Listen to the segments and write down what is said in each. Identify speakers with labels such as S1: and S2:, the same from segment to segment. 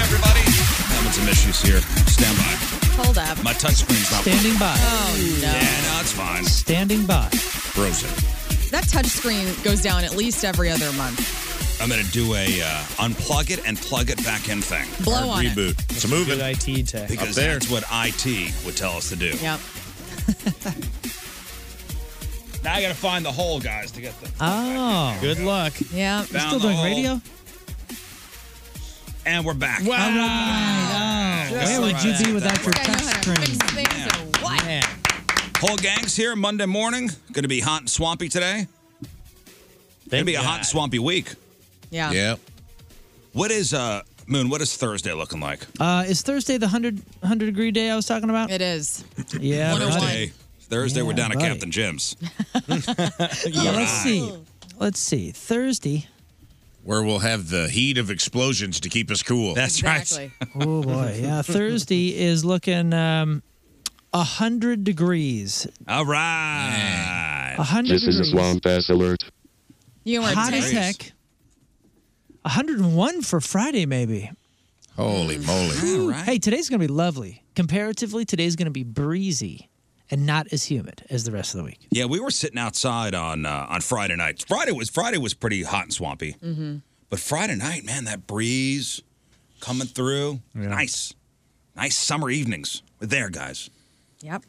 S1: everybody. Having some issues here. Stand by.
S2: Hold up.
S1: My touchscreen's not
S3: Standing by.
S2: Oh no.
S1: Yeah, no, it's fine.
S3: Standing by.
S1: Frozen.
S2: That touch screen goes down at least every other month.
S1: I'm gonna do a uh, unplug it and plug it back in thing.
S2: Blow
S1: Or
S2: on it.
S1: reboot. It's moving.
S3: IT tech.
S1: Because that's what IT would tell us to do.
S2: Yep.
S1: Now I gotta find the hole, guys, to get the.
S3: Oh.
S1: Good luck.
S2: Yeah.
S3: You're still doing radio?
S1: And we're back.
S3: Wow. Where would you be without your
S2: Yeah, I know
S3: touch
S2: how to fix
S3: screen?
S2: things and what?
S3: Man.
S1: Whole gang's here Monday morning. Gonna be hot and swampy today. Gonna be a hot and swampy week.
S2: Yeah.
S1: What is uh Moon? What is Thursday looking like?
S3: Uh, is Thursday the 100, 100 degree day I was talking about?
S2: It is.
S3: Yeah. buddy.
S1: Thursday. Thursday, we're
S3: Yeah,
S1: down at
S3: buddy.
S1: Captain Jim's.
S3: Yeah, let's Uh, see. Let's see. Thursday.
S4: where we'll have the heat of explosions to keep us cool.
S1: That's right.
S2: Exactly.
S3: Oh, boy. Yeah. Thursday is looking um, 100 degrees.
S1: All right.
S3: 100
S5: This
S3: degrees.
S5: is a swamp ass alert.
S2: You were
S3: Hot as
S2: ten.
S3: heck. 101 for Friday, maybe.
S4: Holy
S3: Mm.
S4: moly.
S1: All right.
S3: Hey, today's going to be lovely. Comparatively, today's going to be breezy and not as humid as the rest of the week.
S1: Yeah, we were sitting outside on uh, on Friday night. Friday was Friday was pretty hot and swampy. Mm-hmm. But Friday night, man, that breeze coming through. Nice. Nice summer evenings. We're there, guys.
S2: Yep.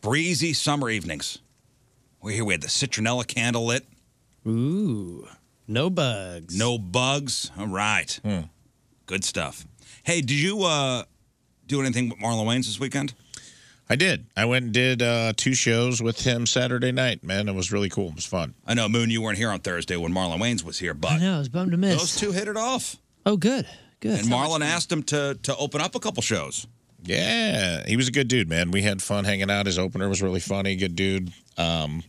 S1: Breezy summer evenings. We're here. We had the citronella candle lit.
S3: Ooh, no bugs. Hmm.
S1: No bugs. All right. Good stuff. Hey, did you uh, do anything with Marlon Wayans this weekend?
S4: I did. I went and did uh, two shows with him Saturday night, man. It was really cool. It was fun.
S1: I know, Moon, you weren't here on Thursday when Marlon Wayans was here,
S3: I
S1: but
S3: know. I was bummed to
S1: those
S3: miss.
S1: two hit it off.
S3: Oh, good, good.
S1: And Marlon asked him to, to open up a couple shows.
S4: Yeah, he was a good dude, man. We had fun hanging out. His opener was really funny. Good dude. Um,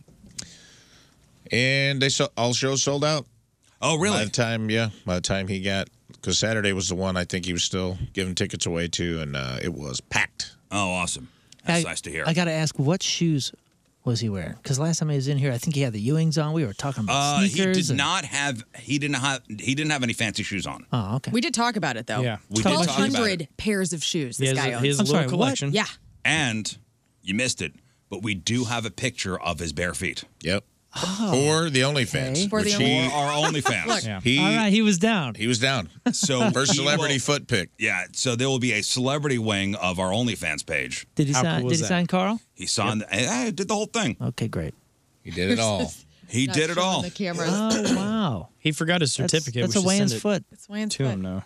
S4: and they saw all shows sold out
S1: Oh,
S4: by
S1: really?
S4: the time. Yeah, by the time he got because Saturday was the one I think he was still giving tickets away to, and uh, it was packed.
S1: Oh, awesome. That's nice to hear.
S3: I got to ask, what shoes was he wearing? Because last time he was in here, I think he had the Ewings on. We were talking about
S1: uh, he
S3: sneakers.
S1: did
S3: and-
S1: not have he didn't have he didn't have any fancy shoes on.
S3: Oh, okay.
S2: We did talk about it though.
S6: Yeah.
S1: We did
S2: Twelve
S1: talk about
S2: hundred
S1: it.
S2: pairs of shoes this
S6: His,
S2: guy owns.
S6: his
S3: I'm
S6: little
S3: sorry, what?
S6: collection.
S2: yeah.
S1: And you missed it, but we do have a picture of his bare feet.
S4: Yep.
S3: Oh,
S4: or the OnlyFans.
S2: For the
S4: which
S2: Only-
S4: he,
S2: Or our OnlyFans. Look.
S4: He,
S3: All right, he was down.
S4: he was down.
S1: So
S4: first
S1: he
S4: celebrity
S1: will-
S4: foot pick.
S1: Yeah, so there will be a celebrity wing of our OnlyFans page.
S3: Did he sign? Did he sign Carl?
S1: He signed. Eh, I did the whole thing.
S3: Okay, great.
S4: He
S3: did it all.
S1: he
S2: Not
S1: did it
S2: showing
S1: all.
S2: The cameras.
S3: Oh wow.
S7: He forgot his
S3: That's-
S7: certificate.
S3: that's
S7: We
S3: a
S7: should send
S3: Wayans
S7: it
S3: foot.
S2: It's Wayne's
S7: To
S2: foot.
S7: him now.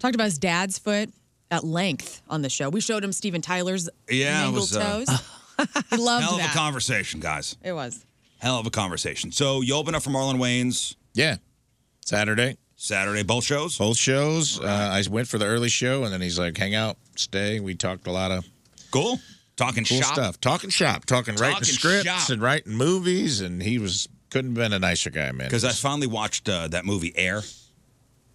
S2: Talked about his dad's foot at length on the show. We showed him Steven Tyler's
S1: Yeah, it
S2: mangled
S1: was uh,
S2: toes. he loved
S1: hell of a
S2: that.
S1: conversation, guys.
S2: it was.
S1: Hell of a conversation. So you open up for Marlon Wayne's.
S4: Yeah. Saturday.
S1: Saturday, both shows?
S4: Both shows. Uh, I went for the early show, and then he's like, hang out, stay. We talked a lot of
S1: cool, talking
S4: cool
S1: shop.
S4: stuff. Talking shop. Talking, writing
S1: Talking
S4: scripts
S1: shop.
S4: and writing movies, and he was couldn't have been a nicer guy, man.
S1: Because I finally watched uh, that movie Air.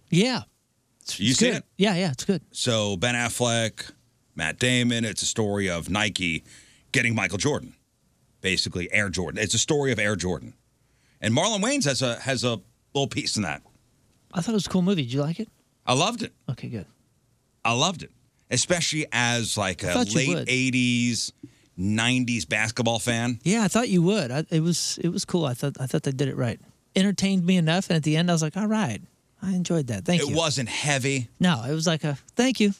S3: Yeah.
S1: you
S3: It's
S1: see
S3: good.
S1: it?
S3: Yeah, yeah, it's good.
S1: So Ben Affleck, Matt Damon. It's a story of Nike getting Michael Jordan, basically Air Jordan. It's a story of Air Jordan, and Marlon Wayans has a has a little piece in that.
S3: I thought it was a cool movie. Did you like it?
S1: I loved it.
S3: Okay, good.
S1: I loved it, especially as like
S3: I
S1: a
S3: thought you
S1: late
S3: would.
S1: '80s, '90s basketball fan.
S3: Yeah, I thought you would. I, it was it was cool. I thought I thought they did it right. Entertained me enough, and at the end, I was like, all right, I enjoyed that. Thank
S1: it
S3: you.
S1: wasn't heavy.
S3: No, it was like a thank you.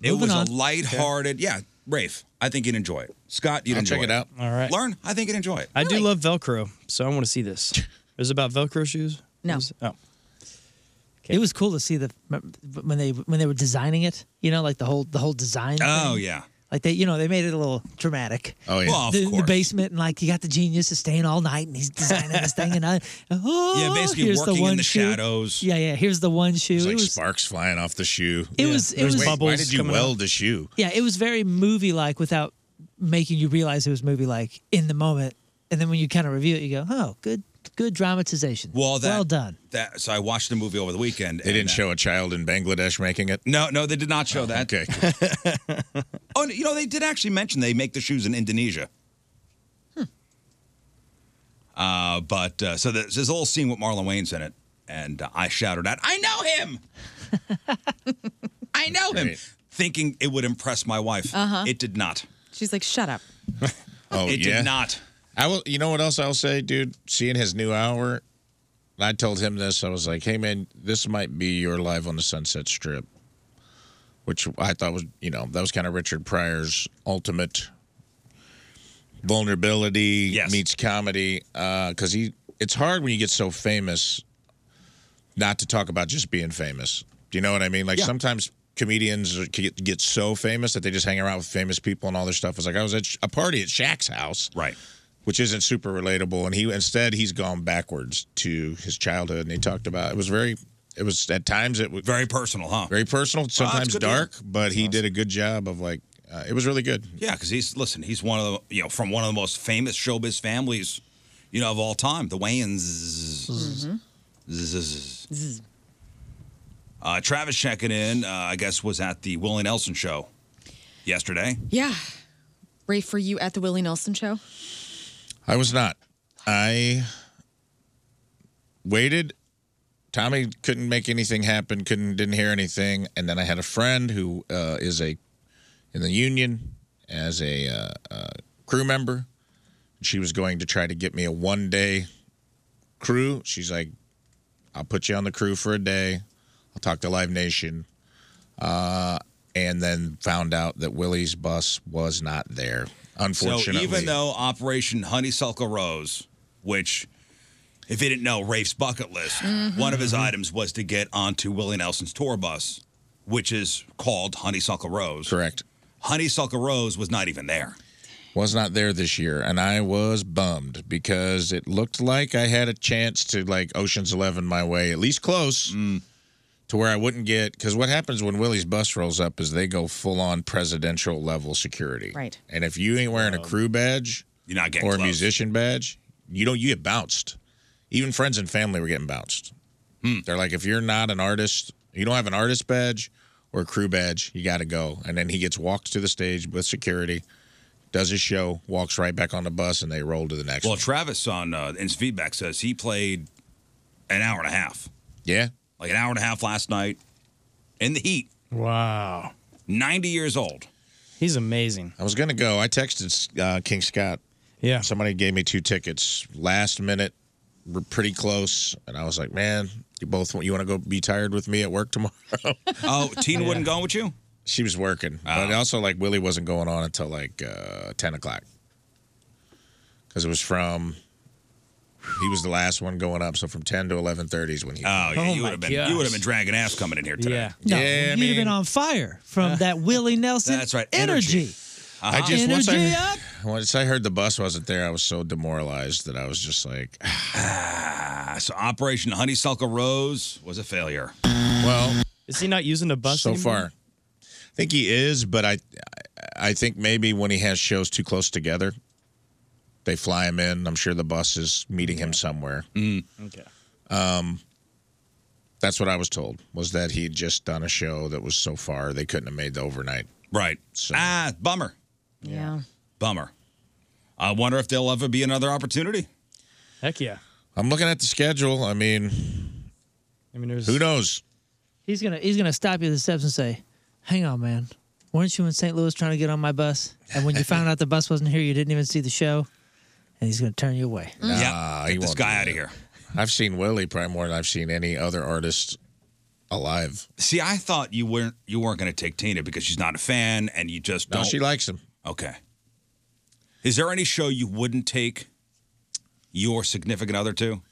S1: It
S3: Moving
S1: was
S3: on.
S1: a lighthearted. Yeah, Rafe, I think you'd enjoy it. Scott, you'd
S7: I'll
S1: enjoy
S7: check it out. All right.
S1: learn. I think you'd enjoy it.
S7: I do love Velcro, so I want to see this. Is it about Velcro shoes?
S3: No.
S7: Is- oh.
S3: It was cool to see the when they when they were designing it. You know, like the whole the whole design.
S1: Oh,
S3: thing.
S1: yeah.
S3: Like they, you know, they made it a little dramatic.
S1: Oh, yeah. Well, of
S3: the, the
S1: course.
S3: basement, and like you got the genius is staying all night, and he's designing this thing, and I, oh,
S1: Yeah, basically
S3: here's
S1: working
S3: the
S1: in
S3: one
S1: the
S3: shoe.
S1: shadows.
S3: Yeah, yeah. Here's the one shoe.
S4: There's
S3: it
S4: like
S3: was,
S4: sparks flying off the shoe.
S3: It was- it
S4: There's
S3: was-
S4: wait, Why
S3: bubbles
S4: did you
S3: coming
S4: weld the shoe?
S3: yeah, it was very movie like without making you realize it was movie like in the moment, and then when you kind of review it, you go, oh, good, good dramatization.
S1: Well, that,
S3: well done.
S1: That so I watched the movie over the weekend. uh,
S4: They didn't show a child in Bangladesh making it.
S1: No, no, they did not show that.
S4: Okay.
S1: Oh, and, you know they did actually mention they make the shoes in Indonesia.
S3: Hmm.
S1: Uh, but uh, so there's there's a little scene with Marlon Wayne's in it, and uh, I shouted out, "I know him! I know him!" Thinking it would impress my wife.
S2: Uh-huh.
S1: It did not.
S2: She's like, shut up.
S4: Oh,
S1: It did
S4: yeah?
S1: not.
S4: I will. You know what else I'll say, dude? Seeing his new hour, I told him this. I was like, "Hey, man, this might be your live on the Sunset Strip," which I thought was, you know, that was kind of Richard Pryor's ultimate vulnerability meets comedy. Because he, it's hard when you get so famous, not to talk about just being famous. Do you know what I mean? Like
S6: Yeah.
S4: sometimes comedians are- get, get so famous that they just hang around with famous people and all their stuff. It's like I was at Sh- a party at Shaq's house,
S1: right?
S4: Which isn't super relatable. And he instead he's gone backwards to his childhood, and he talked about it was very. It was at times it was
S1: very personal, huh?
S4: Very personal,
S1: that's
S4: sometimes
S1: good to hear.
S4: dark, but he did a good job of like uh, it was really good.
S1: Yeah, because he's listen, he's one of the you know from one of the most famous showbiz families, you know of all time, the Wayans. Zzz. Uh, Travis checking in, uh, I guess, was at the Willie Nelson show yesterday.
S2: Yeah. Ray, for you at the Willie Nelson show?
S4: I was not. I waited. Tommy couldn't make anything happen. Couldn't didn't hear anything. And then I had a friend who uh, is a in the union as a uh, uh, crew member. She was going to try to get me a one day crew. She's like, "I'll put you on the crew for a day. I'll talk to Live Nation." Uh, and then found out that Willie's bus was not there. Unfortunately,
S1: So even though Operation Honeysuckle Rose, which if you didn't know, Rafe's bucket list,
S4: Mm-hmm,
S8: Mhm.
S1: one of his items was to get onto Willie Nelson's tour bus, which is called Honeysuckle Rose.
S4: Correct.
S1: Honeysuckle Rose was not even there.
S4: was not there this year and i was bummed because it looked like i had a chance to like oceans 11 my way at least close to where i wouldn't get because what happens when willie's bus rolls up is they go full on presidential level security
S2: Right.
S4: and if you ain't wearing a crew badge
S1: Um, you're not
S4: getting or a musician badge you don't you get bounced even friends and family were getting bounced
S1: Hmm.
S4: they're like if you're not an artist you don't have an artist badge or a crew badge you got to go and then he gets walked to the stage with security does his show, walks right back on the bus, and they roll to the next.
S1: Well, Travis on uh, in his feedback says he played an hour and a half.
S4: Yeah.
S1: Like an hour and a half last night in the heat.
S7: Wow.
S1: 90 years old.
S7: He's amazing.
S4: I was gonna go. I texted uh, King Scott. Yeah. Somebody gave me two tickets last minute. We're pretty close, and I was like, "Man, you both want you want to go be tired with me at work tomorrow?"
S1: oh, Tina wouldn't go Oh. with you.
S4: She was working, but also like Willie wasn't going on until like uh, ten o'clock because it was from. He was the last one going up, so from ten to eleven thirty is when he. Oh
S1: yeah, Oh, you my would've been- you gosh. would've been dragging ass coming in here today.
S4: Yeah,
S3: No,
S4: yeah. I
S3: you'd have been on fire from that Willie Nelson.
S4: That's right,
S3: Energy.
S4: energy. I just once
S3: energy
S4: I,
S3: up.
S4: once I heard the bus wasn't there, I was so demoralized that I was just like,
S1: Ah, so Operation Honeysuckle Rose was a failure.
S4: Well,
S1: is he not using a bus
S4: so far. I think he is, but I, I think maybe when he has shows too close together, they fly him in. I'm sure the bus is meeting him somewhere.
S1: Mm.
S7: Okay.
S4: Um, that's what I was told was that he had just done a show that was so far they couldn't have made the overnight.
S1: Right. So. Ah, bummer.
S2: Yeah.
S1: Bummer. I wonder if there'll ever be another opportunity.
S7: Heck yeah.
S4: I'm looking at the schedule. I mean,
S7: I mean, there's
S4: who knows?
S3: He's gonna he's gonna stop you at the steps and say, "Hang on, man, weren't you in St. Louis trying to get on my bus? And when you found out the bus wasn't here, you didn't even see the show." And he's gonna turn you away.
S2: Mm.
S4: Nah,
S1: Mm. get this guy out of here.
S4: I've seen Willie probably more than I've seen any other artist alive.
S1: See, I thought you weren't you weren't going to take Tina because she's not a fan, and you just
S4: No,
S1: don't.
S4: she likes him.
S1: Okay. Is there any show you wouldn't take your significant other to?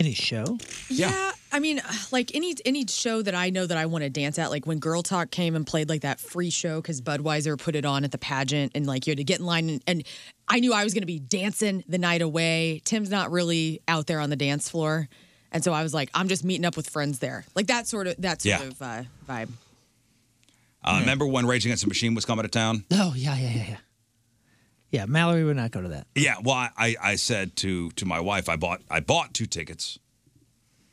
S3: Any show?
S2: Yeah. I mean, like any any show that I know that I want to dance at, like when Girl Talk came and played like that free show because Budweiser put it on at the pageant, and like you had to get in line, and, and I knew I was going to be dancing the night away. Tim's not really out there on the dance floor, and so I was like, I'm just meeting up with friends there, like that sort of that sort
S1: Yeah.
S2: of uh, vibe.
S1: Uh, Remember when Rage Against the Machine was coming to town?
S3: Oh yeah, yeah, yeah, yeah. Yeah, Mallory would not go to that.
S1: Yeah. Well, I- I, I said to to my wife, I bought I bought two tickets.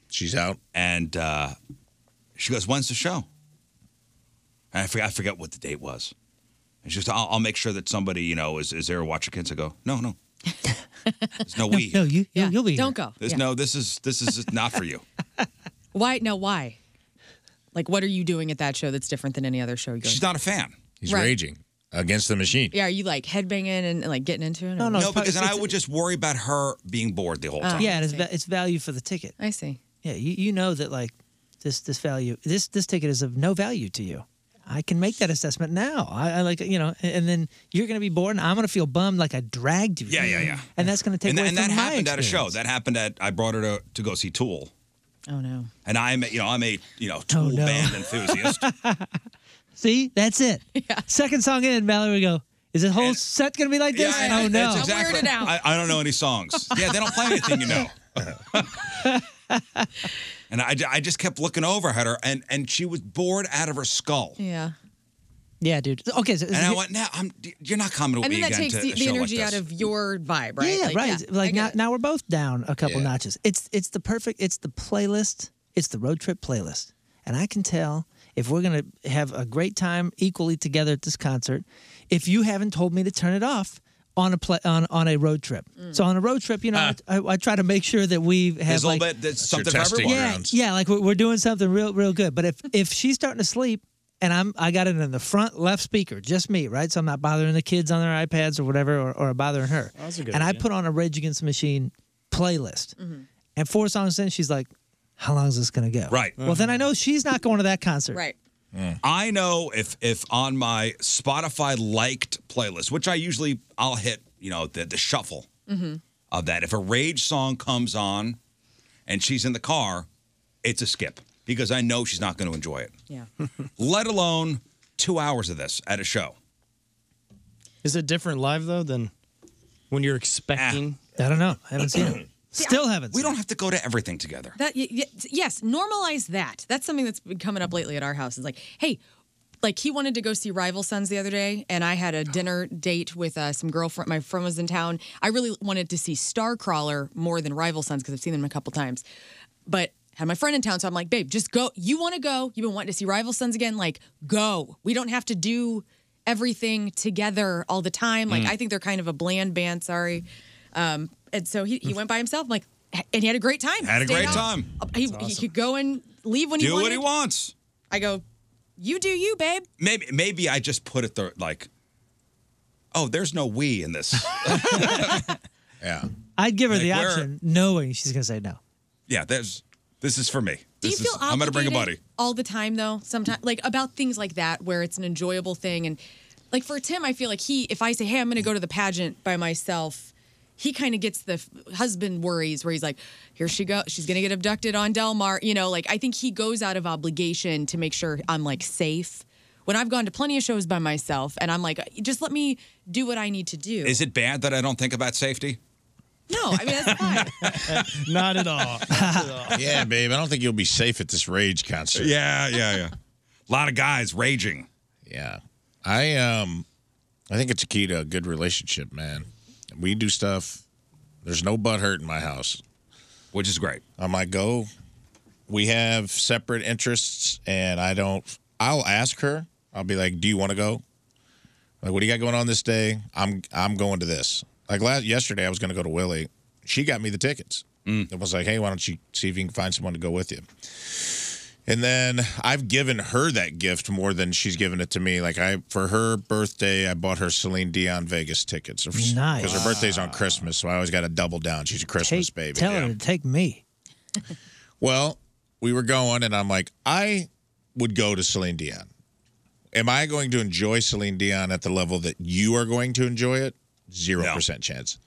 S4: She's out,
S1: and uh, she goes, "When's the show?" And I forget I forget what the date was. And she goes, "I'll, I'll make sure that somebody you know is is there a watch your kids." I go, "No, no, there's no, we.
S3: No, you you- you'll be
S2: Don't go.
S1: There's
S2: Yeah.
S1: no. This is this is not for you."
S2: Why now? Why? Like, what are you doing at that show that's different than any other show you go?
S1: She's
S2: to?
S1: not a fan.
S4: He's
S2: Right.
S4: raging against the machine.
S2: Yeah, are you like headbanging and like getting into it?
S1: no, because then I would just worry about her being bored the whole
S2: Oh,
S1: time.
S3: Uh, yeah, and it's va- it's value for the ticket.
S2: I see.
S3: Yeah, you, you know that like this this value this this ticket is of no value to you. I can make that assessment now. I, I like you know, and, and then you're gonna be bored, and I'm gonna feel bummed like I dragged you.
S1: Yeah, yeah, yeah.
S3: And that's gonna take
S1: and,
S3: away
S1: tha- and that
S3: from my
S1: happened at a show.
S3: experience.
S1: That happened at I brought her to, to go see Tool,
S2: Oh no.
S1: and I'm a- you know I'm a you know Tool
S3: Oh, no.
S1: band enthusiast.
S3: See, that's it. Second song in, Mallory would go. Is the whole set gonna be like this?
S1: Yeah,
S3: oh
S1: that's
S3: no!
S1: exactly- I, I don't know any songs. Yeah, they don't play anything you know. and I, I just kept looking over at her, and, and she was bored out of her skull.
S2: Yeah.
S3: Yeah, dude. Okay, so
S1: And I went, now I'm you're not coming with
S2: And
S1: me
S2: then that
S1: again
S2: takes
S1: to
S2: the,
S1: a
S2: the
S1: show like
S2: energy
S1: this."
S2: out of your vibe, right?
S3: Yeah,
S2: Like,
S3: right.
S2: yeah.
S3: like now, now we're both down a couple notches. It's it's the perfect. It's the playlist. It's the road trip playlist, and I can tell if we're gonna have a great time equally together at this concert. If you haven't told me to turn it off on a play, on on a road trip,
S2: Mm.
S3: so on a road trip, you know, I, I, try to make sure that we have
S1: Ah. There's a
S3: like
S1: little bit that's
S4: That's your
S1: something for
S4: testing
S1: everyone.
S3: yeah, yeah, like we're, we're doing something real, real good. But if if she's starting to sleep and I'm I got it in the front left speaker, just me, right? So I'm not bothering the kids on their iPads or whatever, or, or bothering her.
S7: That's a good
S3: and I
S7: idea.
S3: put on a Rage Against the Machine playlist, and four songs in, she's like, "How long is this gonna go?"
S1: Right.
S3: Well, then I know she's not going to that concert.
S2: Right.
S1: I know if if on my Spotify liked playlist, which I usually I'll hit, you know, the the shuffle
S2: Mm-hmm.
S1: of that. If a rage song comes on, and she's in the car, it's a skip because I know she's not going to enjoy it.
S2: Yeah.
S1: Let alone two hours of this at a show.
S7: Is it different live though than when you're expecting?
S3: Ah. I don't know. I haven't seen it. Still haven't.
S1: We don't have to go to everything together.
S2: That y- y- yes, normalize that. That's something that's been coming up lately at our house. Is like, hey, like he wanted to go see Rival Sons the other day, and I had a dinner date with uh, some girlfriend. My friend was in town. I really wanted to see Starcrawler more than Rival Sons because I've seen them a couple times, but had my friend in town, so I'm like, babe, just go. You want to go? You've been wanting to see Rival Sons again? Like, go. We don't have to do everything together all the time. Like,
S6: Mm.
S2: I think they're kind of a bland band. Sorry. Um, and so he, he went by himself. I'm like, and he had a great time.
S1: Had a
S2: Stayed
S1: great
S2: out.
S1: time.
S2: Uh, He, he could go and leave when he
S1: do
S2: wanted.
S1: what he wants.
S2: I go, you do you, babe.
S1: Maybe maybe I just put it the like. oh, there's no we in this. yeah.
S3: I'd give her
S1: Like,
S3: the
S1: where-
S3: option, knowing she's gonna say no.
S1: Yeah, there's this is for me.
S2: Do you
S1: This
S2: feel
S1: is, I'm gonna bring a buddy.
S2: obligated all the time though? Sometimes, like about things like that, where it's an enjoyable thing, and like for Tim, I feel like he, if I say, "Hey, I'm going to go to the pageant by myself," he kind of gets the f- husband worries, where he's like, "Here she go, she's going to get abducted on Del Mar," you know. Like I think he goes out of obligation to make sure I'm like safe. When I've gone to plenty of shows by myself, and I'm like, just let me do what I need to do.
S1: Is it bad that I don't think about safety?
S2: no, I mean that's fine.
S4: Not at all. yeah, babe. I don't think you'll be safe at this rage concert.
S1: Yeah, yeah, yeah. A lot of guys raging.
S4: Yeah. I um I think it's a key to a good relationship, man. We do stuff. There's no butt hurt in my house.
S1: Which is great.
S4: I might go. We have separate interests and I don't I'll ask her. I'll be like, Do you want to go? Like, what do you got going on this day? I'm I'm going to this. Like last yesterday I was gonna go to Willie. She got me the tickets.
S1: Mm.
S4: It was like, hey, why don't you see if you can find someone to go with you? And then I've given her that gift more than she's given it to me. Like I for her birthday, I bought her Celine Dion Vegas tickets.
S3: Nice.
S4: Because her birthday's on Christmas, so I always got to double down. She's a Christmas
S3: Take,
S4: baby.
S3: tell
S4: Yeah.
S3: her to take me.
S4: Well, we were going, and I'm like, I would go to Celine Dion. Am I going to enjoy Celine Dion at the level that you are going to enjoy it? Zero percent chance.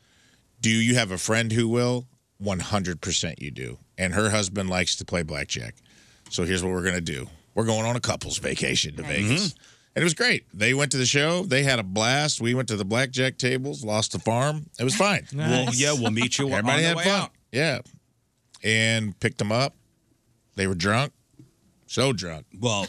S4: Do you have a friend who will? 100% you do. And her husband likes to play blackjack. So here's what we're going to do we're going on a couple's vacation to
S1: Mm-hmm.
S4: Vegas. And it was great. They went to the show. They had a blast. We went to the blackjack tables, lost the farm. It was fine.
S1: Well, Nice. yeah, we'll meet you on
S4: Everybody
S1: the
S4: had
S1: way
S4: fun.
S1: out.
S4: Yeah. And picked them up. They were drunk. So drunk.
S1: Well,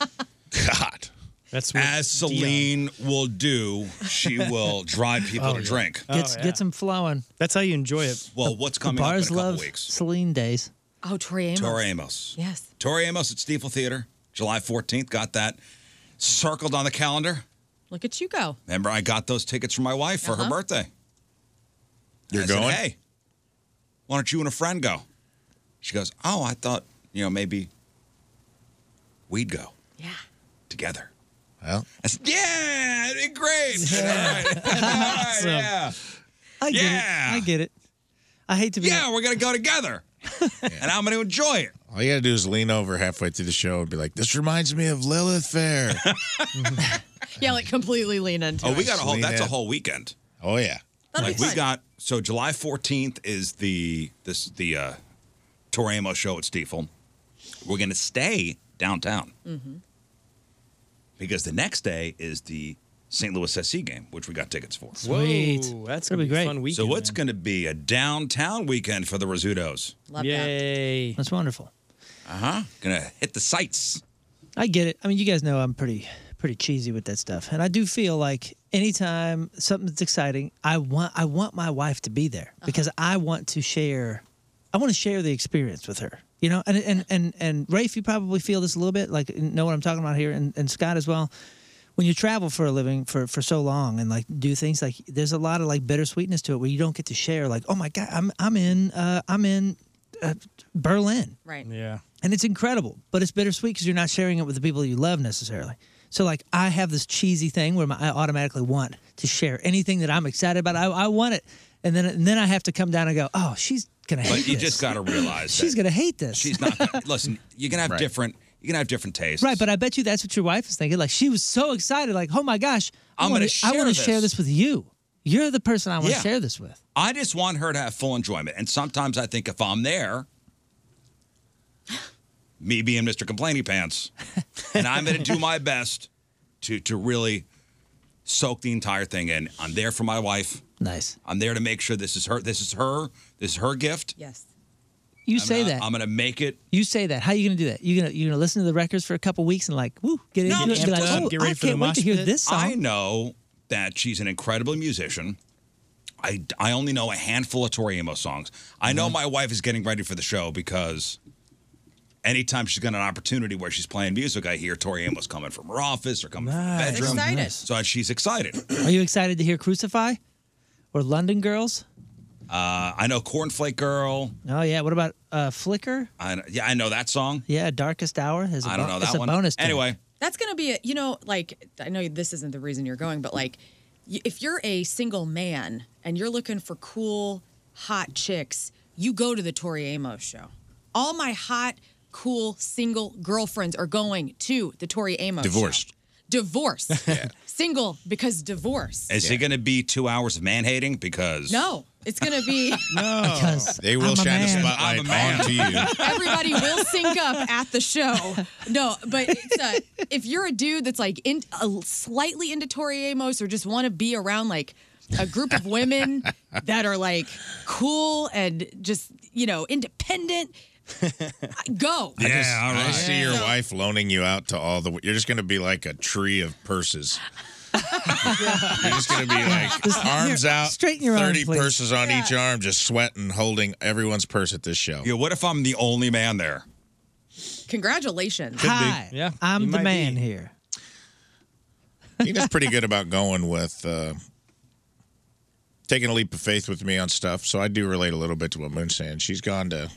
S4: God.
S1: That's as Celine will do. She will drive people
S3: Oh,
S1: to
S3: yeah.
S1: drink.
S3: Gets gets them flowing.
S7: That's how you enjoy it.
S1: Well, what's
S3: The
S1: coming up in a
S3: bars
S1: couple
S3: love
S1: weeks?
S3: Celine days.
S2: Oh, Tori Amos.
S1: Tori Amos.
S2: Yes.
S1: Tori Amos at Steeple Theater, July 14th. Got that circled on the calendar.
S2: Look at you go.
S1: Remember, I got those tickets for my wife for her
S2: Uh-huh.
S1: birthday.
S4: You're
S1: I said,
S4: going?
S1: hey, why don't you and a friend go? She goes, oh, I thought you know maybe we'd go. Yeah. Together.
S4: Well,
S1: I said, yeah, it'd be great.
S3: Awesome.
S1: Ah, Yeah.
S3: I get
S1: Yeah.
S3: it. I get it. I hate to be.
S1: Yeah, we're gonna go together, and I'm gonna enjoy it.
S4: All you got to do is lean over halfway through the show and be like, this reminds me of Lilith Fair.
S2: Yeah, like completely lean into.
S1: Oh,
S2: it.
S1: we got a whole.
S4: Lean
S1: That's a
S4: in.
S1: whole weekend.
S4: oh, yeah.
S2: That'll be
S1: like we
S2: fun.
S1: got so July 14th is the this the uh Tori Amos show at Stiefel. We're gonna stay downtown
S6: Mm-hmm.
S1: because the next day is the St. Louis SC game, which we got tickets for.
S7: Sweet. Whoa, that's That'll gonna be be a great. fun weekend,
S1: So it's gonna be a downtown weekend for the Rizzutos.
S2: Love
S7: Yay.
S3: That's wonderful.
S1: Uh huh. Gonna hit the sights.
S3: I get it. I mean, you guys know I'm pretty pretty cheesy with that stuff, and I do feel like anytime something's exciting, I want I want my wife to be there because I want to share. I want to share the experience with her. You know, and and and and Rafe, you probably feel this a little bit, like know what I'm talking about here, and, and Scott as well. When you travel for a living for, for so long and like do things like there's a lot of like bittersweetness to it where you don't get to share like oh my god I'm I'm in uh, I'm in uh, Berlin
S2: Right.
S7: Yeah.
S3: and it's incredible, but it's bittersweet because you're not sharing it with the people you love necessarily. So, like, I have this cheesy thing where my, I automatically want to share anything that I'm excited about. I, I want it, and then and then I have to come down and go, oh, she's gonna hate
S1: But you
S3: this.
S1: just gotta realize
S3: she's
S1: that
S3: gonna hate this,
S1: she's not. gonna- listen, you're gonna have different. You're gonna have different tastes.
S3: right? But I bet you that's what your wife is thinking. Like, she was so excited, like, oh my gosh, I
S1: I'm
S3: wanna-
S1: gonna
S3: I want to
S1: share
S3: share
S1: this.
S3: this with you. You're the person I want to
S1: Yeah.
S3: share this with.
S1: I just want her to have full enjoyment. And sometimes I think if I'm there, me being Mr. Complaining Pants, and I'm going to do my best to to really soak the entire thing in. I'm there for my wife.
S3: Nice.
S1: I'm there to make sure this is her. This is her. This is her gift.
S2: Yes.
S3: You
S1: I'm
S3: say
S1: gonna-
S3: that.
S1: I'm going to make it.
S3: You say that. How are you gonna do that? You gonna you gonna listen to the records for a couple weeks and like, woo, get into
S1: No,
S3: it. And be like, oh, I can't wait to hear this song.
S1: I know that she's an incredible musician. I, I only know a handful of Tori Amos songs. I
S3: Mm-hmm.
S1: know my wife is getting ready for the show because anytime she's got an opportunity where she's playing music, I hear Tori Amos coming from her office or coming
S3: Nice.
S1: from the bedroom.
S3: Excited.
S1: So she's excited. Uh,
S3: Are you excited to hear Crucify or London Girls?
S1: I know Cornflake Girl.
S3: Oh yeah. What about uh, Flicker?
S1: I, kn- yeah, I know that song.
S3: Yeah, Darkest Hour. There's a
S1: I don't
S3: bo-
S1: know
S3: it's
S1: that
S3: a
S1: one.
S3: bonus. track.
S1: Anyway,
S2: That's gonna be a, you know, like I know this isn't the reason you're going, but like y- if you're a single man and you're looking for cool, hot chicks, you go to the Tori Amos show. All my hot, cool, single girlfriends are going to the Tori Amos show.
S1: Divorced.
S2: Divorce. Single because divorce.
S1: Is it going to be two hours of man hating? Because
S2: No, it's going to be.
S1: no,
S2: Because
S1: they
S4: will I'm a shine the man. spotlight onto you.
S2: Everybody will sync up at the show. No, but it's, uh, if you're a dude that's like in, uh, slightly into Tori Amos or just want to be around like a group of women that are like cool and just, you know, independent, go.
S4: I just,
S1: all
S4: I
S1: right.
S4: see your wife loaning you out to all the. You're just going to be like a tree of purses. you're just going to be like
S3: Just-
S4: arms
S3: here,
S4: out,
S3: straighten your arm,
S4: thirty
S3: please.
S4: purses on each arm, just sweating, holding everyone's purse at this show.
S1: Yeah, what if I'm the only man there?
S2: Congratulations.
S3: Hi.
S4: Yeah,
S3: I'm
S4: you
S3: the
S4: might
S3: man here.
S4: Tina's pretty good about going with uh, taking a leap of faith with me on stuff, so I do relate a little bit to what Moon's saying. She's gone to,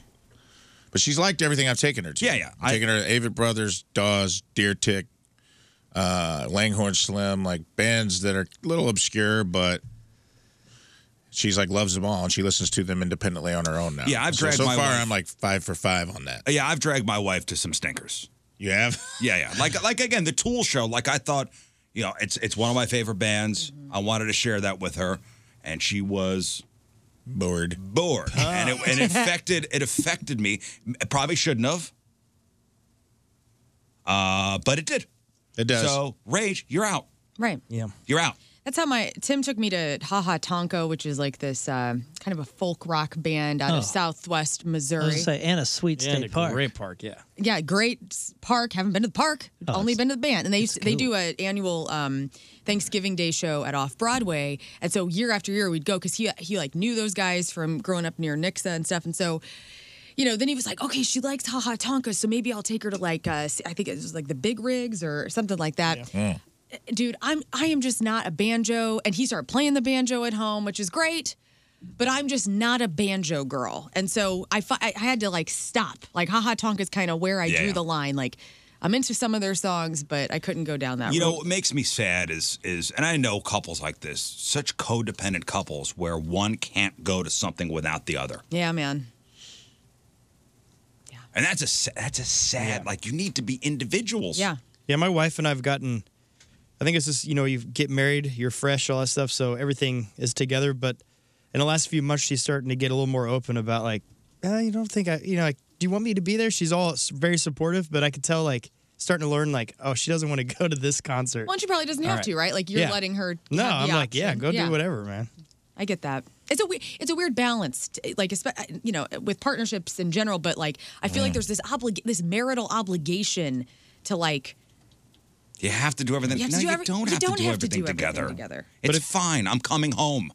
S4: but she's liked everything I've taken her to. Yeah, yeah. I've taken her to Avid Brothers, Dawes, Deer Tick, uh, Langhorn Slim, like bands that are a little obscure, but she's like loves them all, and she listens to them independently on her own now.
S1: Yeah, I've
S4: so,
S1: dragged
S4: so
S1: my
S4: far.
S1: wife-
S4: I'm like five for five on that.
S1: Yeah, I've dragged my wife to some stinkers.
S4: You have?
S1: Yeah, yeah. Like like again, the Tool show. Like I thought, you know, it's it's one of my favorite bands.
S4: Mm-hmm.
S1: I wanted to share that with her, and she was
S4: bored,
S1: bored, and it and it affected it affected me. It probably shouldn't have, uh, but it did.
S4: It
S2: does.
S1: So rage, you're out.
S2: Right.
S1: Yeah, you're out.
S2: That's how my Tim took me to Ha Ha Tonko, which is like this uh, kind of a folk rock band out
S3: Oh.
S2: of Southwest
S3: I
S2: Missouri.
S3: was gonna say, and a sweet
S2: And
S3: state
S2: a
S3: park.
S2: great
S3: park, yeah.
S2: Yeah, great s- park. Haven't been to the park.
S3: Oh,
S2: only
S3: it's-
S2: been to the band, and they used to, they
S3: cool.
S2: do an annual um, Thanksgiving Day show at Off Broadway, and so year after year we'd go because he he like knew those guys from growing up near Nixa and stuff, and so. You know, then he was like, "Okay, she likes Ha Ha Tonka, so maybe I'll take her to like, uh, s- I think it was like the Big Rigs or something like that." "Uh, dude, I'm I am just not a banjo. And he started playing the banjo at home, which is great, but I'm just not a banjo girl. And so I fi- I I had to like stop. Like haha tonk is kind of where I drew
S1: Yeah.
S2: the line. Like I'm into some of their songs, but I couldn't go down that
S1: you
S2: road.
S1: know what makes me sad is is and i know couples like this such codependent couples where one can't go to something without the other
S2: yeah, man.
S1: and that's a sa- that's a sad like you need to be individuals yeah
S7: Yeah, my wife and I've gotten. I think it's just you know you get married, you're fresh, all that stuff, so everything is together. But in the last few months, she's starting to get a little more open about like, uh, you don't think I, you know, like, do you want me to be there? She's all s- very supportive, but I could tell like starting to learn like, oh, she doesn't want to go to this concert.
S2: Well, and she probably doesn't have to, right? Like you're
S7: Yeah.
S2: letting her.
S7: No,
S2: have
S7: I'm
S2: the
S7: like, yeah,
S2: option.
S7: go do whatever, man.
S2: I get that. It's a we- it's a weird balance, t- like espe- uh, you know, with partnerships in general. But like, I feel like
S1: Mm.
S2: there's this oblig- this marital obligation to like
S1: you have to do everything
S2: You have to
S1: no
S2: do
S1: you
S2: every-
S1: don't
S2: you
S1: have
S2: don't
S1: to do
S2: have to
S1: everything
S2: do everything
S1: together,
S2: together.
S1: it's fine i'm coming home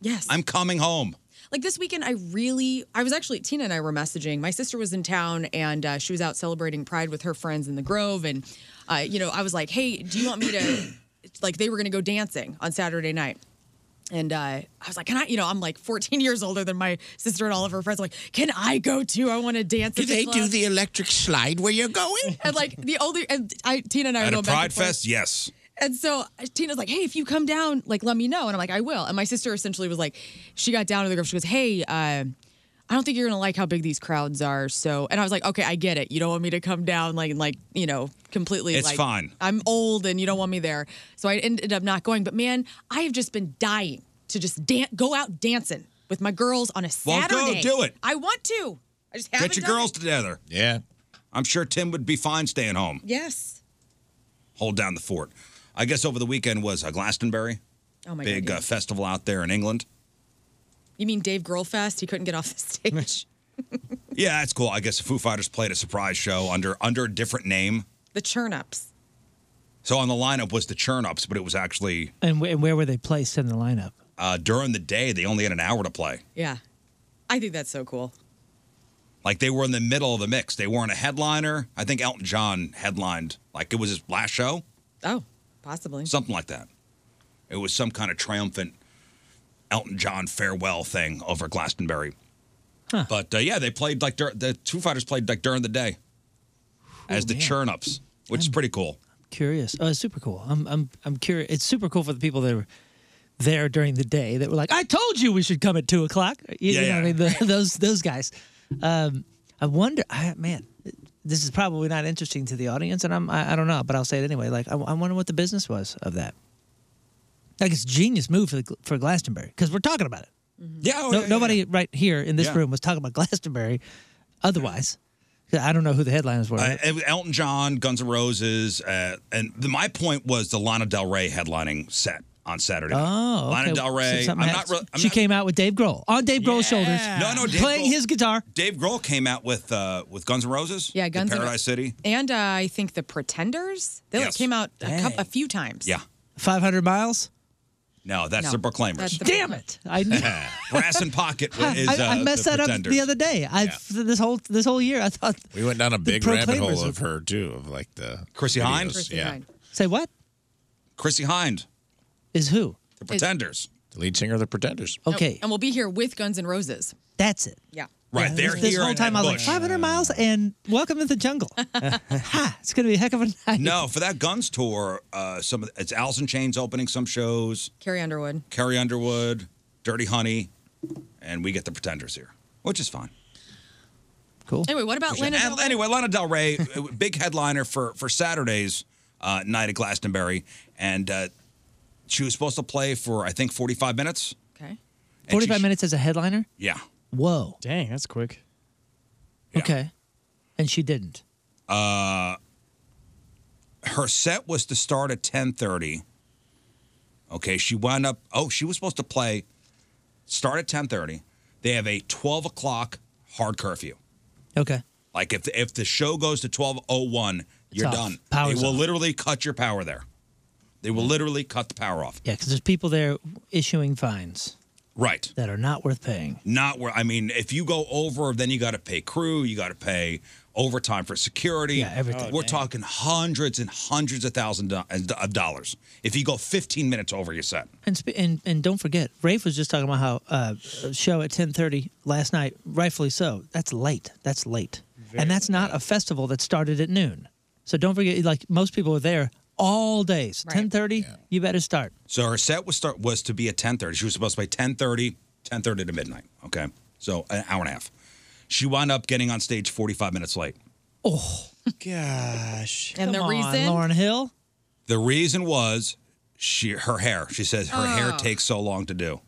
S2: yes.
S1: i'm coming home
S2: Like this weekend, I really, I was actually, Tina and I were messaging. My sister was in town and uh, she was out celebrating Pride with her friends in the Grove. And, uh, you know, I was like, hey, do you want me to, like, they were going to go dancing on Saturday night. And uh, I was like, can I, you know, I'm like 14 years older than my sister and all of her friends. I'm like, can I go too? I want to dance.
S4: Do
S2: at the
S4: they do
S2: club."
S4: the electric slide where you're going?
S2: And like the only, and I, Tina and I were
S1: at a
S2: going back and
S1: pride
S2: forth.
S1: fest yes
S2: And so uh, Tina's like, hey, if you come down, like, let me know. And I'm like, I will. And my sister essentially was like, she got down to the group. She goes, hey, uh, I don't think you're going to like how big these crowds are. So, and I was like, okay, I get it. You don't want me to come down, like, like you know, completely.
S1: It's
S2: like,
S1: fine.
S2: I'm old and you don't want me there. So I ended up not going. But man, I have just been dying to just dan- go out dancing with my girls on a
S1: Well,
S2: Saturday.
S1: go do it.
S2: I want to. I just haven't
S1: get your
S2: done
S1: girls
S2: it.
S1: together
S4: yeah
S1: i'm sure tim would be fine staying home
S2: Yes.
S1: hold down the fort i guess over the weekend was uh, glastonbury
S2: Oh my
S1: big
S2: God.
S1: uh, festival out there in england
S2: You mean Dave Girlfest? He couldn't get off the stage.
S1: yeah that's cool i guess the foo fighters played a surprise show under under a different name
S2: the churn ups.
S1: So on the lineup was the churn ups, but it was actually
S3: And, wh- and where were they placed in the lineup?
S1: uh, during the day. They only had an hour to play.
S2: Yeah. I think that's so cool.
S1: Like they were in the middle of the mix. They weren't a headliner. I think Elton John headlined. Like it was his last show,
S2: Oh, possibly.
S1: something like that. It was some kind of triumphant Elton John farewell thing over Glastonbury. But uh, yeah, they played like dur- the Two Fighters played like during the day as the
S3: Oh, man.
S1: churn ups, which is pretty cool.
S3: Curious. Oh, it's super cool. I'm I'm I'm curious. It's super cool for the people that were there during the day that were like, "I told you we should come at two o'clock." You,
S6: Yeah,
S3: you know what
S6: yeah.
S3: I mean? The, those those guys. Um, I wonder, I, man. This is probably not interesting to the audience, and I'm I, I don't know, but I'll say it anyway. Like I, I wonder what the business was of that. Like it's a genius move for the, for Glastonbury because we're talking about it.
S2: Mm-hmm.
S1: Yeah,
S3: no, nobody right here in this
S1: Yeah.
S3: room was talking about Glastonbury. Otherwise, I don't know who the headliners were.
S1: Uh, it was Elton John, Guns N' Roses, uh, and the, my point was the Lana Del Rey headlining set on Saturday. night.
S3: Oh, okay.
S1: Lana Del Rey.
S3: So
S1: I'm
S3: something
S1: not.
S3: happened.
S1: Re- I'm
S3: she
S1: not-
S3: came out with Dave Grohl on Dave Grohl's shoulders.
S1: No, no, Dave
S3: playing
S1: Grohl-
S3: his guitar.
S1: Dave Grohl came out with uh, with Guns N' Roses.
S2: Yeah,
S1: the
S2: Guns N'
S1: Paradise
S2: Ro-
S1: City.
S2: And uh, I think the Pretenders. They like, came out a, cou- a few times.
S1: Yeah.
S3: Five hundred miles.
S1: No, that's
S2: No,
S1: the Proclaimers.
S2: that's the
S3: Damn it! I knew.
S1: Brass and Pocket
S3: I,
S1: is. Uh,
S3: I- I messed
S1: the
S3: that
S1: Pretenders.
S3: up the other day. I this whole this whole year I thought.
S4: We went down a
S3: The
S4: big rabbit hole
S3: Proclaimers
S4: of her too, of like the
S1: Chrissy
S4: videos.
S1: Hynde?
S4: yeah,
S3: Say what?
S1: Chrissy Hind
S3: Is who?
S1: the Pretenders.
S4: The lead singer of the Pretenders.
S2: And, we'll be here with Guns and Roses.
S3: That's it.
S2: Yeah.
S4: Right, they're
S3: this, this
S4: here
S3: whole
S4: and-
S3: time I was
S1: and
S3: like
S1: Bush.
S3: 500 miles and welcome to the jungle. ha! It's gonna be a heck of a night.
S1: No, for that Guns tour, uh, some of- it's Alice in Chains opening some shows.
S2: Carrie Underwood.
S1: Carrie Underwood, Dirty Honey, and we get the Pretenders here, which is fine.
S3: Cool.
S2: Anyway, what about Lana Del
S1: And
S2: Rey?
S1: anyway, Lana Del Rey, uh, big headliner for for Saturday's uh, night at Glastonbury, and uh, she was supposed to play for I think 45 minutes.
S2: Okay.
S3: 45 minutes as a headliner.
S1: Yeah.
S3: Whoa.
S7: Dang, that's quick.
S3: Okay. And she didn't.
S1: Uh, her set was to start at 10:30. Okay, she wound up. Oh, she was supposed to play. Start at 10:30. They have a 12 o'clock hard curfew.
S3: Okay.
S1: Like if if the show goes to 12:01, you're
S3: off.
S1: done.
S3: Power's
S1: they will
S3: off.
S1: literally cut your power there. They will literally cut the power off.
S3: Yeah, because there's people there issuing fines
S1: Right.
S3: that are not worth paying.
S1: Not where I mean, if you go over, then you got to pay crew, you got to pay overtime for security.
S3: Yeah, everything. Oh,
S1: We're talking hundreds and hundreds of thousands do- of dollars if you go 15 minutes over your set.
S3: And sp- and and don't forget, Rafe was just talking about how uh, a show at 10:30 last night. Rightfully so. That's late. That's late. and that's not a festival that started at noon. So don't forget, like most people are there all day. So 10:30, you better start.
S1: So her set was start was to be at 10:30. She was supposed to play 10:30, 10:30 to midnight. Okay, so an hour and a half. She wound up getting on stage 45 minutes late.
S3: Oh
S7: gosh!
S2: And the
S3: Come on,
S2: reason?
S3: Lauren Hill.
S1: The reason was she her hair. She says her hair
S2: Oh.
S1: takes so long to do.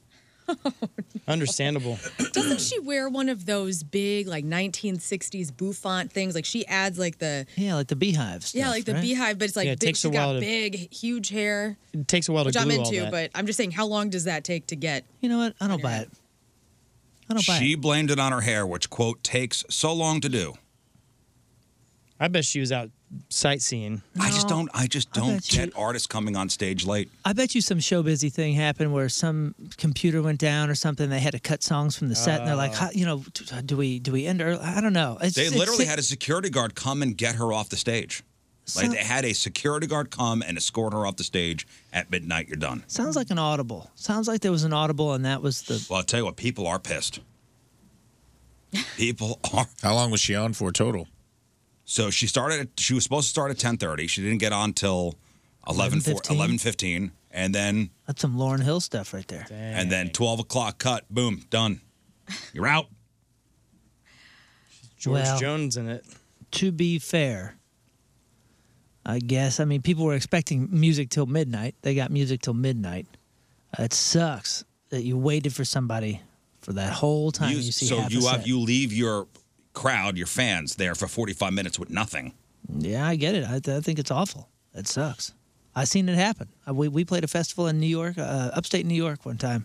S7: Understandable.
S2: Doesn't she wear one of those big like 1960s bouffant things? Like she adds like the
S3: Yeah, like the beehives.
S2: yeah, like the beehive, but it's like
S7: Yeah, it
S2: big.
S7: takes a
S2: She's
S7: while
S2: got
S7: to-
S2: big, huge hair,
S7: It takes a while to
S2: which
S7: glue
S2: I'm
S7: all
S2: into.
S7: that.
S2: But I'm just saying, how long does that take to get?
S3: You know what? I don't buy it. I don't buy
S1: She blamed it on her hair, which quote takes so long to do.
S7: I bet she was out sightseeing.
S1: I just don't. I just
S3: Oh, I
S1: don't
S3: bet
S1: get artists coming on stage late.
S3: I bet you some show busy thing happened where some computer went down or something. They had to cut songs from the set, and they're like,
S1: Oh.
S3: "How- you know, t- do we do we end early? I don't know. It's,
S1: they
S3: it's-
S1: literally had a security guard come and get her off the stage. Like
S3: So-
S1: they had a security guard come and escort her off the stage at midnight. You're done.
S3: sounds like an audible. Sounds like there was an audible, and that was the
S1: Well, I'll tell you what. People are pissed. People are.
S4: How long was she on for total?
S1: So she started. at- She was supposed to start at 10:30. She didn't get on till 11
S3: 11:15.
S1: 11:15, and then
S3: that's some Lauren Hill stuff right there.
S1: and then 12 o'clock cut. Boom, done. You're out.
S7: George
S3: Well-
S7: Jones in it.
S3: To be fair, I guess I mean people were expecting music till midnight. They got music till midnight. Uh, it sucks that you waited for somebody for that whole time. You, see
S1: so
S3: half a
S1: you
S3: set.
S1: have you leave your crowd, your fans there for 45 minutes with nothing.
S3: Yeah, I get it. I, I think it's awful. It sucks. I've seen it happen. Uh, We, we played a festival in New York, uh, upstate New York, one time,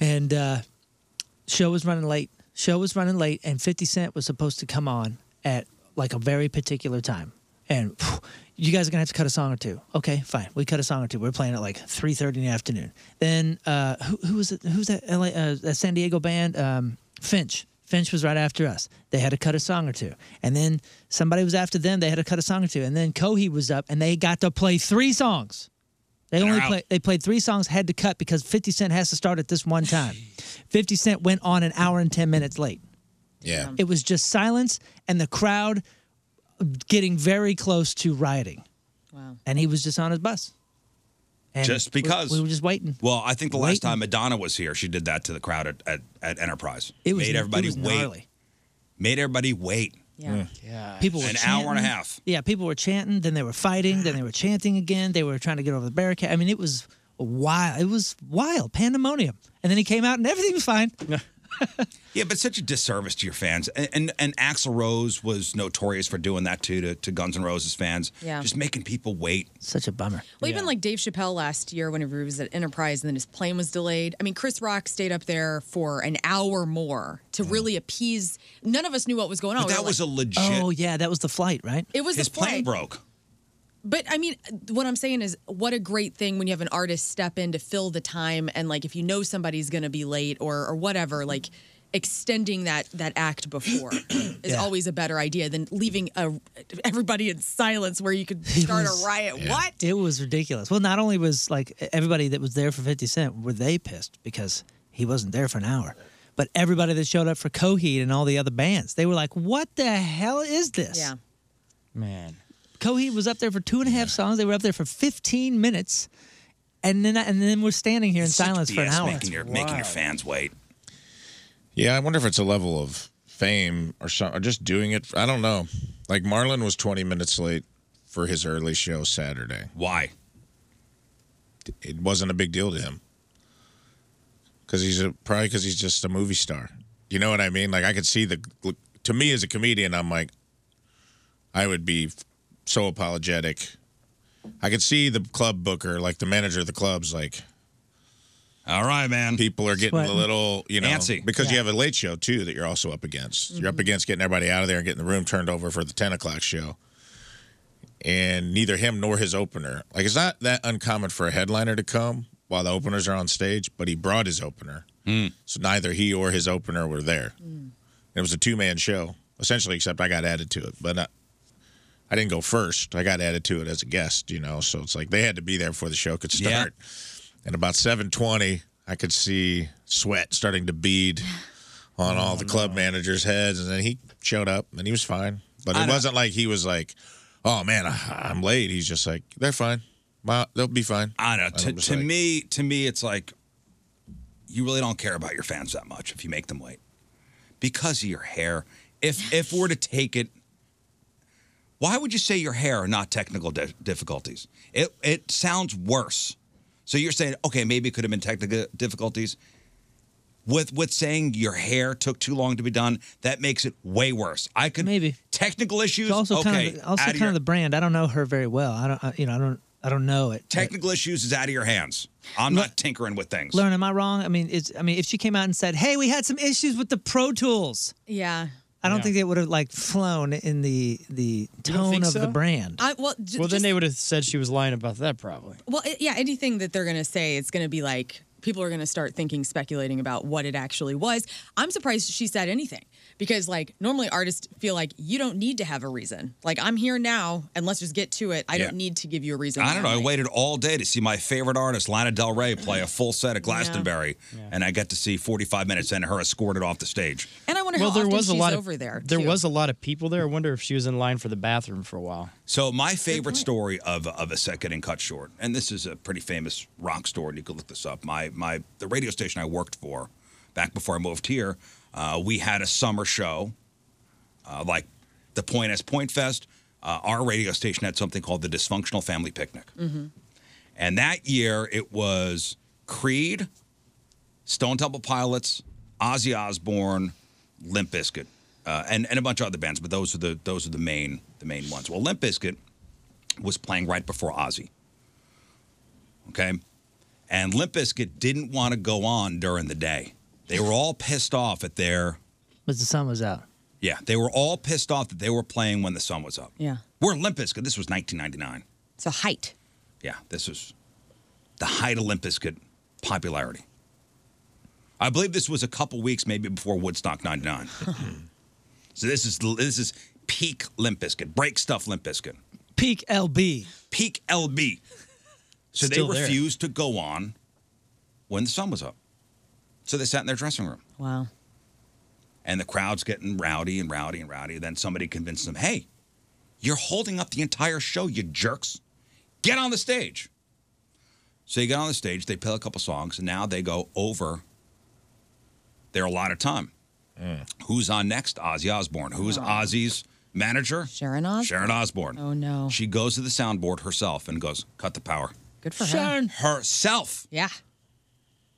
S3: and uh, show was running late. Show was running late, and Fifty Cent was supposed to come on at like a very particular time. And phew, you guys are gonna have to cut a song or two. Okay, fine. We cut a song or two. We're playing at like three thirty in the afternoon. Then uh, who, who was it? Who's that? LA, uh, that San Diego band? Um, Finch. Finch was right after us. They had to cut a song or two. And then somebody was after them. They had to cut a song or two. And then Coheed was up and they got to play three songs. They only play, they played three songs, had to cut because 50 Cent has to start at this one time. 50 Cent went on an hour and 10 minutes late.
S4: Yeah.
S3: It was just silence and the crowd getting very close to rioting. Wow. And he was just on his bus. And
S1: Just
S3: we-
S1: because.
S3: we, were just waiting.
S1: Well, I think the last
S3: Waiting.
S1: time Madonna was here, she did that to the crowd at, at, at Enterprise.
S3: It was-
S1: made
S3: it
S1: everybody
S3: was
S1: wait.
S3: gnarly.
S1: Made everybody wait.
S2: Yeah.
S3: People were
S1: An hour and a
S3: chanting.
S1: half.
S3: Yeah, people were chanting. Then they were fighting. Then they were chanting again. They were trying to get over the barricade. I mean, it was wild. It was wild pandemonium. And then he came out, and everything was fine.
S1: Yeah, but such a disservice to your fans. And and, and Axl Rose was notorious for doing that too to, to Guns N' Roses fans.
S2: Yeah.
S1: Just making people wait.
S3: Such a bummer.
S2: Well, even like Dave Chappelle last year, whenever he was at Enterprise and then his plane was delayed. I mean, Chris Rock stayed up there for an hour more to really appease. None of us knew what was going on. We were like-
S3: Oh yeah, that was the flight, right?
S2: It was the His plane flight.
S1: broke.
S2: But I mean, what I'm saying is, what a great thing when you have an artist step in to fill the time, and like if you know somebody's going to be late or or whatever, like extending that that act before is
S3: Yeah.
S2: always a better idea than leaving a, everybody in silence where you could start a riot. What?
S3: It was ridiculous. Well, not only was like e-, everybody that was there for 50 Cent were they pissed because he wasn't there for an hour, but everybody that showed up for Coheed and all the other bands, they were like, "What the hell is this?"
S2: Yeah.
S3: Man. Coheed was up there for two and a half songs. They were up there for 15 minutes, and then and then we're standing here in silence for an
S1: BS
S3: hour.
S1: Making your, making your fans wait.
S4: Yeah, I wonder if it's a level of fame or something, or just doing it. I don't know. Like Marlon was 20 minutes late for his early show Saturday.
S1: Why?
S4: It wasn't a big deal to him. Because he's a, probably because he's just a movie star. You know what I mean? Like I could see the look, to me as a comedian, I'm like, I would be so apologetic. I could see the club booker, like the manager of the clubs, like.
S1: All right, man.
S4: People are getting a
S1: Sweating.
S4: little, you know,
S1: Antsy.
S4: because you
S1: Yeah. Mm-hmm.
S4: have a late show too that you're also up against. You're up against getting everybody out of there and getting the room turned over for the ten o'clock show. And neither him nor his opener, like it's not that uncommon for a headliner to come while the openers are on stage, but he brought his opener,
S1: Mm.
S4: so neither he or his opener were there. It was a two man show essentially, except I got added to it, but uh, I, I didn't go first. I got added to it as a guest, you know. So it's like they had to be there before the show could start. And about 7:20, I could see sweat starting to bead on all
S1: Oh,
S4: the club managers' heads, and then he showed up and he was fine. But
S1: I
S4: it
S1: don't-
S4: wasn't like he was like, "Oh man, I, I'm late." He's just like, "They're fine. My, Uh, they'll be fine."
S1: I know. To,
S4: was
S1: to
S4: like-
S1: me, to me, it's like you really don't care about your fans that much if you make them wait because of your hair. If if we're to take it, why would you say your hair are not technical di- difficulties? It it sounds worse. So you're saying okay, maybe it could have been technical difficulties. With with saying your hair took too long to be done, that makes it way worse. I could maybe technical issues.
S3: It's also
S1: okay,
S3: kind of also
S1: out
S3: kind
S1: of your-
S3: of the brand. I don't know her very well. I don't I, you know I don't I don't know it.
S1: technical issues is out of your hands. I'm not tinkering with things.
S3: Lauren, am I wrong? I mean, it's I mean, if she came out and said, "Hey, we had some issues with the Pro Tools,"
S2: Yeah.
S3: I don't
S7: Yeah.
S3: think they would have like flown in the the
S7: You don't
S3: tone
S7: think
S3: of
S7: so?
S3: the brand.
S2: I, well, j-
S7: well, then
S2: just-
S7: they would have said she was lying about that, probably.
S2: Well, it- yeah, anything that they're going to say, it's going to be like people are going to start thinking, speculating about what it actually was. I'm surprised she said anything because, like, normally artists feel like you don't need to have a reason. Like, I'm here now, and let's just get to it. I don't
S1: Yeah.
S2: need to give you a reason.
S1: I don't know.
S2: why
S1: I
S2: I'm
S1: waited all day to see my favorite artist, Lana Del Rey, play a full set at Glastonbury, and I got to see 45 minutes and her escorted off the stage.
S2: late. And I wonder
S7: well,
S2: how
S7: there
S2: often
S7: was a
S2: she's
S7: lot
S2: over
S7: of,
S2: there.
S7: There
S2: too.
S7: was a lot of people there. I wonder if she was in line for the bathroom for a while.
S1: So my favorite story of of a set getting cut short, and this is a pretty famous rock story. and You could look this up. My my the radio station I worked for, back before I moved here, uh, we had a summer show, uh, like the Point S Point Fest. Uh, our radio station had something called the Dysfunctional Family Picnic.
S2: Mm-hmm.
S1: And that year it was Creed, Stone Temple Pilots, Ozzy Osbourne, Limp Bizkit, uh, and and a bunch of other bands, but those are the those are the main the main ones. Well, Limp Bizkit was playing right before Ozzy. Okay? And Limp Bizkit didn't want to go on during the day. They were all pissed off at their
S3: But the sun was out.
S1: yeah, they were all pissed off that they were playing when the sun was up.
S2: Yeah.
S1: We're Limp Bizkit. This was 1999.
S2: So, height.
S1: Yeah, this was the height of Limp Bizkit popularity. I believe this was a couple weeks, maybe before Woodstock '99. so this is this is peak Limp Bizkit, break stuff Limp Bizkit,
S3: Peak LB.
S1: peak LB. So
S3: Still
S1: they
S3: there.
S1: refused to go on when the sun was up. So they sat in their dressing room,
S2: Wow.
S1: and the crowd's getting rowdy and rowdy and rowdy. Then somebody convinced them, "Hey, you're holding up the entire show, you jerks! Get on the stage." So you get on the stage, they play a couple songs, and now they go over their allotted time. Who's on next? Ozzy Osbourne. Who's Ozzy's manager?
S2: Oh. Sharon Osbourne.
S1: Sharon Osbourne.
S2: Oh no.
S1: She goes to the soundboard herself and goes, cut the power.
S2: Good for
S1: Sharon.
S2: her.
S1: Herself.
S2: Yeah.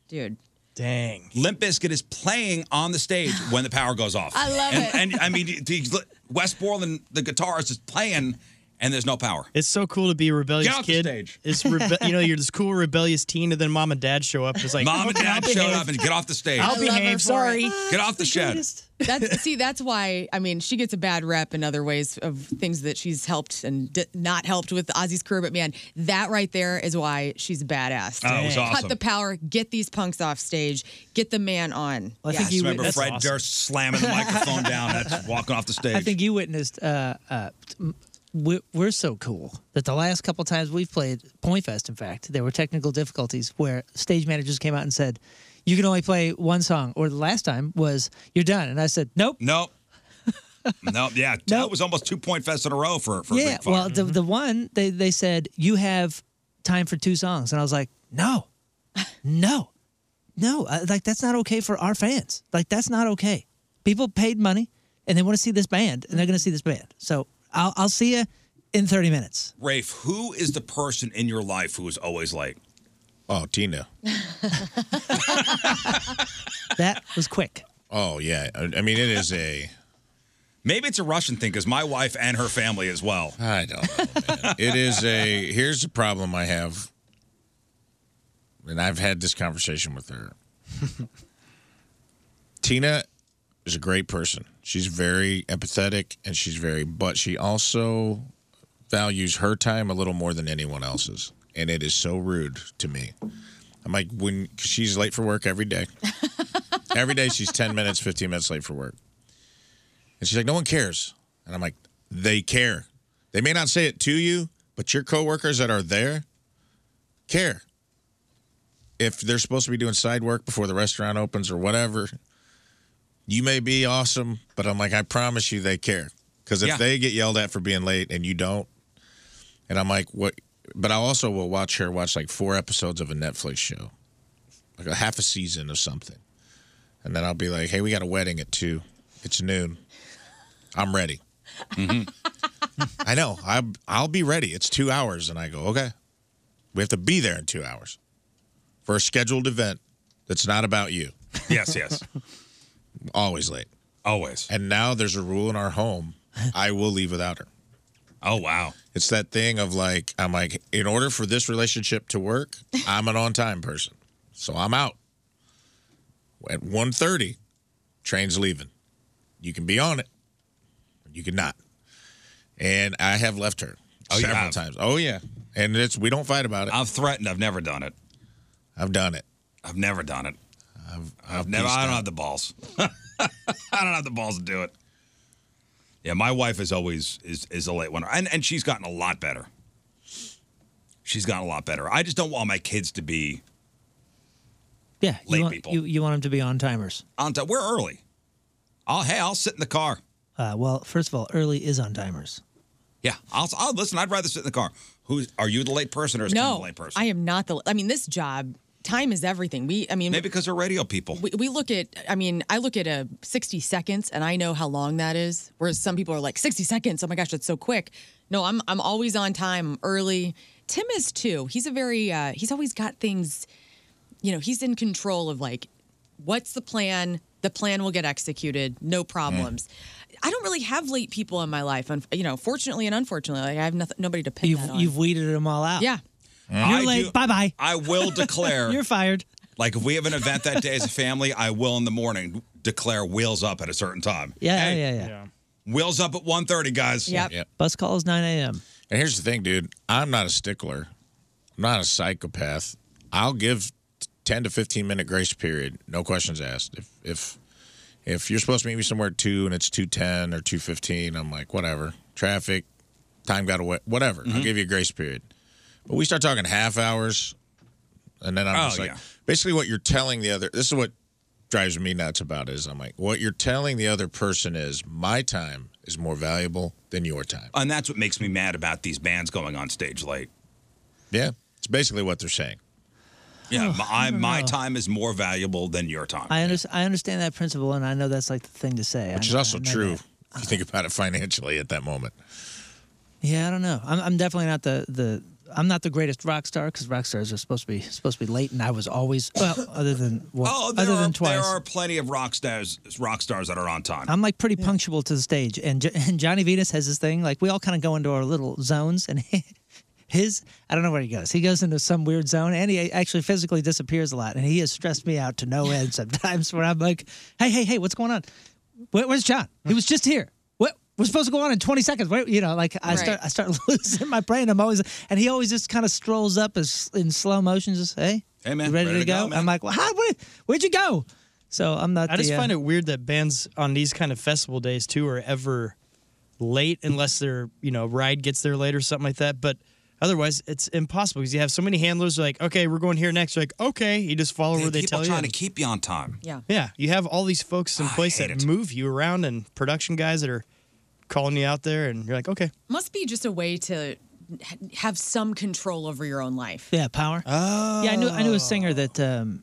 S2: Dude.
S1: Dang. Limp Bizkit is playing on the stage when the power goes off.
S2: I love
S1: and,
S2: it.
S1: And I mean, the- Wes Borland, the guitarist, is playing and there's no power.
S7: It's so cool to be a rebellious
S1: Get off the
S7: kid.
S1: stage.
S7: It's rebe- you know you're this cool rebellious teen, and then mom and dad show up. It's like
S1: Mom and
S7: "Okay, I'll
S1: dad showed
S7: behave."
S1: up and get off the stage.
S7: I'll behave. Sorry.
S1: Get off the shed.
S2: That's see. That's why I mean she gets a bad rep in other ways of things that she's helped and d- not helped with Ozzy's career. But man, that right there is why she's a badass.
S1: Oh, it was awesome.
S2: Cut the power. Get these punks off stage. Get the man on.
S1: I
S2: Yeah.
S1: think you remember Fred Durst slamming the microphone down. That's walking off the stage.
S3: I think you witnessed. Uh, uh, m- we- we're so cool that the last couple times we've played Point Fest, in fact, there were technical difficulties where stage managers came out and said, "You can only play one song." Or the last time was, "You're done," and I said, "Nope."
S1: Nope. nope. Yeah. That was almost two point fest in a row for, Mm-hmm. for
S3: yeah.
S1: Big Fire.
S3: Well, the the one they they said you have time for two songs, and I was like, "No, no, no! I, like that's not okay for our fans. Like that's not okay. People paid money, and they want to see this band, and they're going to see this band. So I'll I'll see you in thirty minutes."
S1: Rafe, who is the person in your life who is always like,
S4: Oh, Tina.
S3: that was quick.
S4: Oh yeah, I I mean it is a.
S1: Maybe it's a Russian thing because my wife and her family as well.
S4: I don't know. Man. it is a. Here's the problem I have, and I've had this conversation with her. Tina is a great person. She's very empathetic and she's very, but she also values her time a little more than anyone else's, and it is so rude to me. I'm like when 'cause she's late for work every day. every day she's ten minutes, fifteen minutes late for work, and she's like, "No one cares," and I'm like, "They care. They may not say it to you, but your coworkers that are there care. If they're supposed to be doing side work before the restaurant opens or whatever, you may be awesome, but I'm like, I promise you, they care. Because if
S6: Yeah.
S4: they get yelled at for being late and you don't, and I'm like, what? But I also will watch her watch like four episodes of a Netflix show, like a half a season of something, and then I'll be like, hey, we got a wedding at two. It's noon. I'm ready. Mm-hmm. I know. I I'll be ready. It's two hours, and I go okay. We have to be there in two hours for a scheduled event that's not about you.
S1: Yes, yes.
S4: Always late.
S1: Always.
S4: And now there's a rule in our home. I will leave without her.
S1: Oh wow.
S4: It's that thing of like I'm like in order for this relationship to work, I'm an on time person. So I'm out. At 1:30, train's leaving. You can be on it. You can not. And I have left her
S1: Oh, you
S4: several
S1: have?
S4: times. Oh yeah. And it's we don't fight about it.
S1: I've threatened. I've never done it.
S4: I've done it.
S1: I've never done it.
S4: I've,
S1: I've never.
S4: peaced
S1: I don't
S4: out.
S1: have the balls. I don't have the balls to do it. Yeah, my wife is always is is a late one, and and she's gotten a lot better. She's gotten a lot better. I just don't want my kids to be
S3: Yeah,
S1: Late
S3: you want,
S1: people.
S3: You, you want them to be on timers.
S1: on time. We're early. I'll hey, I'll sit in the car.
S3: Uh, well, first of all, early is on timers.
S1: Yeah, I'll, I'll listen. I'd rather sit in the car. Who's are you the late person or is Kim
S2: no,
S1: the late person?
S2: I am not the. I mean, this job, time is everything. We, I mean,
S1: Maybe because they're radio people.
S2: we, we look at i mean i look at a 60 seconds and i know how long that is whereas some people are like 60 seconds oh my gosh that's so quick no i'm i'm always on time I'm early tim is too he's a very uh, he's always got things you know he's in control of like what's the plan the plan will get executed no problems
S1: Mm.
S2: i don't really have late people in my life un- you know fortunately and unfortunately like i have nothing, nobody to pin
S3: You've,
S2: that on
S3: you've weeded them all out.
S2: yeah
S1: Mm. I
S3: You're
S1: do-
S3: late. Bye bye.
S1: I will declare.
S3: You're fired.
S1: Like if we have an event that day as a family, I will in the morning declare wheels up at a certain time.
S3: Yeah,
S1: Hey,
S3: yeah, yeah, yeah.
S1: Wheels up at 1.30, guys.
S3: Bus call is 9 a.m.
S4: And here's the thing, dude. I'm not a stickler. I'm not a psychopath. I'll give t- 10 to 15 minute grace period, no questions asked. If if if you're supposed to meet me somewhere at 2 and it's 2:10 or 2:15, I'm like, whatever. Traffic, time got away, whatever.
S1: Mm-hmm.
S4: I'll give you a grace period. But we start talking half hours and then I'm
S1: Oh,
S4: just like
S1: yeah.
S4: basically what you're telling the other this is what drives me nuts about it is I'm like, what you're telling the other person is my time is more valuable than your time.
S1: And that's what makes me mad about these bands going on stage late.
S4: Yeah, it's basically what they're saying.
S1: Yeah, my, I,
S3: don't
S1: my
S3: know.
S1: time is more valuable than your time.
S3: I understand. I understand that principle, and I know that's like the thing to say.
S4: Which
S3: I-
S4: is also
S3: I know
S4: true
S3: that.
S4: if you think about it financially at that moment.
S3: Yeah, I don't know. I'm, I'm definitely not the the. I'm not the greatest rock star because rock stars are supposed to be supposed to be late, and I was always well, other than well,
S1: Oh, there
S3: other
S1: are,
S3: than twice.
S1: There are plenty of rock stars, rock stars that are on time.
S3: I'm like pretty punctual to the stage, and, Jo- and Johnny Venus has this thing. Like we all kind of go into our little zones, and his I don't know where he goes. He goes into some weird zone, and he actually physically disappears a lot. And he has stressed me out to no end sometimes. Where I'm like, hey, hey, hey, what's going on? Where, where's John? He was just here. What we're supposed to go on in 20 seconds? Where, you know, like I
S6: Right.
S3: start I start losing my brain. I'm always and he always just kind of strolls up as in slow motion, just hey,
S1: hey man,
S3: you ready, to go? I'm like, well, how, where, would you go? So I'm not.
S7: I just
S3: the, uh,
S7: find it weird that bands on these kind of festival days too are ever late unless their you know ride gets there late or something like that. But otherwise, it's impossible because you have so many handlers. who are Like, okay, we're going here next. You're like, okay, you just follow where they
S1: People
S7: tell you.
S1: trying
S7: and-
S1: to keep you on time.
S2: Yeah.
S7: Yeah, you have all these folks in
S4: Oh,
S7: place that move you around and production guys that are calling you out there, and you're like, okay.
S2: Must be just a way to ha- have some control over your own life.
S3: Yeah, Power. Oh. Yeah, I knew I knew a singer that um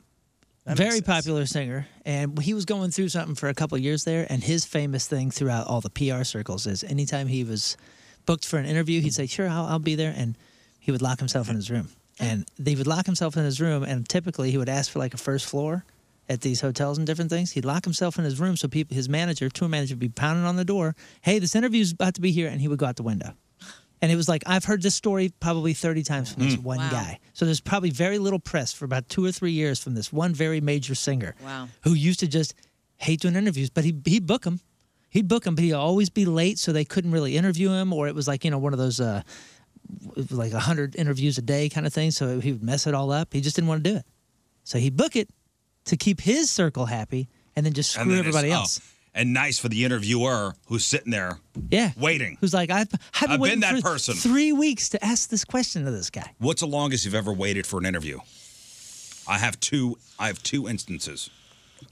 S3: very popular singer and he was going through something for a couple of years there and his famous thing throughout all the PR circles is anytime he was booked for an interview he'd say sure I'll, I'll be there and he would lock himself in his room and they would lock himself in his room and typically he would ask for like a first floor at these hotels and different things he'd lock himself in his room so people his manager tour manager would be pounding on the door hey this interview's about to be here and he would go out the window and it was like, I've heard this story probably 30 times from this
S6: Mm.
S3: one
S6: Wow.
S3: guy. So there's probably very little press for about two or three years from this one very major singer
S6: Wow.
S3: who used to just hate doing interviews, but he, he'd book them. He'd book them, but he'd always be late, so they couldn't really interview him, or it was like, you know, one of those uh, w- like 100 interviews a day kind of thing. So he would mess it all up. He just didn't want to do it. So he'd book it to keep his circle happy and then just screw
S1: then it's-
S3: everybody
S1: oh,
S3: else.
S1: and nice for the interviewer who's sitting there,
S3: Yeah.
S1: waiting.
S3: Who's like, I've, I've been,
S1: I've
S3: waiting
S1: been that
S3: for
S1: person.
S3: three weeks to ask this question to this guy.
S1: What's the longest you've ever waited for an interview? I have two. I have two instances.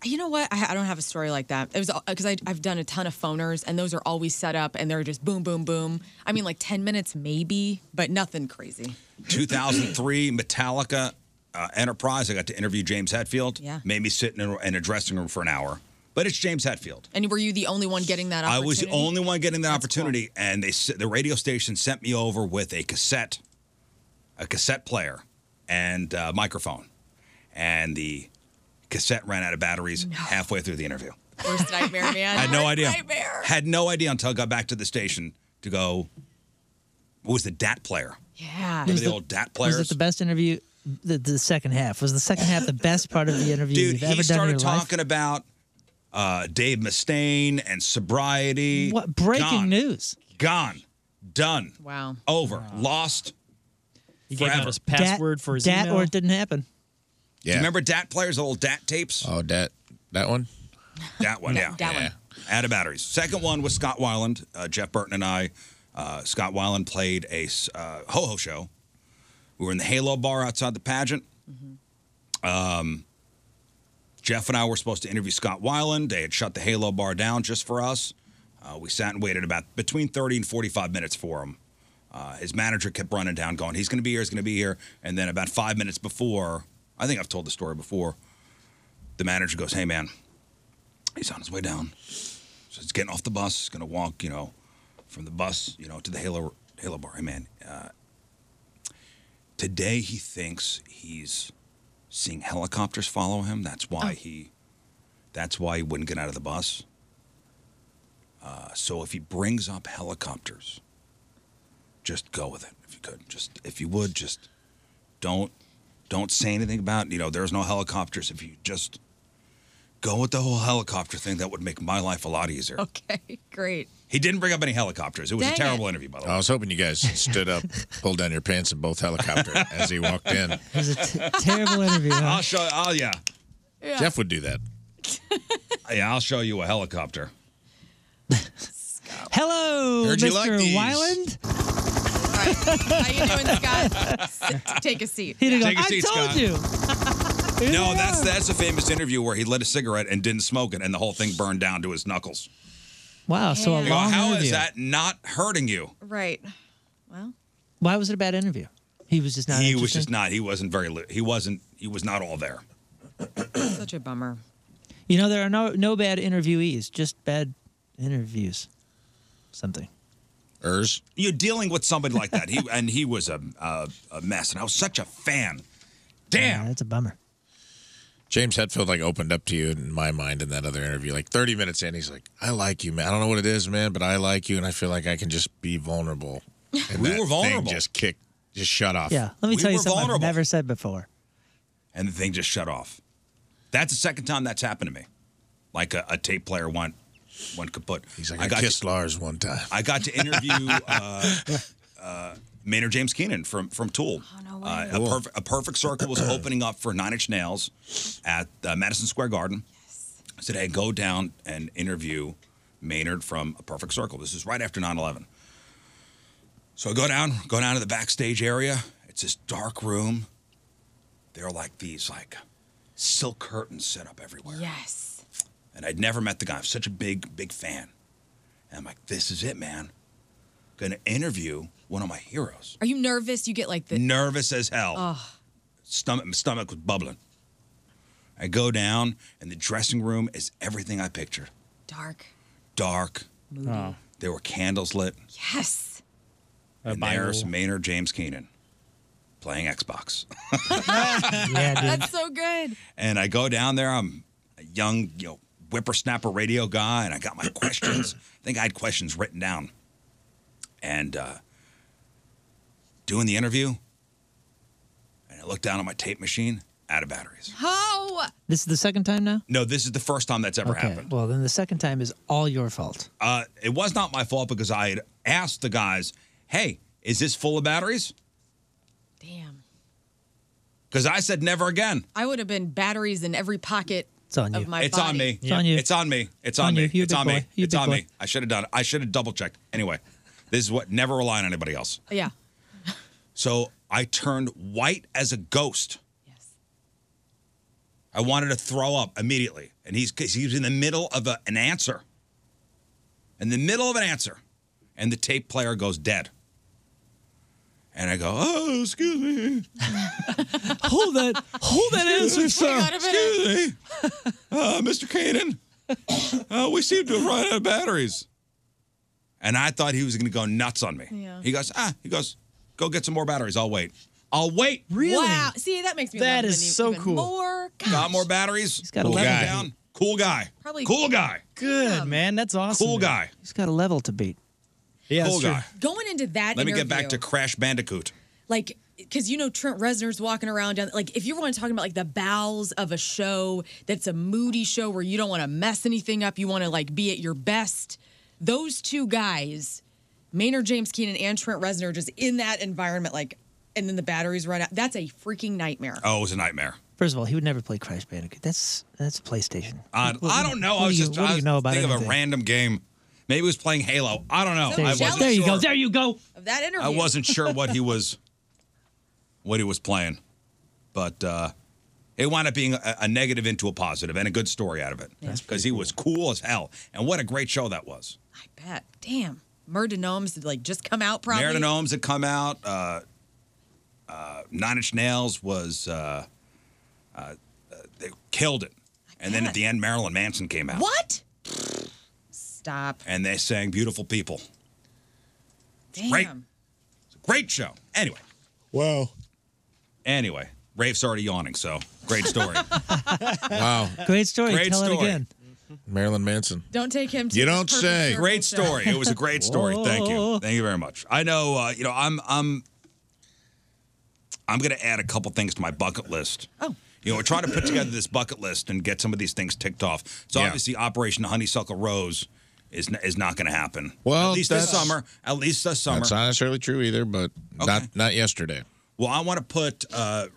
S2: You know what? I, I don't have a story like that. It was because I've done a ton of phoners, and those are always set up, and they're just boom, boom, boom. I mean, like ten minutes maybe, but nothing crazy.
S1: 2003 Metallica uh, Enterprise. I got to interview James Hetfield.
S2: Yeah.
S1: Made me sit in a, in a dressing room for an hour, but it's James Hetfield.
S2: And were you the only one getting that?
S1: I was the
S2: opportunity?
S1: only one getting that opportunity, and they s- the radio station sent me over with a cassette, a cassette player, and a microphone, and the cassette ran out of batteries halfway through the interview.
S2: Worst nightmare, man.
S1: I had no
S2: Worst
S1: idea.
S2: Nightmare.
S1: Had no idea until I got back to the station to go. What was the DAT player?
S2: Yeah.
S1: Remember the old DAT players?
S3: Was it the best interview? The, the second half was the second half the best part of the interview
S1: Dude,
S3: you've
S1: he
S3: ever done in your
S1: started
S3: life.
S1: talking about uh, Dave Mustaine and sobriety.
S3: What breaking
S1: Gone.
S3: news?
S1: Gone. Done.
S2: Wow.
S1: Over. Lost.
S7: He gave out his
S3: Dat- dat or it didn't happen.
S1: Do you remember DAT players, the old DAT tapes?
S4: Oh, that that one.
S1: That one,
S4: No,
S1: yeah.
S4: that one.
S1: yeah. Out of batteries. Second one was Scott Weiland. Uh, Jeff Burton and I. Uh, Scott Weiland played a s- uh, ho ho show. We were in the Halo bar outside the pageant.
S4: Mm-hmm.
S1: Um, Jeff and I were supposed to interview Scott Weiland. They had shut the Halo bar down just for us. Uh, we sat and waited about between 30 and 45 minutes for him. Uh, his manager kept running down, going, he's going to be here, he's going to be here. And then about five minutes before, I think I've told the story before, the manager goes, hey, man, he's on his way down. So he's getting off the bus, he's going to walk, you know, from the bus, you know, to the Halo, Halo bar. Hey, man, uh, today he thinks he's seeing helicopters follow him. That's why he, that's why he wouldn't get out of the bus. Uh, so if he brings up helicopters, just go with it. If you could, just if you would, just don't, don't say anything about you know there's no helicopters. If you just go with the whole helicopter thing, that would make my life a lot easier.
S3: Oh.
S2: Okay, great.
S1: He didn't bring up any helicopters. It was
S2: Dang
S1: a terrible interview, by the way.
S4: I was hoping you guys stood up, pulled down your pants in both helicopters as he walked in.
S3: It was a t- terrible interview. huh?
S1: I'll show. Oh yeah.
S2: Yeah.
S4: Jeff would do that.
S1: yeah, I'll show you a helicopter.
S3: Hello,
S1: Heard you
S3: Mr.
S1: like these.
S3: Wyland.
S2: How you doing, Scott? Sit- take a seat.
S3: He'd have
S1: Take
S3: gone,
S1: a seat,
S3: I told
S1: Scott."
S3: you. Here
S1: no,
S3: they
S1: that's
S3: are.
S1: that's a famous interview where he lit a cigarette and didn't smoke it, and the whole thing burned down to his knuckles.
S3: Wow, so a
S1: You
S3: long
S1: go, "How
S3: interview.
S1: is that not hurting you?
S2: Right.
S3: Why was it a bad interview? He was just not.
S1: he
S3: interesting?
S1: was just not. He wasn't very. Li- he wasn't He was not all there.
S2: Such a bummer.
S3: You know, there are no no bad interviewees, just bad interviews. Something.
S4: Ers.
S1: You're dealing with somebody like that. He and he was a, a a mess, and I was such a fan. Damn,
S3: that's a bummer.
S4: James Hetfield like opened up to you in my mind in that other interview, like 30 minutes in. He's like, "I like you, man. I don't know what it is, man, but I like you, and I feel like I can just be vulnerable." And
S1: We
S4: that
S1: were vulnerable.
S4: Thing just kicked, just shut off.
S3: Yeah. Let me
S1: Uh, We
S3: tell you
S1: were
S3: something I've
S1: vulnerable.
S3: never said before.
S1: and the thing just shut off. That's the second time that's happened to me. Like a, a tape player went went kaput. He's like,
S4: I kissed Lars one time.
S1: I got to interview uh, uh, Maynard James Keenan from from Tool. Uh, a, perf- a perfect circle was opening up for Nine Inch Nails at uh, Madison Square Garden. I said, "Hey, go down and interview Maynard from a Perfect Circle." This is right after 9/11. So I go down, go down to the backstage area. It's this dark room. There are like these like silk curtains set up everywhere.
S2: Yes.
S1: And I'd never met the guy. I'm such a big, big fan. And I'm like, this is it, man. Gonna interview one of my heroes.
S2: Are you nervous? You get like the
S1: Nervous as hell.
S2: Oh,
S1: Stomach, my stomach was bubbling. I go down, and the dressing room is everything I pictured.
S2: dark.
S1: Dark.
S2: Moody. Oh.
S1: There were candles lit.
S2: Yes.
S1: and there's Maynard James Keenan playing Xbox.
S2: That's so good.
S1: And I go down there. I'm a young, you know, whippersnapper radio guy, and I got my questions. I think I had questions written down. And uh, doing the interview, and I look down at my tape machine, out of batteries.
S2: How?
S3: This is the second time now?
S1: No, this is the first time that's ever
S3: okay.
S1: happened.
S3: Well, then the second time is all your fault.
S1: Uh, it was not my fault because I had asked the guys, "Hey, is this full of batteries?"
S2: Damn.
S1: Because I said never again.
S2: I would have been batteries in every pocket of my
S1: it's
S2: body.
S1: on me.
S2: It's on you.
S1: It's on me. It's
S2: On
S1: on me.
S2: you. You
S1: It's
S2: big
S1: on
S2: boy.
S1: me.
S2: You
S1: It's
S2: big
S1: on
S2: boy.
S1: me. I should have done it. I should have double checked. Anyway, this is what never rely on anybody else.
S2: Yeah.
S1: So I turned white as a ghost. Yes. I wanted to throw up immediately, and he's 'cause he was in the middle of a, an answer. In the middle of an answer, and the tape player goes dead. And I go, oh, excuse me.
S3: hold that, hold that answer, sir.
S1: Excuse me, uh, Mr. Kanan. Uh, we seem to have run out of batteries. And I thought he was going to go nuts on me.
S2: Yeah.
S1: He goes, ah, he goes, go get some more batteries. I'll wait. I'll wait.
S2: Wow. See, that makes me.
S1: That
S2: love him
S1: is
S2: even
S1: so cool.
S2: More.
S1: Got more batteries. He's
S3: got
S1: cool
S3: 11
S1: guy.
S3: batteries.
S1: Cool guy.
S2: Probably-
S1: cool guy.
S3: Good, man. That's awesome.
S1: Cool guy.
S3: He's got a level to beat. Yeah,
S1: cool guy.
S2: Going into that.
S1: Let me get back
S2: interview,
S1: to Crash Bandicoot.
S2: like because you know Trent Reznor's walking around down like if you want to talking about like the bowels of a show that's a moody show where you don't want to mess anything up, you want to like be at your best. Those two guys, Maynard James Keenan and Trent Reznor, just in that environment, like, and then the batteries run out. That's a freaking nightmare.
S1: Oh, it was a nightmare.
S3: First of all, he would never play Crash Bandicoot. That's that's PlayStation.
S1: I,
S3: What-
S1: I don't know.
S3: what
S1: I was
S3: do you-
S1: just
S3: what do
S1: I
S3: you
S1: was
S3: know about
S1: thinking of a
S3: anything?
S1: random game. Maybe he was playing Halo. I don't know.
S3: There
S1: Oh, I
S3: you go.
S1: wasn't
S3: There you go.
S1: sure.
S3: There you go.
S2: Of that interview,
S1: I wasn't sure what he was, what he was playing, but uh, it wound up being a, a negative into a positive and a good story out of it because he was cool as hell. And what a great show that was!
S2: Bet. Damn. Murder Gnomes had like just come out probably.
S1: Marin and Ohms had come out. Uh, uh, Nine Inch Nails was uh, uh, uh, they killed it, and then at the end, Marilyn Manson came out.
S2: What? Stop.
S1: And they sang "Beautiful People."
S2: Damn.
S1: Great. It's a great show. Anyway. Wow. Anyway, Rafe's already yawning, so great story.
S4: Wow.
S3: Great story.
S1: Great
S3: Tell
S1: story.
S3: it again.
S4: Marilyn Manson.
S2: Don't take him. To
S4: You
S2: the
S4: don't
S2: perfect
S4: say.
S2: circle
S1: Great
S2: show.
S1: story. It was a great story. Thank you. Thank you very much. I know. Uh, you know, I'm I'm I'm going to add a couple things to my bucket list. Oh. You know, we're trying to put together this bucket list and get some of these things ticked off. So
S4: Yeah.
S1: obviously, Operation Honeysuckle Rose is n- is not going to happen.
S4: Well,
S1: at least this
S4: that's-
S1: summer. At least this summer.
S4: That's not necessarily true either, but not not yesterday.
S1: Well, I want to put uh,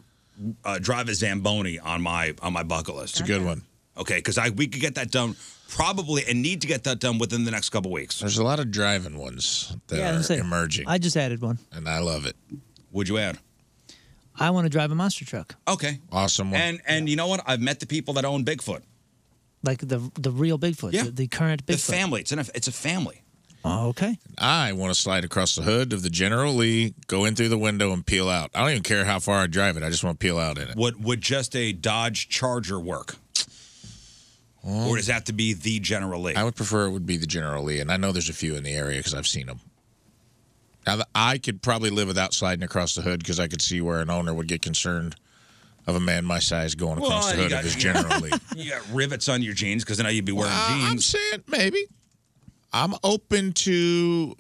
S1: uh, drive a Zamboni on my on my bucket list. It's a good
S4: one.
S1: Okay, because I we could get that done probably and need to get that done within the next couple weeks.
S4: There's a lot of driving ones that
S3: Yeah, I
S4: are
S3: was saying,
S4: emerging,
S3: I just added one.
S4: and I love it.
S1: Would you add?
S3: I want to drive a monster truck,
S1: Okay,
S4: awesome one.
S1: And and you know what? I've met the people that own Bigfoot.
S3: like the the real Bigfoot,
S1: Yeah.
S3: the, the current
S1: The
S3: Bigfoot.
S1: family. It's an it's a family.
S3: Okay.
S4: I want to slide across the hood of the General Lee, go in through the window, and peel out. I don't even care how far I drive it. I just want to peel out in it.
S1: Would would just a Dodge Charger work? or does that have to be the General Lee?
S4: I would prefer it would be the General Lee, and I know there's a few in the area because I've seen them. Now, the- I could probably live without sliding across the hood because I could see where an owner would get concerned of a man my size going across
S1: Well,
S4: the
S1: you
S4: hood
S1: got-
S4: of his General Lee.
S1: you got rivets on your jeans because now you'd be wearing
S4: Uh,
S1: jeans.
S4: I'm saying maybe. I'm open to,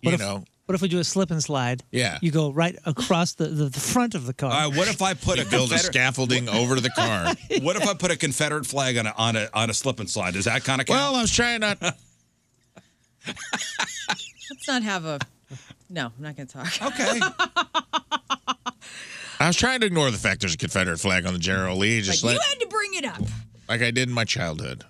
S4: you know,
S3: What if we do a slip and slide?
S4: Yeah.
S3: You go right across the, the, the front of the car.
S1: All right, what if I put a
S4: build a
S1: Confeder-
S4: scaffolding over the car?
S1: What if I put a Confederate flag on a on a on a slip and slide? Does that kind of count?
S4: Well, I was trying not.
S2: Let's not have a. No, I'm not going to talk.
S1: Okay.
S4: I was trying to ignore the fact there's a Confederate flag on the General Lee, just
S2: like,
S4: like,
S2: you had to bring it up.
S4: like I did in my childhood.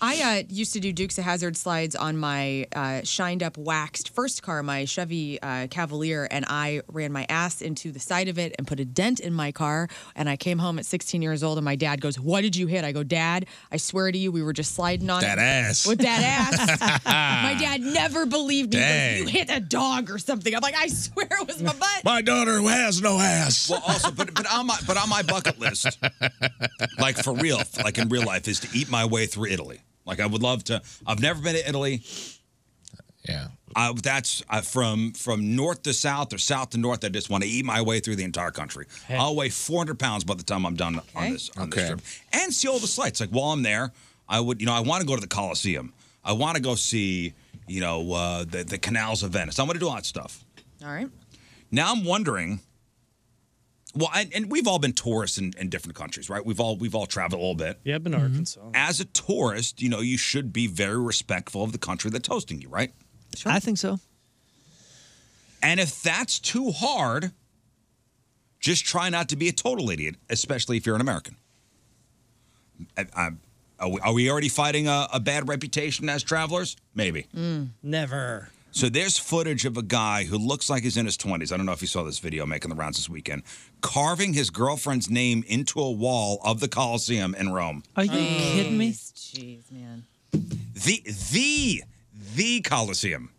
S2: I uh, used to do Dukes of Hazard slides on my uh, shined up, waxed first car, my Chevy uh, Cavalier, and I ran my ass into the side of it and put a dent in my car. And I came home at 16 years old, and my dad goes, "What did you hit?" I go, "Dad, I swear to you, we were just sliding on
S4: That
S2: it
S4: ass.
S2: with that ass." my dad never believed me. He goes,
S4: Dang.
S2: you hit a dog or something. I'm like, I swear it was my butt.
S4: My daughter has no ass.
S1: Well, also, but but on my but on my bucket list, like for real, like in real life, is to eat my way through Italy. Like I would love to. I've never been to Italy.
S4: Yeah.
S1: I, that's I, from from north to south or south to north. I just want to eat my way through the entire country. I'll weigh 400 pounds by the time I'm done on this on this
S4: Okay.
S1: trip, and see all the sights. Like while I'm there, I would you know I want to go to the Colosseum. I want to go see you know uh, the the canals of Venice. I want to do all that stuff.
S2: All right.
S1: Now I'm wondering. Well, and, and we've all been tourists in, in different countries, right? We've all we've all traveled a little bit.
S7: Yeah, I've been to Arkansas.
S1: As a tourist, you know you should be very respectful of the country that's hosting you, right?
S3: I think so.
S1: And if that's too hard, just try not to be a total idiot, especially if you're an American. I, I, are, we, are we already fighting a, a bad reputation as travelers? Maybe.
S3: Mm.
S7: Never.
S1: So there's footage of a guy who looks like he's in his 20s. I don't know if you saw this video making the rounds this weekend, carving his girlfriend's name into a wall of the Colosseum in Rome.
S3: Are you
S2: Oh.
S3: kidding me?
S2: Jeez, man.
S1: The the the Colosseum,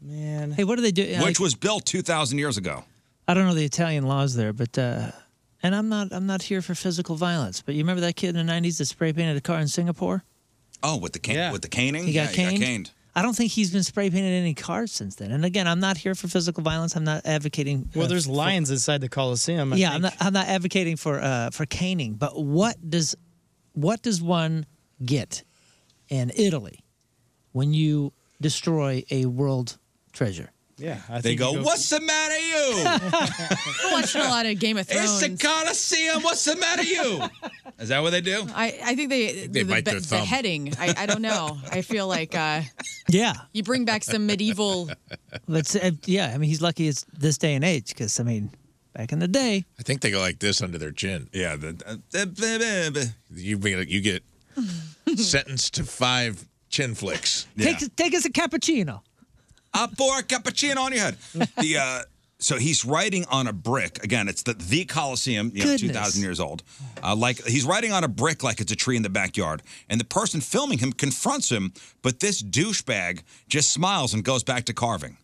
S3: Man. Hey, what do they do?
S1: which was built 2,000 years ago.
S3: I don't know the Italian laws there, but uh, and I'm not I'm not here for physical violence. But you remember that kid in the '90s that spray painted a car in Singapore?
S1: Oh, with the can- with the caning,
S3: He got
S1: yeah, he
S3: caned?
S1: got caned.
S3: I don't think he's been spray painted any cars since then. And again, I'm not here for physical violence. I'm not advocating.
S7: Well,
S3: uh,
S7: there's
S3: for-
S7: lions inside the Coliseum. I
S3: yeah, I'm
S7: think.
S3: not, I'm not advocating for uh, for caning. But what does what does one get in Italy when you destroy a world treasure?
S7: yeah.
S1: they go, "What's the matter, you?"
S2: I'm watching a lot of Game of Thrones.
S1: It's the Colosseum. What's the matter, you? Is that what they do?
S2: I, I think they,
S1: they
S2: the,
S1: bite
S2: the,
S1: their
S2: the
S1: thumb.
S2: heading. I, I don't know. I feel like uh,
S3: Yeah,
S2: you bring back some medieval.
S3: Let's uh, yeah. I mean, he's lucky it's this day and age because I mean, back in the day,
S4: I think they go like this under their chin.
S1: Yeah.
S4: you, be- you get sentenced to five chin flicks.
S3: take take us a cappuccino.
S1: Up for a cappuccino on your head. The uh, so he's writing on a brick. Again, it's the the Colosseum, you know,
S3: Goodness.
S1: two thousand years old. Uh, like he's writing on a brick like it's a tree in the backyard. And the person filming him confronts him, but this douchebag just smiles and goes back to carving.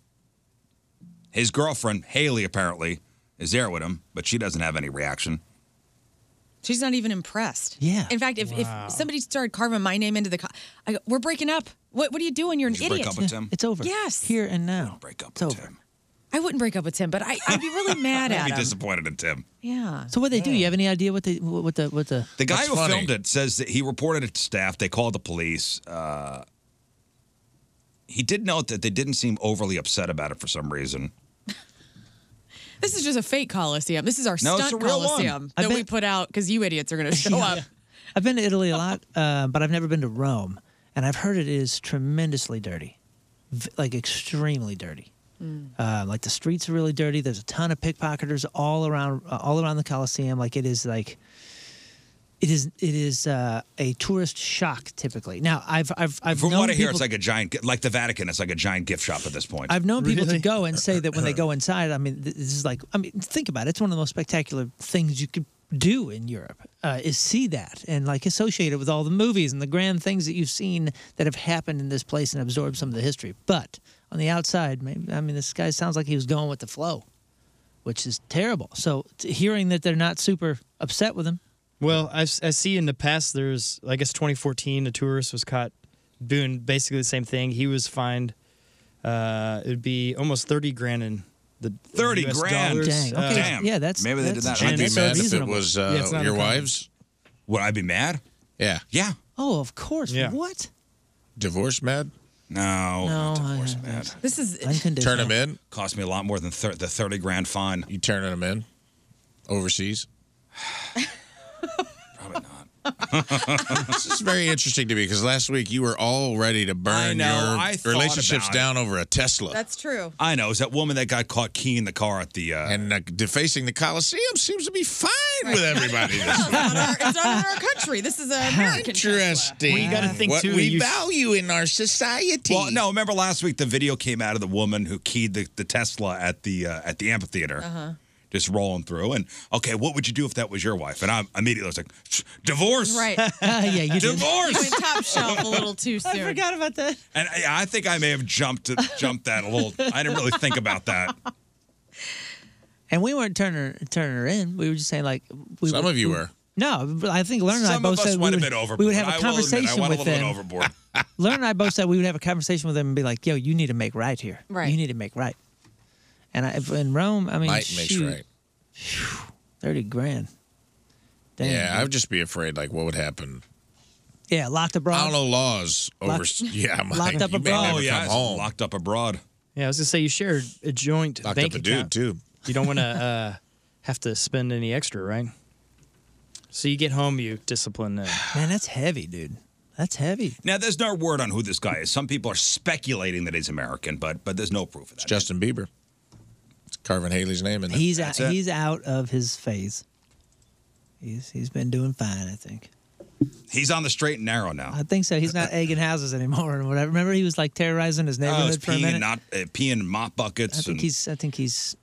S1: His girlfriend Haley apparently is there with him, but she doesn't have any reaction.
S2: She's not even impressed.
S1: Yeah.
S2: In fact, if,
S1: Wow.
S2: if somebody started carving my name into the, co- I go, we're breaking up. What What are you doing? You're an
S1: Did you break
S2: idiot.
S1: up with Tim?
S3: It's over.
S2: Yes.
S3: Here and now.
S1: Break up.
S3: It's over.
S2: I wouldn't break up with Tim, but I, I'd be really mad
S1: I'd
S2: at
S1: be
S2: him.
S1: disappointed in Tim.
S2: Yeah.
S3: So what they do? You have any idea what they what what the what the
S1: The guy who filmed it says that he reported it to staff. They called the police. Uh, he did note that they didn't seem overly upset about it for some reason.
S2: This is just a fake Coliseum. This is our
S1: No, it's
S2: stunt
S1: a real one.
S2: Coliseum
S3: I
S2: that we
S3: bet-
S2: put out because you idiots are going to show up.
S3: I've been to Italy a lot, uh, but I've never been to Rome, and I've heard it is tremendously dirty, v- like extremely dirty. Uh, like the streets are really dirty. There's a ton of pickpocketers all around, uh, all around the Colosseum. Like it is like, it is it is uh, a tourist shock typically. Now I've I've I've
S1: From
S3: known
S1: what I hear,
S3: people-
S1: it's like a giant, like the Vatican. It's like a giant gift shop at this point.
S3: I've known people to go and say that when they go inside, I mean, th- this is like, I mean, think about it. It's one of the most spectacular things you could do in Europe. uh, is see that and like associate it with all the movies and the grand things that you've seen that have happened in this place and absorb some of the history. But on the outside, maybe, I mean, this guy sounds like he was going with the flow, which is terrible. So t- hearing that they're not super upset with him,
S7: Well, I, s- I see in the past there's I guess 2014 a tourist was caught doing basically the same thing. He was fined. Uh, it'd be almost 30 grand in the
S1: 30
S7: US
S1: grand?
S7: Dollars.
S1: Dang,
S7: Uh,
S1: okay, Damn. yeah, that's- Maybe they did that's- that. I'd be
S7: so
S1: mad if it
S7: reasonable.
S1: was, uh,
S7: it's not
S1: your
S7: uncommon.
S1: wives. Would I be mad?
S4: Yeah.
S1: Yeah.
S3: oh, of course,
S1: Yeah. Oh,
S3: what?
S4: Divorce mad?
S1: No.
S3: No,
S1: divorce
S3: I- I-
S1: mad.
S2: This is
S4: Turn them in.
S1: Cost me a lot more than thir- the thirty grand fine.
S4: You turning them in overseas? this is very interesting to me because last week you were all ready to burn
S1: I know,
S4: your
S1: I thought
S4: relationships
S1: about it.
S4: down over a Tesla.
S2: That's true.
S1: I know. Is that woman that got caught keying the car at the uh,
S4: and uh, defacing the Coliseum seems to be fine with everybody. This
S2: It's not, our, it's not in our country. This is an American.
S4: Interesting.
S2: Well, you gotta think,
S4: what
S2: too,
S4: we
S2: you-
S4: value in our society.
S1: Well, no. Remember last week the video came out of the woman who keyed the, the Tesla at the uh, at the amphitheater,
S2: Uh-huh.
S1: just rolling through. And okay, what would you do if that was your wife? And I immediately was like, "Shh, divorce.
S2: Right. You
S1: divorce.
S2: went top shelf a little too soon. I forgot
S3: about that.
S1: And I, I think I may have jumped jumped that a little. I didn't really think about that.
S3: And we weren't turning her, turning her in. We were just saying like we
S4: Some
S3: would-
S4: of you
S3: we-
S4: were.
S3: No, but I think Learn and I
S4: Some
S3: both
S4: of us
S3: said we
S4: went a
S3: would,
S4: bit overboard.
S3: we would have a
S4: I will admit, I
S3: conversation
S4: went a
S3: with
S4: little bit
S3: them.
S4: overboard.
S3: Learn and I both said we would have a conversation with them and be like, "Yo, you need to make right here.
S2: Right.
S3: You need to make right." And I, if- in Rome, I mean,
S4: Might makes
S3: shoot,
S4: right.
S3: phew, thirty grand. Damn.
S4: yeah, I would just be afraid. Like, what would happen?
S3: Yeah, locked abroad.
S4: I don't know laws over.
S3: Locked-
S4: yeah, Mike,
S3: locked up
S4: you may
S3: abroad.
S4: never
S3: Oh, yeah,
S4: come
S3: it's
S4: home.
S1: Locked up abroad.
S7: Yeah, I was gonna say you share a joint
S4: Locked
S7: bank
S4: up a dude,
S7: account.
S4: too.
S7: You don't want to uh, have to spend any extra, right? So you get home, you discipline them.
S3: Man, that's heavy, dude. That's heavy.
S1: Now, there's no word on who this guy is. Some people are speculating that he's American, but but there's no proof of that. It's
S4: Justin Bieber. It's Carvin Haley's name, and
S3: He's out, he's out of his phase. He's he's been doing fine, I think.
S1: He's on the straight and narrow now.
S3: I think so. He's not
S4: Uh,
S3: egging houses anymore and whatever. Remember, he was like terrorizing his
S1: Oh, he's
S3: neighborhood for a
S1: peeing
S3: minute.
S1: and not uh, peeing in mop buckets.
S3: I think
S1: and-
S3: he's. I think he's.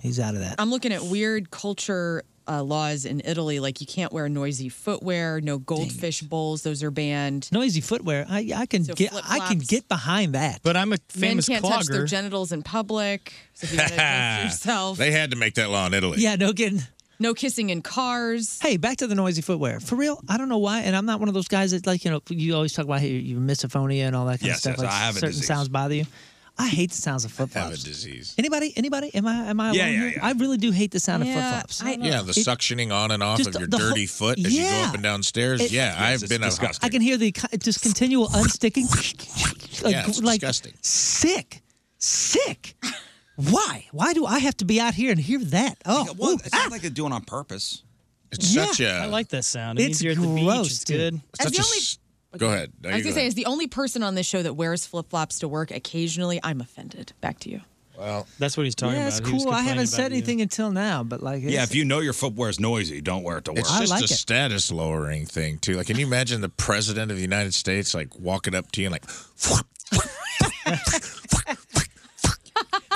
S3: He's out of that.
S2: I'm looking at weird culture uh, laws in Italy, like you can't wear noisy footwear, no goldfish bowls; those are banned.
S3: Noisy footwear. I I can
S2: So
S3: get. I can
S2: flip-flops.
S3: get behind that.
S7: But I'm a
S2: Men can't touch their genitals in public. So if you gotta touch yourself.
S4: they had to make that law in Italy.
S3: yeah, no kidding.
S2: No kissing in cars.
S3: Hey, back to the noisy footwear. For real, I don't know why, and I'm not one of those guys that like you know you always talk about hey, you misophonia and all that kind
S4: Yes,
S3: of stuff.
S4: yes,
S3: like
S4: I have a
S3: certain
S4: disease.
S3: sounds bother you. I hate the sounds of flip
S4: Have a
S3: flops.
S4: disease.
S3: Anybody? Anybody? Am I? Am I?
S4: Yeah,
S3: alone
S4: yeah,
S3: here? I really do hate the sound of
S4: Yeah,
S3: flip flops.
S4: Yeah, the
S3: It-
S4: suctioning on and off
S3: Just
S4: of
S3: the-
S4: your
S3: the whole-
S4: dirty foot as you go
S3: Yeah.
S4: up and down stairs.
S3: It-
S4: yeah,
S3: Yes,
S4: I've
S3: it's
S4: been
S3: I can hear the co- just continual unsticking. like,
S4: Yeah, it's
S3: like,
S4: disgusting.
S3: Sick, sick. Why? Why do I have to be out here and hear that? Oh,
S1: well, it sounds like they're doing it on purpose.
S4: It's
S3: Yeah. such a-
S7: I like that sound. It
S3: It's
S7: means you're at the
S3: gross,
S7: beach. It's
S3: dude.
S7: good.
S2: As Such the a only- s-
S4: a. Go ahead. No,
S2: I was
S4: you
S2: gonna
S4: go
S2: say,
S4: ahead.
S2: as the only person on this show that wears flip flops to work occasionally, I'm offended. Back to you.
S4: Well,
S7: that's what he's talking
S3: yeah,
S7: about.
S3: it's
S7: He was
S3: cool. I
S7: complaining
S3: haven't
S7: about
S3: said
S7: it, yeah.
S3: anything until now, but like,
S1: Yeah,
S3: it's-
S1: if you know your footwear is noisy, don't wear it to work.
S4: It's
S3: I
S4: just
S3: like
S4: a
S3: it.
S4: status lowering thing too. Like, can you imagine the president of the United States like walking up to you and like,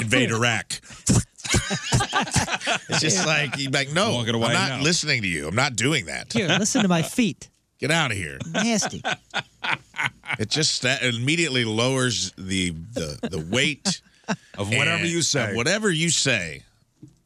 S4: invade Iraq? it's just like you're like, no,
S1: Walking away,
S4: I'm not
S1: no.
S4: listening to you. I'm not doing that.
S3: here, listen to my feet.
S4: Get out of here.
S3: Nasty.
S4: It just sta- immediately lowers the the, the weight
S1: Of whatever
S4: and-
S1: you say.
S4: of whatever you say,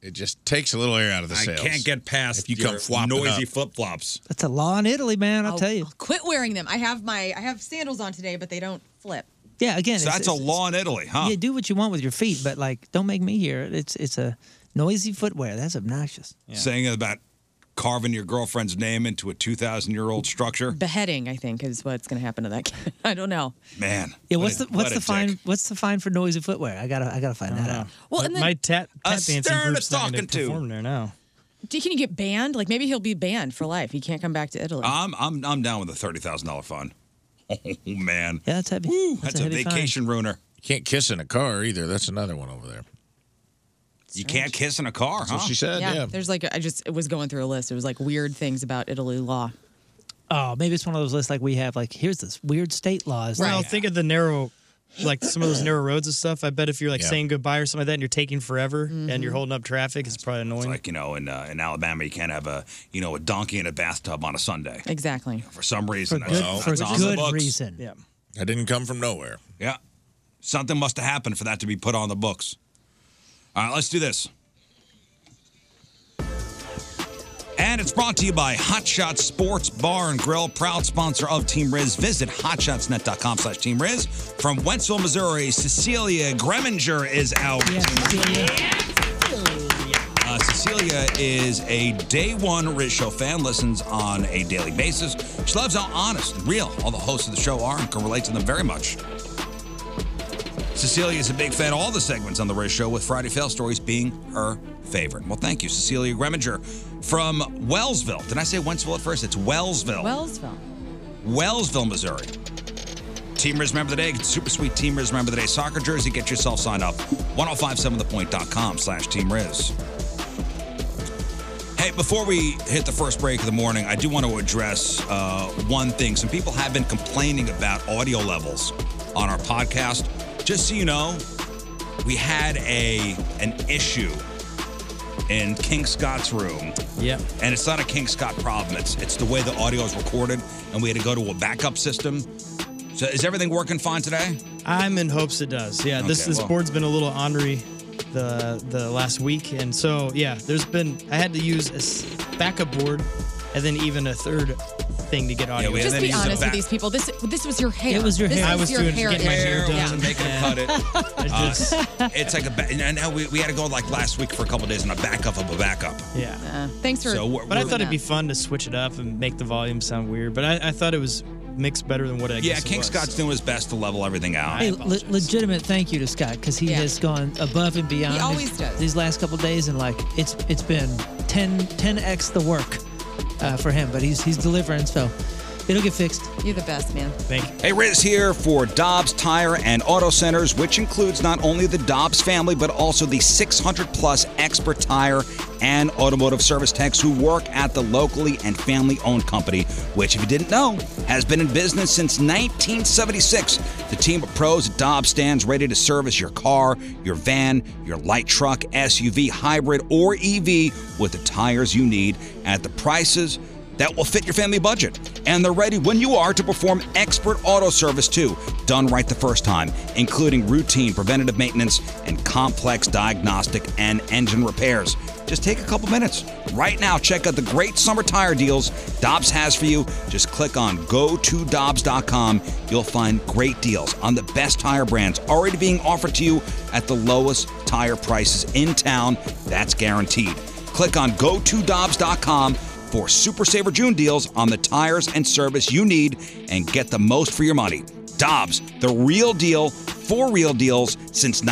S4: it just takes a little air out of the
S1: I
S4: sails.
S1: can't get past
S4: if you come
S1: your
S4: flopping
S1: noisy
S4: up.
S1: flip flops.
S3: That's a law in Italy, man. I'll, tell you.
S2: Quit wearing them. I have my I have sandals on today, but they don't flip.
S3: Yeah, again,
S1: So
S3: it's-
S1: that's a
S3: it's-
S1: law in Italy, huh?
S3: Yeah, do what you want with your feet, but like, don't make me hear it. It's it's a noisy footwear. That's obnoxious.
S1: Saying about carving your girlfriend's name into a 2,000 year old structure.
S2: Beheading, I think, is what's gonna happen to that kid. I don't know.
S1: Man.
S3: Yeah,
S1: what
S3: what's the
S1: a-
S3: what's
S1: what
S3: the
S1: a dick.
S3: fine what's the fine for noisy footwear? I gotta I gotta find that
S7: Uh-huh.
S3: out.
S2: Well, and then- My
S7: tap,
S2: A
S7: tap dancing
S2: stern
S7: group's not gonna
S1: talking to.
S7: perform there now.
S2: Do- Can you get banned? Like maybe he'll be banned for life. He can't come back to Italy.
S1: I'm, I'm, I'm down with a $30,000 fine. Oh, man.
S3: Yeah, that's heavy.
S1: Woo, that's, a, vacation ruiner.
S4: You can't kiss in a car either. That's another one over there.
S1: You can't kiss in a car, huh?
S2: There's like I just was going through a list. It was like weird things about Italy law.
S3: Oh, maybe it's one of those lists like we have. Like, here's this weird state laws.
S7: Well, think of the narrow like some of those narrow roads and stuff. I bet if you're like
S1: Yeah.
S7: saying goodbye or something like that, and you're taking forever and
S3: Mm-hmm.
S7: you're holding up traffic, it's probably annoying.
S1: Like you know, in uh, in Alabama, you can't have a you know a donkey in a bathtub on a Sunday.
S2: Exactly.
S1: For some reason,
S3: good-
S1: that's,
S3: for
S1: that's on the
S3: good
S1: books.
S3: reason.
S7: Yeah.
S1: That didn't come from nowhere. Yeah. Something must have happened for that to be put on the books. All right, let's do this. And it's brought to you by Hot Shots Sports Bar and Grill, proud sponsor of Team Riz. Visit hotshotsnet.com slash Team Riz. From Wentzville, Missouri, Cecilia Greminger is our Team Riz. Uh, Cecilia is a day one Riz Show fan, listens on a daily basis. She loves how honest and real all the hosts of the show are and can relate to them very much. Cecilia is a big fan of all the segments on the Riz Show, with Friday Fail Stories being her favorite. Well, thank you, Cecilia Greminger from Wellsville. Did I say Wentzville at first? It's Wellsville.
S2: Wellsville.
S1: Wellsville, Missouri. Team Riz Member of the Day, super sweet Team Riz Member of the Day soccer jersey. Get yourself signed up. 1057thepoint.com slash Team Riz. Hey, before we hit the first break of the morning, I do want to address uh, one thing. Some people have been complaining about audio levels on our podcast. Just so you know, we had a an issue in King Scott's room.
S7: Yep.
S1: And it's not a King Scott problem. It's it's the way the audio is recorded, and we had to go to a backup system. So is everything working fine today?
S7: I'm in hopes it does. Yeah, this
S1: Okay,
S7: this
S1: well-
S7: board's been a little ornery the the last week, and so yeah, there's been I had to use a s- backup board, and then even a third thing to get audio.
S1: we had
S2: Just be honest with these people. This this was your hair.
S7: It was your
S2: This
S7: hair. I was
S2: your
S7: doing-
S2: hair.
S7: getting my hair
S2: issue.
S7: done.
S2: Yeah.
S1: and they can cut it. Uh, it's like a ba- and now we, we had to go like last week for a couple days on a backup of a backup.
S7: Yeah.
S2: Thanks for.
S1: So we're-
S7: but I
S1: we're-
S7: thought it'd be fun to switch it up and make the volume sound weird. But I, I thought it was mixed better than what I
S1: yeah,
S7: guess it
S1: King
S7: was.
S1: Scott's doing his best to level everything out.
S3: Hey, le- legitimate thank you to Scott because he has gone above and beyond.
S2: He always
S3: these,
S2: does.
S3: these last couple days, and like it's it's been 10 10x the work uh, for him, but he's he's delivering, so it'll get fixed.
S2: You're the best, man.
S7: Thank you.
S1: Hey, Riz here for Dobbs Tire and Auto Centers, which includes not only the Dobbs family, but also the 600 plus expert tire and automotive service techs who work at the locally and family owned company, which, if you didn't know, has been in business since 1976. The team of pros at Dobbs stands ready to service your car, your van, your light truck, SUV, hybrid, or EV with the tires you need at the prices that will fit your family budget. And they're ready when you are to perform expert auto service too, done right the first time, including routine preventative maintenance and complex diagnostic and engine repairs. Just take a couple minutes. Right now, check out the great summer tire deals Dobbs has for you. Just click on go to Dobbs.com. You'll find great deals on the best tire brands already being offered to you at the lowest tire prices in town. That's guaranteed. Click on go to Dobbs.com for Super Saver June deals on the tires and service you need and get the most for your money. Dobbs, the real deal for real deals since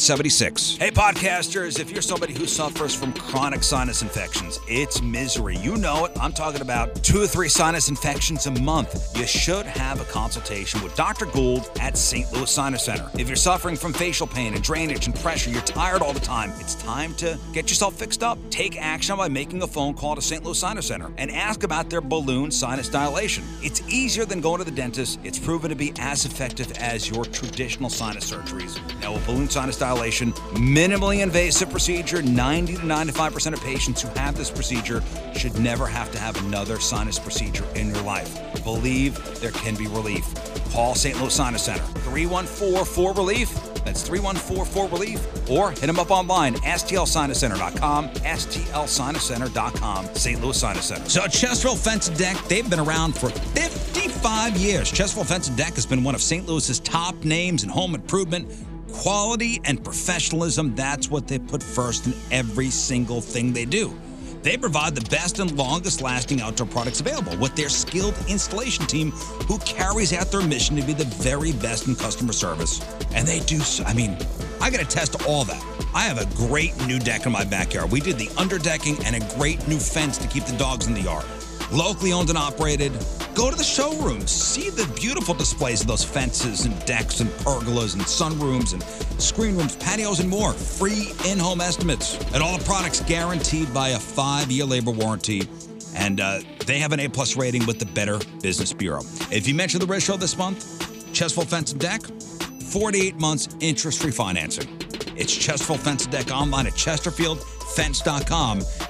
S1: 1976. Hey, podcasters, if you're somebody who suffers from chronic sinus infections, it's misery. You know it. I'm talking about two or three sinus infections a month. You should have a consultation with Dr. Gould at St. Louis Sinus Center. If you're suffering from facial pain and drainage and pressure, you're tired all the time, it's time to get yourself fixed up. Take action by making a phone call to St. Louis Sinus Center and ask about their balloon sinus dilation. It's easier than going to the dentist. It's proven to be as effective as your traditional sinus surgeries. Now, a balloon sinus dilation, minimally invasive procedure, 90 to 95% of patients who have this procedure should never have to have another sinus procedure in your life. Believe there can be relief. Call St. Louis Sinus Center, 314-4-RELIEF. That's 314-4-RELIEF. Or hit them up online, stlsinuscenter.com, stlsinuscenter.com, St. Louis Sinus Center. So Chesterfield Fence and Deck, they've been around for 55 years. Chesterfield Fence and Deck has been one of St. Louis's top names in home improvement, quality, and professionalism. That's what they put first in every single thing they do. They provide the best and longest lasting outdoor products available with their skilled installation team who carries out their mission to be the very best in customer service. And they do so. I mean, I got to test all that. I have a great new deck in my backyard. We did the underdecking and a great new fence to keep the dogs in the yard. Locally owned and operated. Go to the showroom, see the beautiful displays of those fences and decks and pergolas and sunrooms and screen rooms, patios, and more. Free in home estimates. And all the products guaranteed by a five year labor warranty. And uh, they have an A plus rating with the Better Business Bureau. If you mention the Red Show this month, Chesterfield Fence and Deck, 48 months interest free financing. It's Chesterfield Fence and Deck online at chesterfieldfence.com.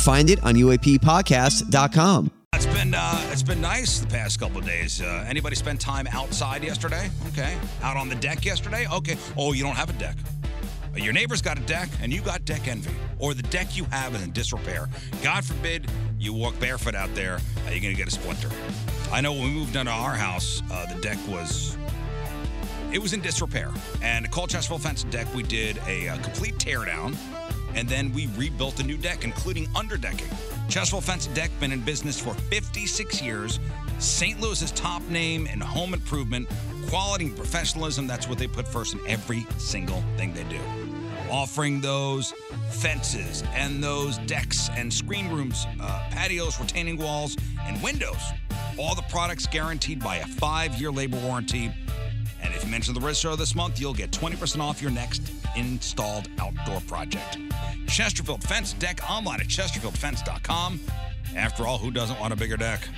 S6: find it on UAPpodcast.com.
S1: It's been uh, it's been nice the past couple of days. Uh, anybody spend time outside yesterday? Okay, out on the deck yesterday? Okay. Oh, you don't have a deck. Uh, Your neighbor's got a deck, and you got deck envy, or the deck you have is in disrepair. God forbid you walk barefoot out there. Uh, you're gonna get a splinter. I know when we moved into our house, uh, the deck was it was in disrepair. And at Colchesterville Fence and Deck, we did a uh, complete teardown, and then we rebuilt a new deck, including underdecking. Chesterfield Fence and Deck been in business for 56 years. St. Louis's top name in home improvement, quality, and professionalism. That's what they put first in every single thing they do offering those fences and those decks and screen rooms, uh, patios, retaining walls, and windows. All the products guaranteed by a five year labor warranty. And if you mention the Red Show this month, you'll get 20% off your next installed outdoor project. Chesterfield Fence Deck online at chesterfieldfence.com. After all, who doesn't want a bigger deck?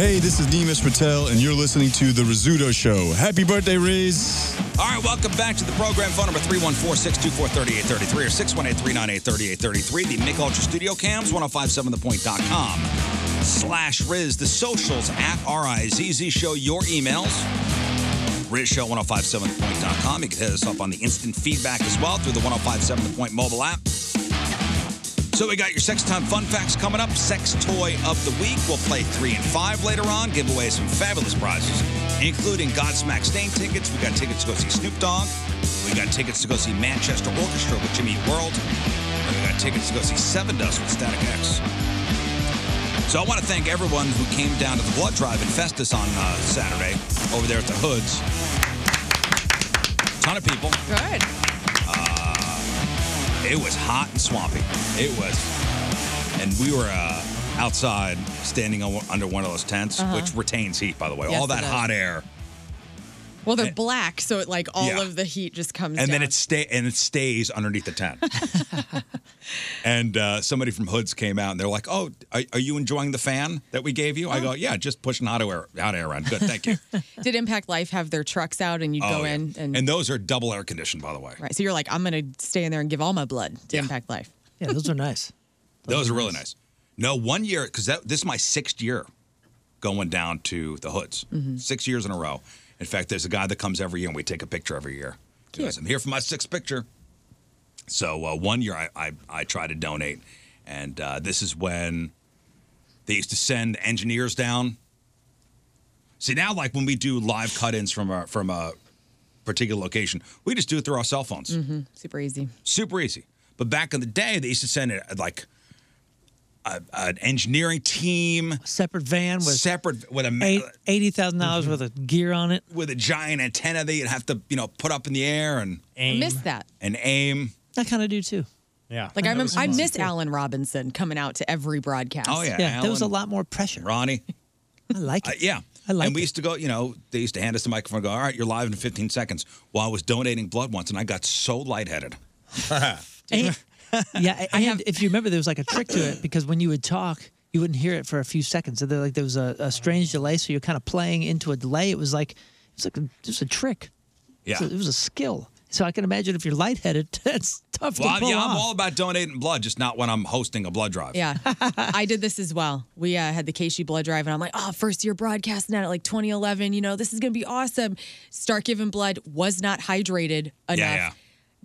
S8: Hey, this is Nimish Patel, and you're listening to The Rizzuto Show. Happy birthday, Riz.
S1: All right, welcome back to the program. Phone number 314 624 3833 or 618 398 3833. The Mick Ultra Studio Cams, 1057thepoint.com slash Riz. The socials at RIZZ Show. Your emails, RizShow1057thepoint.com. You can hit us up on the instant feedback as well through the 1057 The Point mobile app. So we got your sex time fun facts coming up. Sex toy of the week. We'll play three and five later on. Give away some fabulous prizes, including Godsmack Stain tickets. We got tickets to go see Snoop Dogg. We got tickets to go see Manchester Orchestra with Jimmy Eat World. And we got tickets to go see Seven Dust with Static X. So I want to thank everyone who came down to the blood drive in Festus on uh, Saturday over there at the Hoods. Ton of people.
S2: Good.
S1: Uh, it was hot and swampy. It was, and we were uh, outside, standing on, under one of those tents,
S2: Uh-huh.
S1: which retains heat, by the way.
S2: Yes,
S1: All
S2: it
S1: that
S2: does.
S1: hot air,
S2: Well, they're black, so it like all
S1: Yeah.
S2: of the heat just comes
S1: and
S2: down.
S1: then it stay and it stays underneath the tent. and uh, somebody from Hoods came out, and they're like, "Oh, are, are you enjoying the fan that we gave you?"
S2: Oh.
S1: I go, "Yeah, just pushing hot air, hot air around. Good, thank you."
S2: Did Impact Life have their trucks out and you'd
S1: Oh,
S2: go
S1: yeah.
S2: in and,
S1: and those are double air conditioned, by the way.
S2: right? So you're like, I'm gonna stay in there and give all my blood to Impact Life.
S3: Yeah, those are nice.
S1: Those, are really nice. No, one year because that this is my sixth year going down to the hoods,
S2: Mm-hmm.
S1: six years in a row. In fact, there's a guy that comes every year and we take a picture every year. He goes, I'm here for my sixth picture. So uh, one year I, I I try to donate, and uh, this is when they used to send engineers down. See now, like when we do live cut-ins from a from a particular location, we just do it through our cell phones.
S2: hmm Super easy.
S1: Super easy. But back in the day, they used to send it like a, an engineering team,
S3: separate van with
S1: separate with a ma- Mm-hmm.
S3: Eight, eighty thousand dollars worth of gear on it.
S1: with a giant antenna they'd have to you know put up in the air and
S2: I miss that.
S1: and aim.
S3: I kind of do too.
S1: Yeah,
S2: Like I remember, I miss
S3: too.
S2: Alan Robinson coming out to every broadcast.
S1: Oh yeah,
S3: there was a
S1: Alan.
S3: lot more pressure.
S1: Ronnie.
S3: I like
S1: Uh,
S3: it.
S1: yeah.
S3: I like
S1: and we used to go, you know, they used to hand us the microphone and go, all right, you're live in 15 seconds. Well, I was donating blood once and I got so lightheaded.
S3: And- yeah, and if you remember, there was like a trick to it because when you would talk, you wouldn't hear it for a few seconds. So there, like there was a, a strange delay, so you're kind of playing into a delay. It was like it was like a, just a trick.
S1: Yeah.
S3: So it was a skill. So I can imagine if you're lightheaded, that's tough
S1: well,
S3: to
S1: I'm,
S3: pull
S1: yeah,
S3: off.
S1: I'm all about donating blood, just not when I'm hosting a blood drive.
S2: Yeah, I did this as well. We uh, had the KC blood drive, and I'm like, oh, first year broadcasting out at like 2011. You know, this is gonna be awesome. Start giving blood. Was not hydrated enough.
S9: yeah.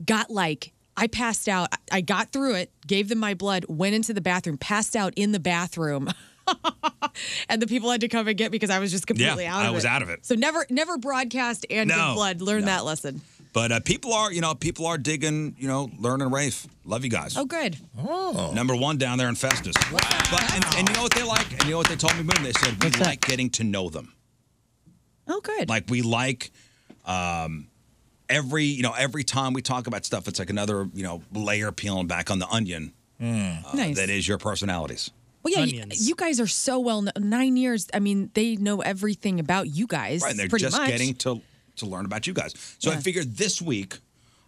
S2: Got like I passed out. I- I got through it. Gave them my blood. Went into the bathroom. Passed out in the bathroom. and the people had to come and get me because I was just completely
S1: Yeah,
S2: out of it.
S1: I was out of it.
S2: So never, never broadcast and
S1: No,
S2: give blood. Learn
S1: no.
S2: that lesson.
S1: But uh, people are, you know, people are digging, you know, learning Rafe. Love you guys.
S2: Oh, good.
S1: Oh. Number one down there in Festus. But, and, and you know what they like? And you know what they told me, Boom? They said, we like getting to know them.
S2: Oh, good.
S1: Like, we like um, every, you know, every time we talk about stuff, it's like another, you know, layer peeling back on the onion uh,
S2: Hmm. Nice.
S1: that is your personalities.
S2: Well, yeah, you, you guys are so well known. Nine years. I mean, they know everything about you guys.
S1: Right, and they're
S2: pretty
S1: just
S2: much.
S1: getting to to learn about you guys. So I
S2: Yeah.
S1: figured this week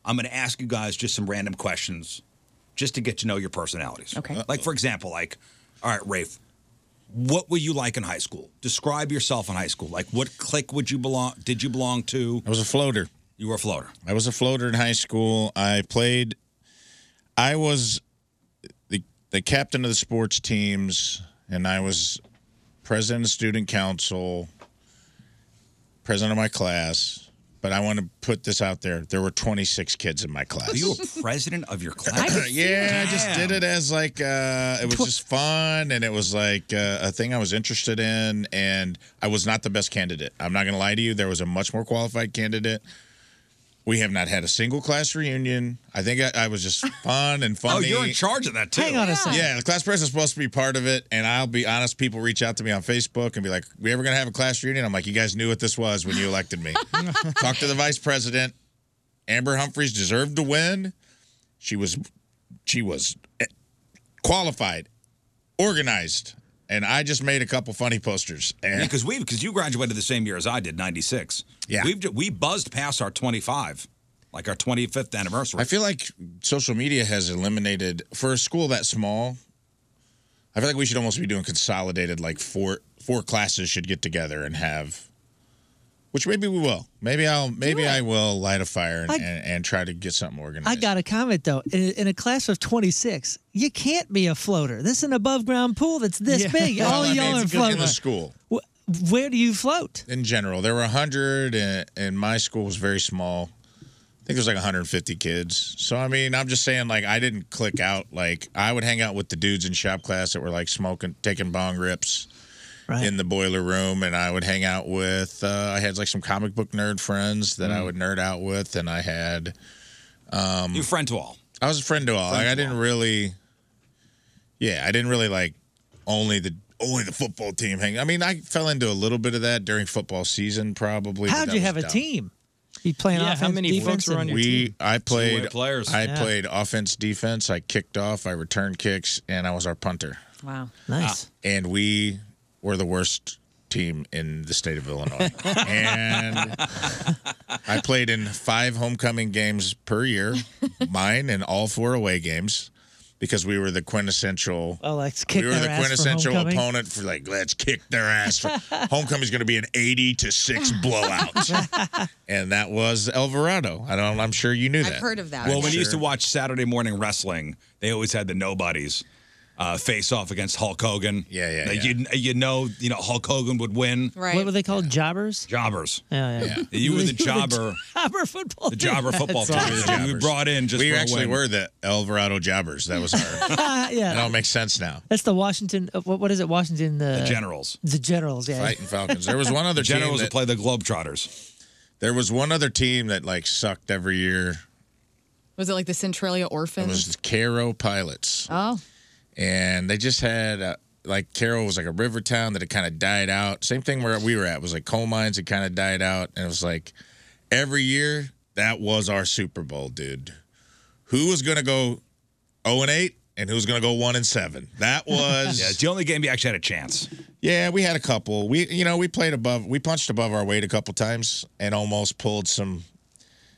S1: I'm going to ask you guys just some random questions, just to get to know your personalities. Okay. Like for example, like, all right, Rafe, what were you like in high school? Describe yourself in high school. Like, what clique would you belong? Did you belong to?
S4: I was a floater.
S1: You were a floater.
S4: I was a floater in high school. I played. I was the the captain of the sports teams, and I was president of student council, president of my class. But I want to put this out there: there were 26 kids in my class.
S1: Are you a president of your class?
S4: yeah, I just did it as like uh, it was just fun, and it was like uh, a thing I was interested in, and I was not the best candidate. I'm not gonna lie to you; there was a much more qualified candidate. We have not had a single class reunion. I think I, I was just fun and funny.
S1: Oh, you're in charge of that, too. Hang on a second.
S4: Yeah, the class president's supposed to be part of it, and I'll be honest. People reach out to me on Facebook and be like, "We ever gonna have a class reunion?" I'm like, "You guys knew what this was when you elected me." Talk to the vice president. Amber Humphreys deserved to win. She was she was eh, qualified, organized, and I just made a couple funny posters. And
S1: because we because you graduated the same year as I did, '96. Yeah, we've ju- we buzzed past our 25, like our 25th anniversary.
S4: I feel like social media has eliminated for a school that small. I feel like we should almost be doing consolidated, like four four classes should get together and have. Which maybe we will. Maybe I'll. Maybe I will light a fire and,
S3: I-
S4: and, and try to get something organized.
S3: I got a comment though. In, in a class of 26, you can't be a floater. This is an above ground pool that's this
S4: Yeah.
S3: big.
S4: Well,
S3: All
S4: I mean,
S3: y'all
S4: it's
S3: are
S4: good in
S3: floating.
S4: the school.
S3: Wh- Where do you float?
S4: in general. There were 100, and, and my school was very small. I think there was like 150 kids. So, I mean, I'm just saying, like, I didn't click out. Like, I would hang out with the dudes in shop class that were like smoking, taking bong rips in the boiler room. And I would hang out with, uh, I had like some comic book nerd friends
S3: Mm.
S4: that I would nerd out with. And I had. Um,
S1: you friend to all.
S4: I was a friend to all. like, I didn't really. Yeah, I didn't really like only the only the football team hang. I mean, I fell into a little bit of that during football season, probably. but
S3: How'd
S4: that
S3: you
S4: was
S3: have a
S4: dumb.
S3: team? You playing offense, defense, and-
S4: We, I played
S1: players.
S4: I
S3: Yeah.
S4: played offense, defense. I kicked off. I returned kicks, and I was our punter.
S2: Wow.
S3: Nice.
S4: Uh, And we were the worst team in the state of Illinois. and I played in five homecoming games per year, mine and all four away games, because we were the quintessential.
S3: Oh, let's kick
S4: we were
S3: their
S4: the
S3: ass for
S4: quintessential
S3: homecoming.
S4: opponent for like let's kick their ass. For, homecoming's going to be an eighty to six blowout, and that was Alvarado. I don't. I'm sure you knew that.
S1: Well, when you
S4: sure.
S1: used to watch Saturday morning wrestling, they always had the nobodies uh, face off against Hulk Hogan. Yeah, yeah. You you know you know Hulk Hogan would win.
S3: What were they called? Jobbers?
S1: Jobbers.
S3: Yeah, yeah.
S1: You were the jobber.
S3: Jobber football.
S1: The jobber
S3: team.
S1: football team.
S3: That's
S1: We brought in just
S4: we
S1: for a
S4: actually
S1: win.
S4: were the Alvarado Jobbers. That was our.
S3: awesome.
S4: It all
S3: yeah.
S4: makes sense now.
S3: That's the Washington. uh, What, what is it? Washington. The,
S4: The Generals.
S3: The Generals. Yeah.
S4: Fighting Falcons. There was one other team
S1: Generals
S4: that
S1: would play the Globetrotters.
S4: There was one other team that like sucked every year.
S2: Was it like the Centralia
S4: It
S2: Orphans?
S4: was the Caro Pilots,
S2: oh,
S4: and they just had uh like Caro was like a river town that had kind of died out. Same thing where we were at was like coal mines had kind of died out, and it was like every year that was our Super Bowl, dude. Who was gonna go zero Oh and eight, and who was gonna go one and seven? That was
S1: Yeah, it's the only game you actually had a chance.
S4: Yeah, we had a couple. We you know we played above, we punched above our weight a couple times and almost pulled some.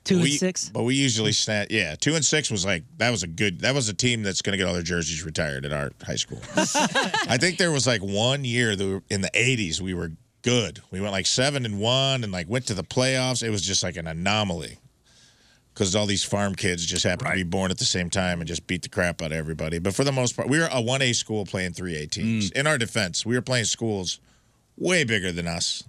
S3: Two and
S4: we-
S3: six?
S4: but we usually snap. Yeah, two and six was like that was a good. That was a team that's going to get all their jerseys retired at our high school.
S1: Ah.
S4: I think there was like one year that we were, in the '80s we were good. We went like seven and one and like went to the playoffs. It was just like an anomaly because all these farm kids just happened to be born at the same time and just beat the crap out of everybody. But for the most part, we were a 1A school playing 3A teams.
S1: Mm.
S4: In our defense, we were playing schools way bigger than us.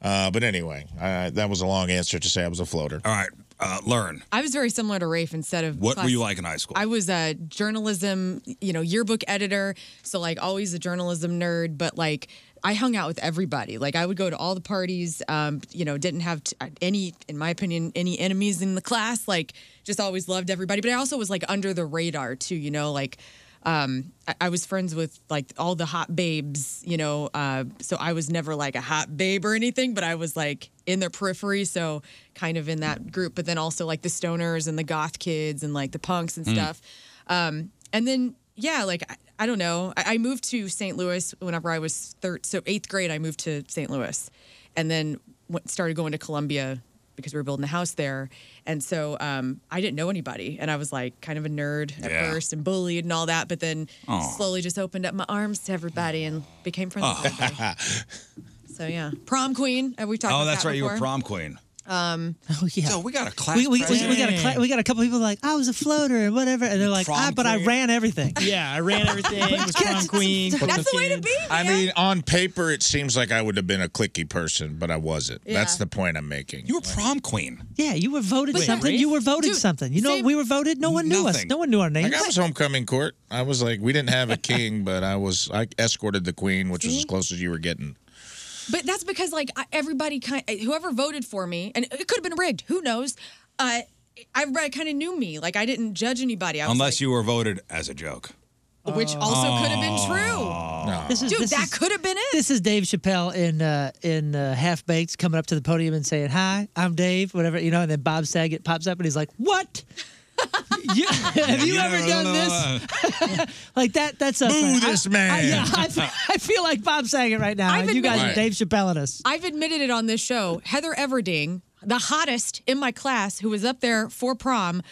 S4: Uh, but anyway, uh, that was a long answer to say I was a floater.
S1: All right, uh, learn.
S2: I was very similar to Rafe instead of
S4: What were
S2: class-
S4: you like in high school?
S2: I was a journalism, you know, yearbook editor, so like always a journalism nerd, but like I hung out with everybody. Like I would go to all the parties. Um, you know, didn't have t- any, in my opinion, any enemies in the class. Like just always loved everybody. But I also was like under the radar too. You know, like um, I, I was friends with like all the hot babes. You know, uh, so I was never like a hot babe or anything. But I was like in their periphery, so kind of in that group. But then also like the stoners and the goth kids and like the punks and
S9: Mm.
S2: stuff. Um, and then yeah, like I, I don't know. I, I moved to St. Louis whenever I was third, so eighth grade. I moved to St. Louis, and then went, started going to Columbia because we were building a house there. And so um, I didn't know anybody, and I was like kind of a nerd at
S1: Yeah.
S2: first and bullied and all that. But then
S1: Aw.
S2: slowly just opened up my arms to everybody and became friends. with them.
S1: Oh,
S2: So yeah, prom queen. uh, We've talked.
S1: oh
S2: about
S1: that's
S2: that
S1: right. You were
S2: before.
S1: prom queen.
S2: Um,
S3: oh yeah.
S1: So we got a class.
S3: we, we, we, we got a
S1: president.
S3: cla- we got a couple people like I was a floater and whatever, and they're like,
S4: Prom
S3: ah, but I
S4: queen.
S3: ran everything.
S7: Yeah, I ran everything.
S3: was prom queen.
S4: That's
S2: the way to be.
S4: I mean, on paper, it seems like I would have been a clicky person, but I wasn't.
S3: Yeah.
S4: That's the point I'm making. You
S1: were prom queen.
S3: Yeah, you were voted
S4: Wait,
S3: something.
S4: really?
S3: You were voted
S4: Dude,
S3: something. You know,
S4: same-
S3: we were voted. No one knew us.
S4: Nothing.
S3: No one knew our names.
S4: Like I was homecoming court. I was like, we didn't have a king, but I was I escorted the queen, which was
S2: See?
S4: as close as you were getting.
S2: But that's because like I- everybody kind whoever voted for me and it could have been rigged, who knows? Uh everybody kind of knew me. Like I didn't judge anybody. I was
S1: Unless you were voted as a joke.
S2: like, which also could have been true.
S3: This is-
S2: Dude,
S3: this
S2: that
S3: is-
S2: could have been it.
S3: This is Dave Chappelle in uh, in uh, Half Baked coming up to the podium and saying, "Hi, I'm Dave," whatever you know, and then Bob Saget pops up and he's like, "What? You- have you,
S4: You
S3: ever
S4: know,
S3: done
S4: no,
S3: this? like that? That's us.
S4: Boo
S3: right? I-
S4: this man.
S3: I, yeah, I, f- I feel like Bob Saget right now. and you guys are
S2: admitted-
S3: Dave Chappelle at us.
S2: I've admitted it on this show. Heather Everding, the hottest in my class who was up there for prom,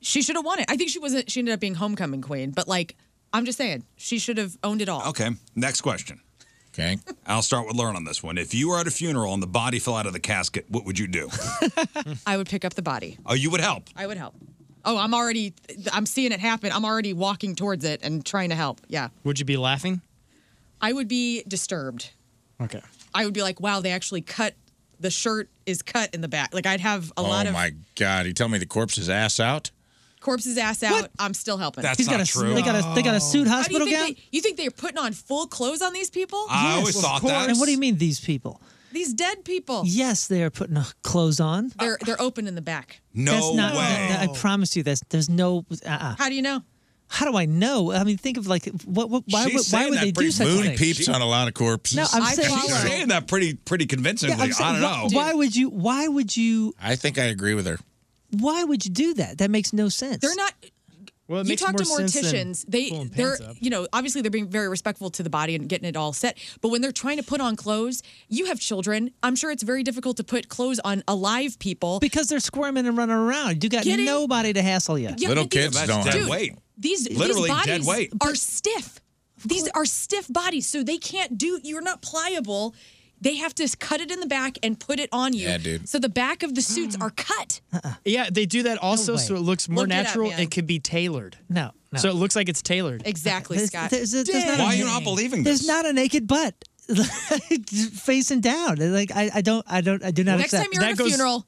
S2: she should have won it. I think she wasn't she ended up being homecoming queen, but like I'm just saying, she should have owned it all.
S1: Okay. Next question.
S4: Okay.
S1: I'll start with Lauren on this one. If you were at a funeral and the body fell out of the casket, what would you do?
S4: Hmm.
S2: I would pick up the body.
S1: oh, you would help.
S2: I would help. Oh, I'm already, I'm seeing it happen. I'm already walking towards it and trying to help. Yeah.
S7: Would you be laughing?
S2: I would be disturbed.
S7: Okay.
S2: I would be like, wow, they actually cut, the shirt is cut in the back. Like, I'd have a
S4: oh
S2: lot of
S4: my god! You tell me the corpse's ass out?
S2: corpse's ass out. I'm still helping.
S4: That's He's got not a- true. they got a- they got a suit
S2: Oh. How do you
S3: hospital
S2: think
S3: gown?
S2: they- you think they're putting on full clothes on these people?
S3: Yes, of course. And what do you mean these people?
S2: These dead people.
S3: Yes, they are putting uh, clothes on.
S2: They're, they're open in the back.
S3: that's not, that- I promise you, that's there's no. Uh-uh.
S2: How do you know?
S3: How do I know? I mean, think of like what, what why would why would they do such a
S4: Moon
S3: thing?
S4: peeps on a lot of corpses.
S3: No, I'm I saying-
S1: She's saying that pretty pretty
S3: Yeah,
S1: convincingly.
S3: I'm saying,
S1: I don't
S3: why,
S1: know.
S3: why would you? Why would you?
S4: I think I agree with her.
S3: Why would you do that? That makes no sense. They're
S2: not.
S7: Well, it
S2: you
S7: makes
S2: talk to
S7: more sense than
S2: morticians. They
S7: pulling
S2: they're
S7: pants up.
S2: you know obviously they're being very respectful to the body and getting it all set. But when they're trying to put on clothes, you have children. I'm sure it's very difficult to put clothes on alive people.
S3: Because they're squirming and running around. You got
S2: Getting-
S3: nobody to hassle you.
S2: Yeah, but these- Dude, These
S3: Literally
S2: these
S3: dead
S2: bodies
S3: weight.
S2: are stiff. These are stiff bodies, so they can't do. You're not pliable. They have to cut it in the back and put it on you.
S7: Yeah, dude.
S2: So the back of the suits are cut.
S7: Yeah, they do that also
S2: way.
S7: so it looks more
S2: Look it up,
S7: natural.
S2: man.
S7: it could be tailored.
S3: No, no.
S7: So it looks like it's tailored.
S2: Exactly,
S3: There's-
S2: Scott.
S3: there's a- there's not a- There's not a naked butt facing down. Like I, I don't, I don't, I do not
S2: Next time
S3: accept.
S2: you're at a funeral,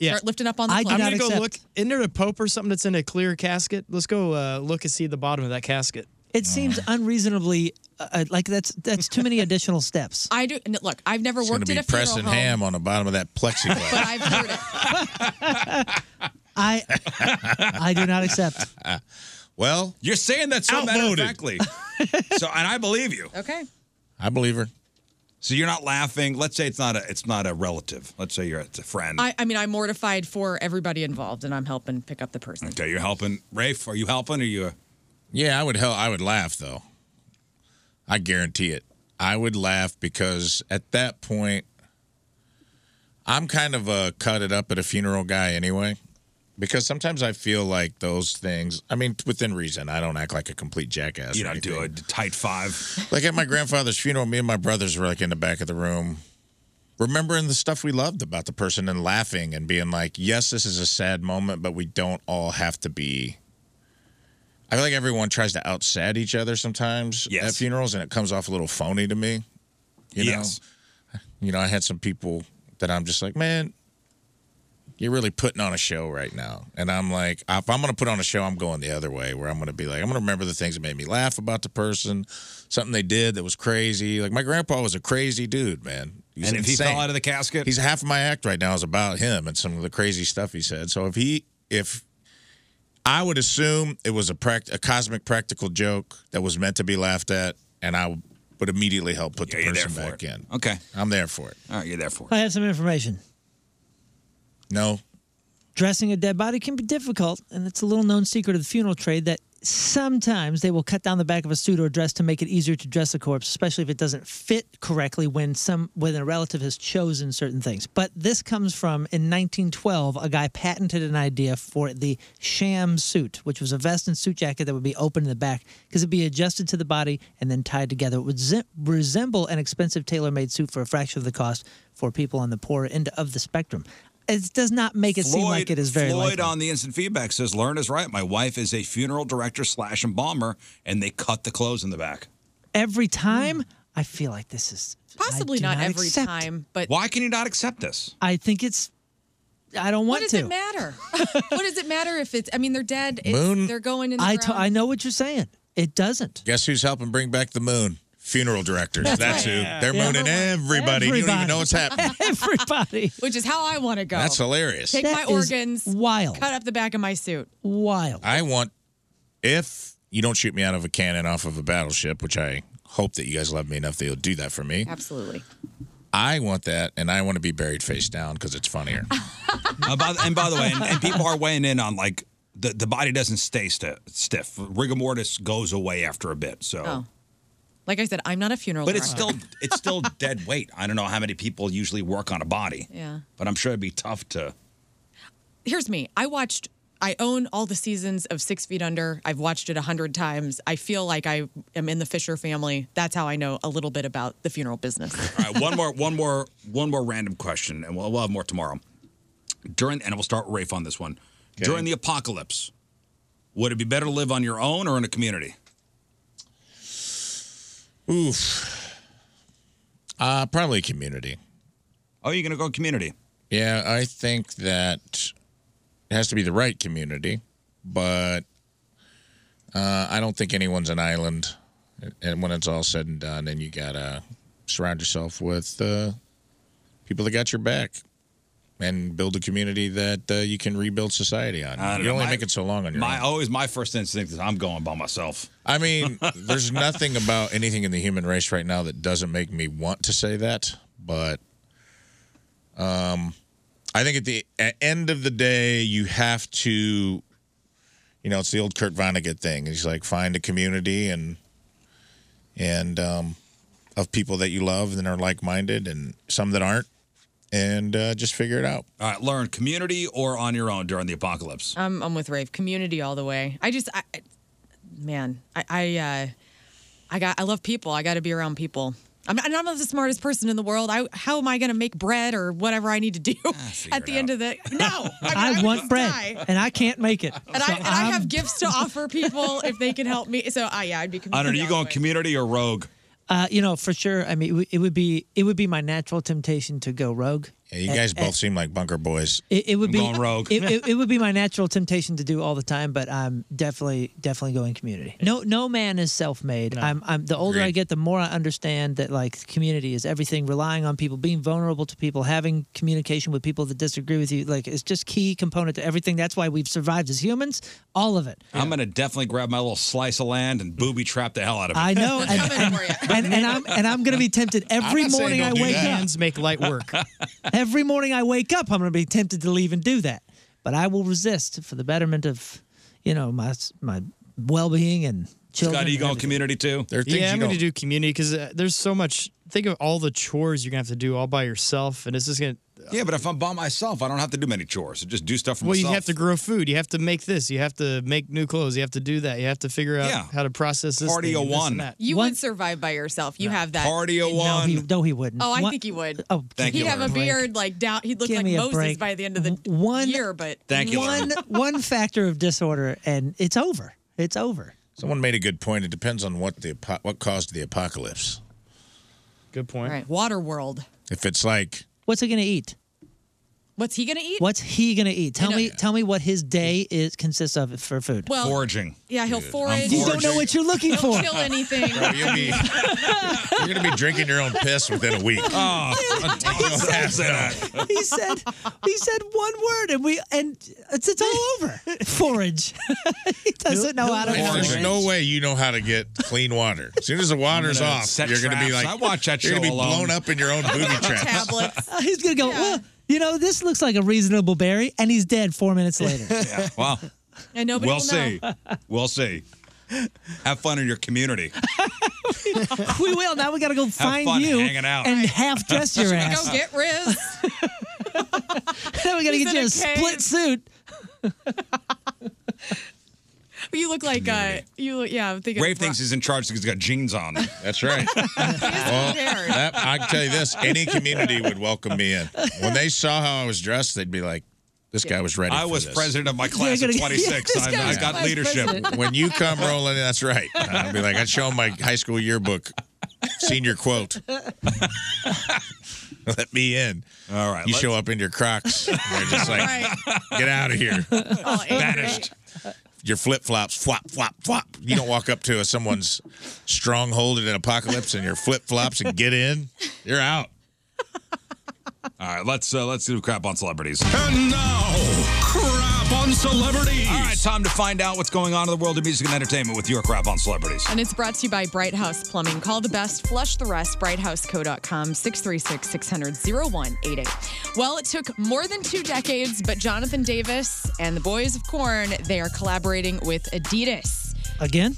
S2: start lifting up on the.
S3: I do
S2: clothes.
S3: not
S7: I'm gonna go
S3: accept.
S7: look. Isn't there a pope or something that's in a clear casket? Let's go uh, look and see the bottom of that casket.
S3: It
S1: Oh.
S3: seems unreasonably uh, uh, like that's that's too many additional steps.
S2: I do. n- Look, I've never
S3: It's
S4: Going
S2: worked at
S4: to be
S2: a funeral
S4: pressing
S2: home.
S4: ham on the bottom of that plexiglass.
S2: but I've heard it.
S3: I I do not accept.
S4: Uh, well,
S1: you're saying that so
S4: Outvoted.
S1: matter-of-factly. so, and I believe you.
S2: Okay.
S4: I believe her.
S1: So you're not laughing. Let's say it's not a it's not a relative. Let's say you're it's a friend.
S2: I, I mean, I'm mortified for everybody involved, and I'm helping pick up the person.
S1: okay, you're helping. Rafe, are you helping? Or you? A,
S4: Yeah, I would hell I would laugh though. I guarantee it. I would laugh because at that point I'm kind of a cut it up at a funeral guy anyway. Because sometimes I feel like those things I mean, within reason, I don't act like a complete jackass.
S1: you
S4: or
S1: don't do a tight five.
S4: like at my grandfather's funeral, me and my brothers were like in the back of the room, remembering the stuff we loved about the person and laughing and being like, yes, this is a sad moment, but we don't all have to be. I feel like everyone tries to outsad each other sometimes at funerals, and it comes off a little phony to me. You know,
S1: Yes.
S4: you know, I had some people that I'm just like, man, you're really putting on a show right now. And I'm like, if I'm going to put on a show, I'm going the other way where I'm going to be like, I'm going to remember the things that made me laugh about the person, something they did that was crazy. Like my grandpa was a crazy dude, man. He's
S1: And if he
S4: insane.
S1: fell out of the casket?
S4: He's half of my act right now is about him and some of the crazy stuff he said. So if he, if I would assume it was a, pract- a cosmic practical joke that was meant to be laughed at, and I would immediately help put the
S1: you're there
S4: person
S1: for
S4: back in.
S1: Okay.
S4: I'm there for it.
S1: All right, you're there for
S3: I have some information.
S4: No.
S3: Dressing a dead body can be difficult, and it's a little known secret of the funeral trade that sometimes they will cut down the back of a suit or dress to make it easier to dress a corpse, especially if it doesn't fit correctly when some when a relative has chosen certain things. But this comes from in 1912, a guy patented an idea for the sham suit, which was a vest and suit jacket that would be open in the back because it'd be adjusted to the body and then tied together. It would ze- resemble an expensive tailor-made suit for a fraction of the cost for people on the poorer end of the spectrum. It does not make it seem like it is very
S1: Floyd
S3: likely.
S1: on the instant feedback says, "Learn is right. My wife is a funeral director slash embalmer, and they cut the clothes in the back. hmm.
S3: every time. I feel like this is
S2: Possibly
S3: I do
S2: not,
S3: not
S2: every
S3: accept-
S2: time, but
S1: Why can you not accept this?
S3: I think it's. I don't want
S2: what does
S3: to.
S2: it matter? what does it matter if it's? I mean, they're dead. It's,
S4: Moon-
S2: they're going in. The
S3: I,
S2: ground.
S3: t- I know what you're saying. It doesn't.
S4: Guess who's helping bring back the moon? Funeral directors.
S2: That's
S4: That's,
S2: right.
S4: who. They're
S2: Yeah.
S4: mooning everybody. You don't even know what's happening.
S3: Everybody.
S2: Which is how I want to go.
S4: That's hilarious.
S2: Take
S4: That
S2: my
S4: is
S2: organs.
S3: Wild.
S2: Cut up the back of my suit.
S3: Wild.
S4: I want, if you don't shoot me out of a cannon off of a battleship, which I hope that you guys love me enough that you'll do that for me,
S2: Absolutely.
S4: I want that and I want to be buried face down because it's funnier.
S1: Uh, by the- and by the way, and, and people are weighing in on like the, the body doesn't stay sti stiff. Rigor mortis goes away after a bit. So,
S2: Oh. Like I said, I'm not a funeral.
S1: but it's still
S2: director.
S1: it's still dead weight. I don't know how many people usually work on a body,
S2: Yeah.
S1: but I'm sure it'd be tough to.
S2: Here's me. I watched. I own all the seasons of Six Feet Under. I've watched it a hundred times. I feel like I am in the Fisher family. That's how I know a little bit about the funeral business.
S1: All right, one more, one more, one more random question, and we'll, we'll have more tomorrow. During and we'll start with Rafe on this one. During the apocalypse, would it be better to live on your own or in a community?
S4: Oof. Uh, probably community.
S1: Oh, you're gonna go community.
S4: Yeah, I think that it has to be the right community, but uh, I don't think anyone's an island. uh, And when it's all said and done, then you gotta surround yourself with uh, people that got your back, and build a community that uh, you can rebuild society on.
S1: I don't
S4: You
S1: know,
S4: only
S1: my-
S4: make it so long on your
S1: My
S4: own.
S1: always my first instinct is I'm going by myself.
S4: I mean, there's nothing about anything in the human race right now that doesn't make me want to say that, but um, I think at the at end of the day, you have to, you know, it's the old Kurt Vonnegut thing. He's like, find a community and and um, of people that you love and are like minded, and some that aren't, and uh, just figure it out.
S1: All right, learn community or on your own during the apocalypse.
S2: I'm, I'm with Rave. Community all the way. I just, I, I- man, I, I, uh, I got, I love people. I got to be around people. I'm not, I'm not the smartest person in the world. I, how am I going to make bread or whatever I need to do
S1: Ah,
S2: at the end of the? No,
S3: I, want bread, and I can't make it.
S2: and I, and I have gifts to offer people if they can help me. So, uh, yeah, I'd be.
S1: I don't know.
S2: community
S1: You
S2: all
S1: going
S2: the way.
S1: community or rogue?
S3: Uh, you know, for sure. I mean, it would- it would be it would be my natural temptation to go rogue.
S4: Yeah, you
S3: And-
S4: guys
S3: and
S4: both seem like bunker boys.
S3: It, it would
S4: Eh, I'm
S3: be
S4: going rogue.
S3: It, it, it would be my natural temptation to do all the time, but I'm definitely definitely going community. No, no man is self-made. I'm, I'm the older I get, the more I understand that like community is everything. Relying on people, being vulnerable to people, having communication with people that disagree with you, like it's just key component to everything. That's why we've survived as humans. All of it.
S1: I'm gonna definitely grab my little slice of land and booby trap the hell out of it.
S3: I know, and, and, and, and I'm and I'm gonna be tempted every morning I wake up.
S7: Hands make light work.
S3: Every morning I wake up, I'm gonna be tempted to leave and do that, but I will resist for the betterment of, you know, my my well-being and children.
S1: Scott, you
S3: and
S1: going
S3: everything.
S1: community too?
S7: yeah, I'm going to do community because uh, there's so much. Think of all the chores you're going to have to do all by yourself, and it's just going to.
S1: Yeah, but if I'm by myself, I don't have to do many chores. I just do stuff for
S7: uh, Well,
S1: myself.
S7: you have to grow food. You have to make this. You have to make new clothes. You have to do that. You have to figure out
S1: Yeah.
S7: how to process this.
S1: Party
S7: thing and this and
S1: 01.
S7: that.
S2: You would survive by yourself. You have that.
S1: Party
S2: in-
S3: No, he, no, he wouldn't.
S2: Oh, I
S3: One-
S2: think he would.
S3: Oh,
S1: Thank
S2: he'd
S1: you,
S2: have a
S1: Lauren.
S2: beard like down. He'd look
S3: Give
S2: like
S3: me a
S2: Moses
S3: break.
S2: by the end of the
S3: one
S2: year. But
S3: One one factor of disorder, and it's over. It's over.
S4: Someone made a good point. It depends on what the apo- what caused the apocalypse.
S7: Good point.
S2: All right, Water World.
S4: If it's like
S3: What's he gonna eat?
S2: What's he gonna eat?
S3: What's he gonna eat?
S2: You
S3: Tell
S2: know-
S3: me, tell me what his day is consists of for food.
S2: Well, Foraging. Yeah, he'll forage.
S3: You don't know what you're looking
S2: He'll
S3: for.
S2: kill anything.
S4: Bro, you'll be, you're going to be drinking your own piss within a week.
S1: Oh,
S4: don't ask that.
S3: he said, he said one word, and we and it's, it's all over. Forage. he doesn't know how to
S4: And
S3: forage.
S4: There's no way you know how to get clean water. As soon as the water's
S1: gonna
S4: off,
S1: set
S4: you're going to be
S1: traps.
S4: like,
S1: I watch that
S4: You're gonna
S1: show
S4: be
S1: alone.
S4: blown up in your own booby traps.
S3: Uh, he's gonna go. Well, you know, this looks like a reasonable berry, and he's dead four minutes later.
S1: Yeah. Well,
S2: And nobody
S1: we'll
S2: will
S1: see.
S2: know.
S1: We'll see. Have fun in your community.
S3: we will. Now we gotta go find
S1: fun
S3: you
S1: hanging out.
S3: and half dress your ass.
S2: Go get Riz.
S3: Then we gotta
S2: He's
S3: get
S2: in
S3: you a,
S2: a cave.
S3: split suit.
S2: You look like uh, you. look- Yeah, I'm thinking.
S1: Rave thinks he's in charge because he's got jeans on.
S4: That's right. well, that, I can tell you this: any community would welcome me in. When they saw how I was dressed, they'd be like, "This guy was ready."
S1: I
S4: for
S1: was
S4: this.
S1: president of my class of 26. I- I, got leadership.
S4: When you come rolling, in, that's right. I'll be like, I'd show 'em my high school yearbook, senior quote. Let me in.
S1: All right.
S4: You
S1: let's-
S4: show up in your Crocs. and They're just like, get out of here.
S2: Oh,
S4: Vanished. Your flip flops, flop, flop, flop. You don't walk up to a, someone's stronghold in an apocalypse and your flip flops and get in. You're out.
S1: All right, let's uh, let's do crap on celebrities.
S8: And now, crap on celebrities.
S1: All right, time to find out what's going on in the world of music and entertainment with your crap on celebrities.
S2: And it's brought to you by Bright House Plumbing. Call the best, flush the rest, brighthouseco.com, 636 600 0188. Well, it took more than two decades, but Jonathan Davis and the Boys of Corn, they are collaborating with Adidas.
S3: Again?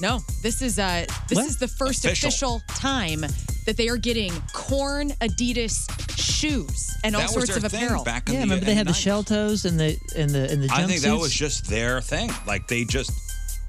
S2: No, this is uh this
S3: What?
S2: is the first
S3: Official.
S2: official. time that they are getting corn Adidas shoes and all
S1: That
S2: sorts
S1: was their
S2: of
S1: thing
S2: apparel.
S1: back in
S3: Yeah,
S1: the,
S3: remember they
S1: in
S3: had the shell toes and the and the and the
S1: I think that was
S3: jumpsuits?
S1: just their thing. Like they just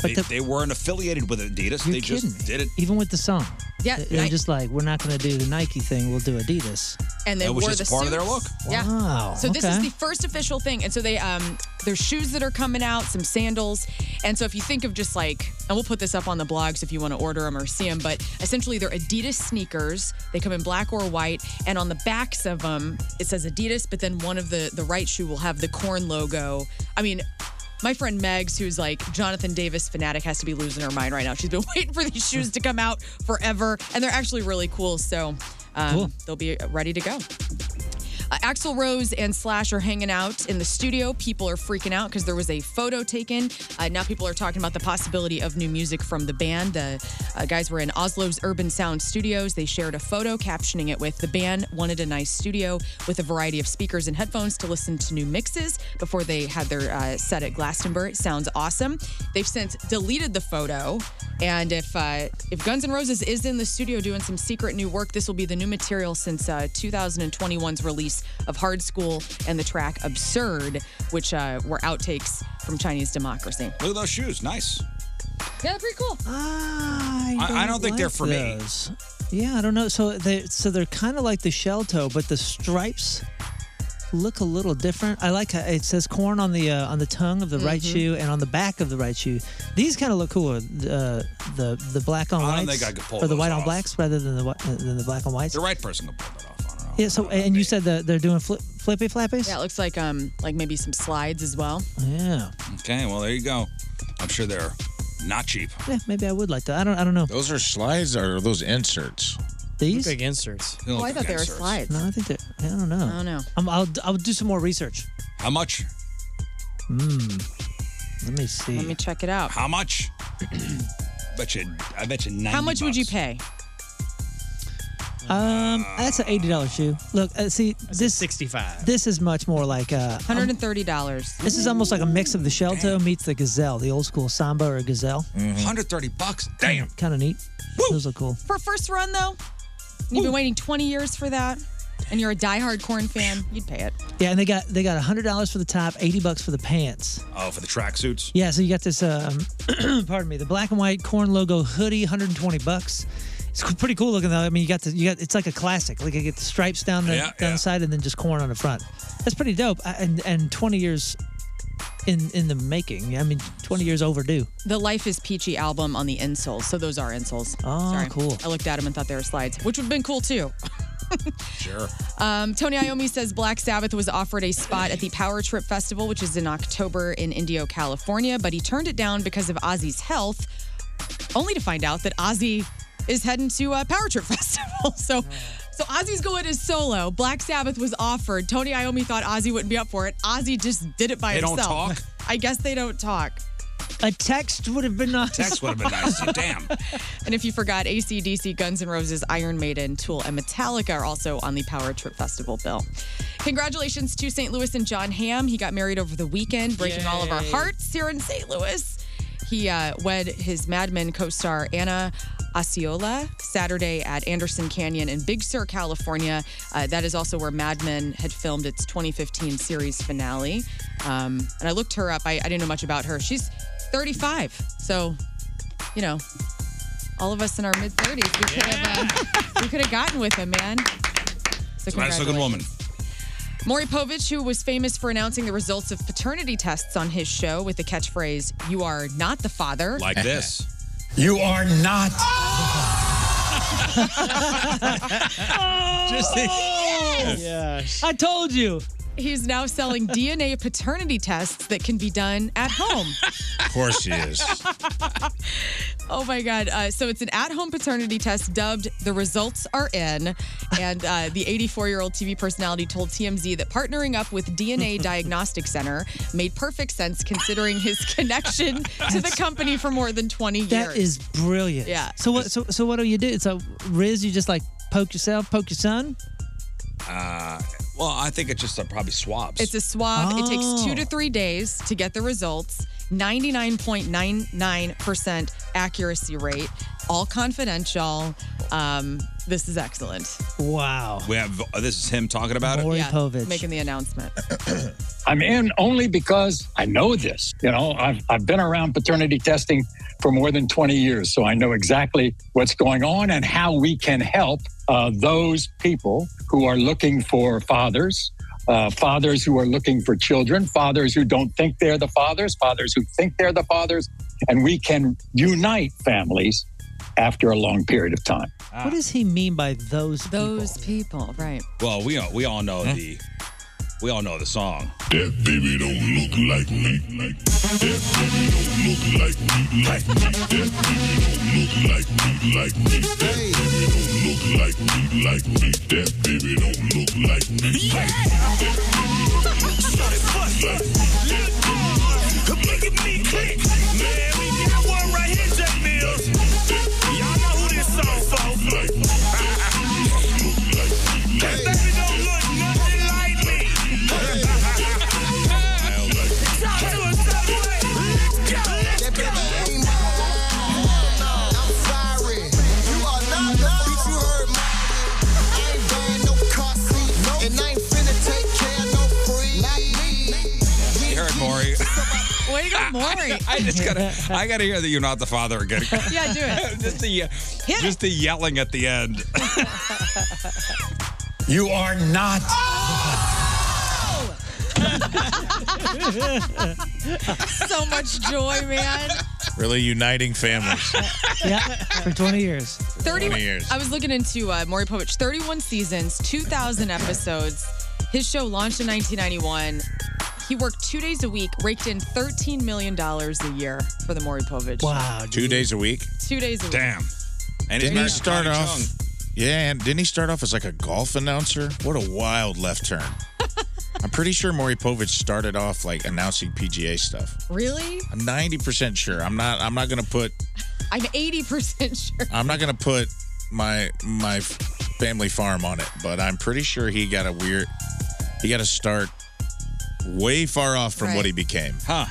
S1: they, they weren't affiliated with Adidas. They just did it.
S3: Even with the song.
S2: Yeah,
S3: They- They're
S2: I-
S3: just like, we're not going to do the Nike thing. We'll do Adidas.
S2: and they
S3: That was
S2: wore
S3: just
S2: the
S3: part of their
S2: suits.
S3: look.
S2: Yeah.
S3: Wow,
S2: So this is
S3: okay.
S2: the first official thing, and so they um there's shoes that are coming out, some sandals, and so if you think of just like, and we'll put this up on the blogs if you want to order them or see them, but essentially they're Adidas sneakers. They come in black or white, and on the backs of them it says Adidas, but then one of the the right shoe will have the corn logo. I mean. My friend Megs, who's like Jonathan Davis fanatic, has to be losing her mind right now. She's been waiting for these shoes to come out forever, and they're actually really cool. So um,
S3: Cool.
S2: they'll be ready to go. Uh, Axl Rose and Slash are hanging out in the studio. People are freaking out because there was a photo taken. Uh, now people are talking about the possibility of new music from the band. The uh, guys were in Oslo's Urban Sound Studios. They shared a photo captioning it with the band wanted a nice studio with a variety of speakers and headphones to listen to new mixes before they had their uh, set at Glastonbury. Sounds awesome. They've since deleted the photo. And if uh, if Guns N' Roses is in the studio doing some secret new work, this will be the new material since uh, 2021's release of Hard School and the track Absurd, which uh, were outtakes from Chinese Democracy.
S1: Look at those shoes. Nice.
S2: Yeah, pretty cool.
S3: I
S1: I, I don't think they're
S3: like
S1: for me.
S3: those. Yeah, I don't know. So they so they're kind of like the shell toe, but the stripes look a little different. I like how it says corn on the uh, on the tongue of the right
S1: Mhm.
S3: shoe and on the back of the right shoe. These kind of look cooler. Uh, the the black on
S1: I
S3: whites
S1: don't think I could pull
S3: or the
S1: those
S3: white on
S1: off.
S3: blacks rather than the whi- uh, than the black on whites.
S1: The right person can pull that off.
S3: Yeah. So and you said that they're doing flip, flippy flappies.
S2: Yeah, it looks like um like maybe some slides as well.
S3: Yeah.
S1: Okay, well there you go. I'm sure they're not cheap.
S3: Yeah. Maybe I would like that. I don't. I don't know.
S4: Those are slides or are those inserts?
S3: These?
S4: Big
S3: inserts.
S1: They look
S2: Oh, I thought
S1: like
S2: they were
S1: inserts.
S2: slides.
S3: No, I think they're. I don't know. I
S2: don't know.
S3: I'm, I'll I'll do some more research.
S1: How much?
S3: Mm. Let me see.
S2: Let me check it out.
S1: How much? bet you. I bet you. 90
S2: How much would you pay?
S3: Um, that's an eighty dollars shoe. Look, uh, see this
S2: $65.
S3: This is much more like uh, um,
S2: $130.
S3: this is almost like a mix of the shell toe meets the gazelle, the old school samba or gazelle.
S1: 130 bucks. Damn.
S3: Kind of neat. Those look cool.
S2: For first run though, you've been waiting 20 years for that, and you're a diehard corn fan, you'd pay it.
S3: Yeah, and they got they got hundred dollars for the top, eighty bucks for the pants.
S1: Oh, for the tracksuits.
S3: Yeah, so you got this. Um, pardon me, the black and white corn logo hoodie, hundred and twenty bucks. It's c- pretty cool looking though. I mean, you got the you got it's like a classic. Like you get the stripes down the
S1: Yeah,
S3: down the side and then just corn on the front. That's pretty dope. I, and and twenty years in in the making. I mean, twenty years overdue.
S2: The Life is Peachy album on the insoles, so those are insoles.
S3: Oh,
S2: Sorry.
S3: cool.
S2: I looked at them and thought they were slides, which would have been cool too.
S1: Sure.
S2: Um, Tony Iommi says Black Sabbath was offered a spot at the Power Trip Festival, which is in October in Indio, California, but he turned it down because of Ozzy's health, only to find out that Ozzy is heading to uh, Power Trip Festival. so, so Ozzy's going as solo. Black Sabbath was offered. Tony Iommi thought Ozzy wouldn't be up for it. Ozzy just did it by
S1: They don't
S2: himself.
S1: talk?
S2: I guess they don't talk.
S3: A text would have been nice.
S1: Text would have been nice. Damn.
S2: And if you forgot, AC/DC, Guns N' Roses, Iron Maiden, Tool, and Metallica are also on the Power Trip Festival bill. Congratulations to St. Louis and John Hamm. He got married over the weekend, breaking all of our
S9: Yay.
S2: hearts here in St. Louis. He uh, wed his Mad Men co star Anna Osceola Saturday at Anderson Canyon in Big Sur, California. Uh, that is also where Mad Men had filmed its 2015 series finale. Um, and I looked her up. I, I didn't know much about her. She's 35. So, you know, all of us in our mid 30s, we could have uh, we could have gotten with him, man. So
S1: It's a nice looking
S2: congratulations.
S1: woman.
S2: Maury Povich, who was famous for announcing the results of paternity tests on his show with the catchphrase, You are not the father.
S1: Like this.
S10: You are not.
S2: Oh. Just
S3: I told you.
S2: He's now selling DNA paternity tests that can be done at home.
S4: Of course she is.
S2: Oh my God. Uh, so it's an at home paternity test dubbed The Results Are In. And uh, the 84 year old TV personality told TMZ that partnering up with DNA Diagnostic Center made perfect sense considering his connection to the company for more than 20 years.
S3: That is brilliant.
S2: Yeah.
S3: So what? So so what do you do? So Riz, you just like poke yourself, poke your son.
S1: Uh, well, I think it's just uh, probably swabs.
S2: It's a swab. It takes two
S1: Oh.
S2: to three days to get the results. 99.99% accuracy rate. All confidential. Um, this is excellent.
S3: Wow.
S1: We have uh, this is him talking about it.
S2: Yeah, Making the announcement.
S10: I'm in only because I know this. You know, I've, I've been around paternity testing for more than 20 years, so I know exactly what's going on and how we can help uh, those people who are looking for fathers. Uh, fathers who are looking for children, fathers who don't think they're the fathers, fathers who think they're the fathers, and we can unite families after a long period of time.
S1: Ah.
S3: What does he mean by those?
S2: Those people, right?
S1: Well, we all, we all know the we all know the song.
S11: That baby don't look like me. That baby don't look like me. Like me. That baby don't look like me. Like me. That baby don't look like me. Like me. That baby don't look like me. Like me. That baby don't look like me.
S12: Look at me click. Man, we got one right here, Jack Mills. Y'all know who this song for. That baby don't look nothing like me. Talk to us that way. Let's go, let's go.
S13: I'm sorry. You are not love. Bitch, you heard my I ain't buying no car seat. And I ain't finna take care of no free. Not me.
S1: You heard Maury.
S2: Way to go, Maury.
S1: I just gotta I gotta hear that you're not the father again.
S2: Yeah, do it.
S1: just the uh, just the yelling at the end.
S10: You are not.
S13: Oh!
S2: so much joy, man.
S4: Really uniting families.
S3: yeah, for 20 years.
S2: 31
S4: 20 years.
S2: I was looking into uh, Maury Povich, 31 seasons, 2,000 episodes. His show launched in 1991. He worked two days a week, raked in $13 million a year for the Maury Povich.
S3: Wow.
S4: Two days a week.
S2: Two days a week.
S4: Damn.
S1: And
S4: didn't he
S2: married to
S4: start
S2: Connie
S4: off? Yeah, and didn't he start off as like a golf announcer? What a wild left turn. I'm pretty sure Maury Povich started off like announcing PGA stuff.
S2: Really?
S4: I'm 90% sure. I'm not I'm not going to put
S2: I'm 80% sure.
S4: I'm not going to put my my f- family farm on it, but I'm pretty sure he got a weird he got a start way far off from
S2: Right.
S4: what he became.
S1: Huh.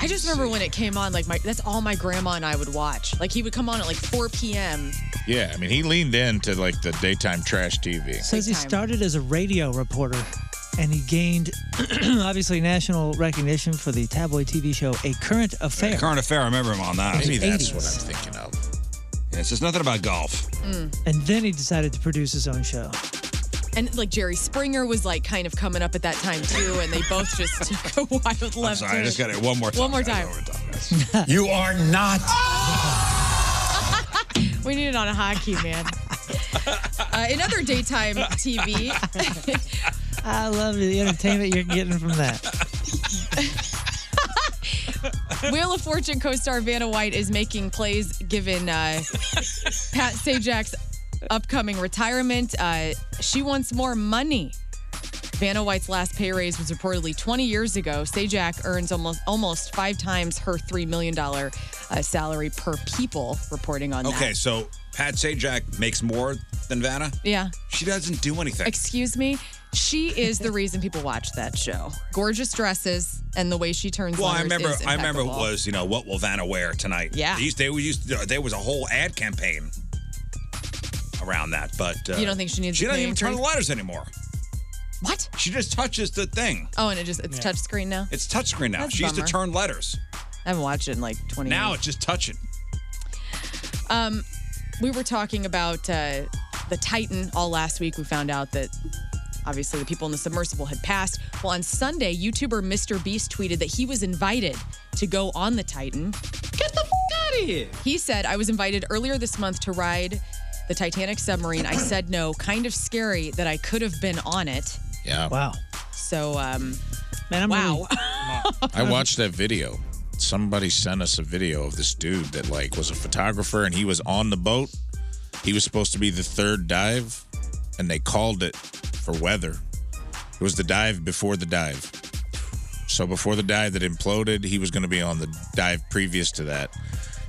S2: I just remember when it came on, like, my that's all my grandma and I would watch. Like, he would come on at like 4 p.m.
S4: Yeah, I mean he leaned into like the daytime trash TV.
S3: Says he started as a radio reporter and he gained obviously national recognition for the tabloid TV show A Current Affair.
S1: Current affair, I remember him on that.
S3: Maybe that's what I'm
S4: thinking of.
S1: Yeah, it's just nothing about golf.
S2: Mm.
S3: And then he decided to produce his own show.
S2: And like Jerry Springer was like kind of coming up at that time too, and they both just took a wild left.
S1: sorry, I
S2: turn.
S1: just got it one more
S2: One
S1: time,
S2: more
S1: guys,
S2: time.
S10: you are not.
S2: We need it on a hockey, man. Uh, in other daytime TV,
S3: I love the entertainment you're getting from that.
S2: Wheel of Fortune co-star Vanna White is making plays given uh, Pat Sajak's upcoming retirement. Uh, she wants more money. Vanna White's last pay raise was reportedly 20 years ago. Sajak earns almost almost five times her three million dollar uh, salary per people. Reporting on that.
S1: Okay, so Pat Sajak makes more than Vanna.
S2: Yeah.
S1: She doesn't do anything.
S2: Excuse me. She is the reason people watch that show. Gorgeous dresses and the way she turns.
S1: Well, I
S2: letters
S1: remember.
S2: is
S1: I remember it
S2: impeccable.
S1: was you know what will Vanna wear tonight?
S2: Yeah.
S1: These they were used. There was a whole ad campaign around that, but uh,
S2: You don't think she needs
S1: She
S2: the
S1: doesn't even turn
S2: pantry?
S1: the letters anymore.
S2: What?
S1: She just touches the thing.
S2: Oh, and it just it's
S1: Yeah.
S2: touchscreen now.
S1: It's touchscreen now.
S2: That's
S1: she used to
S2: bummer.
S1: turn letters.
S2: I haven't watched it in like 20
S1: Now
S2: years.
S1: it's just touching.
S2: Um, we were talking about uh, the Titan all last week. We found out that obviously the people in the submersible had passed. Well, on Sunday, YouTuber Mr. Beast tweeted that he was invited to go on the Titan. Get the f- out of here! He said, "I was invited earlier this month to ride the Titanic submarine. I said no. Kind of scary that I could have been on it.
S4: Yeah.
S3: Wow.
S2: So, um,
S3: man, I'm
S2: wow.
S4: I watched that video. Somebody sent us a video of this dude that like was a photographer and he was on the boat. He was supposed to be the third dive, and they called it for weather. It was the dive before the dive. So before the dive that imploded, he was going to be on the dive previous to that,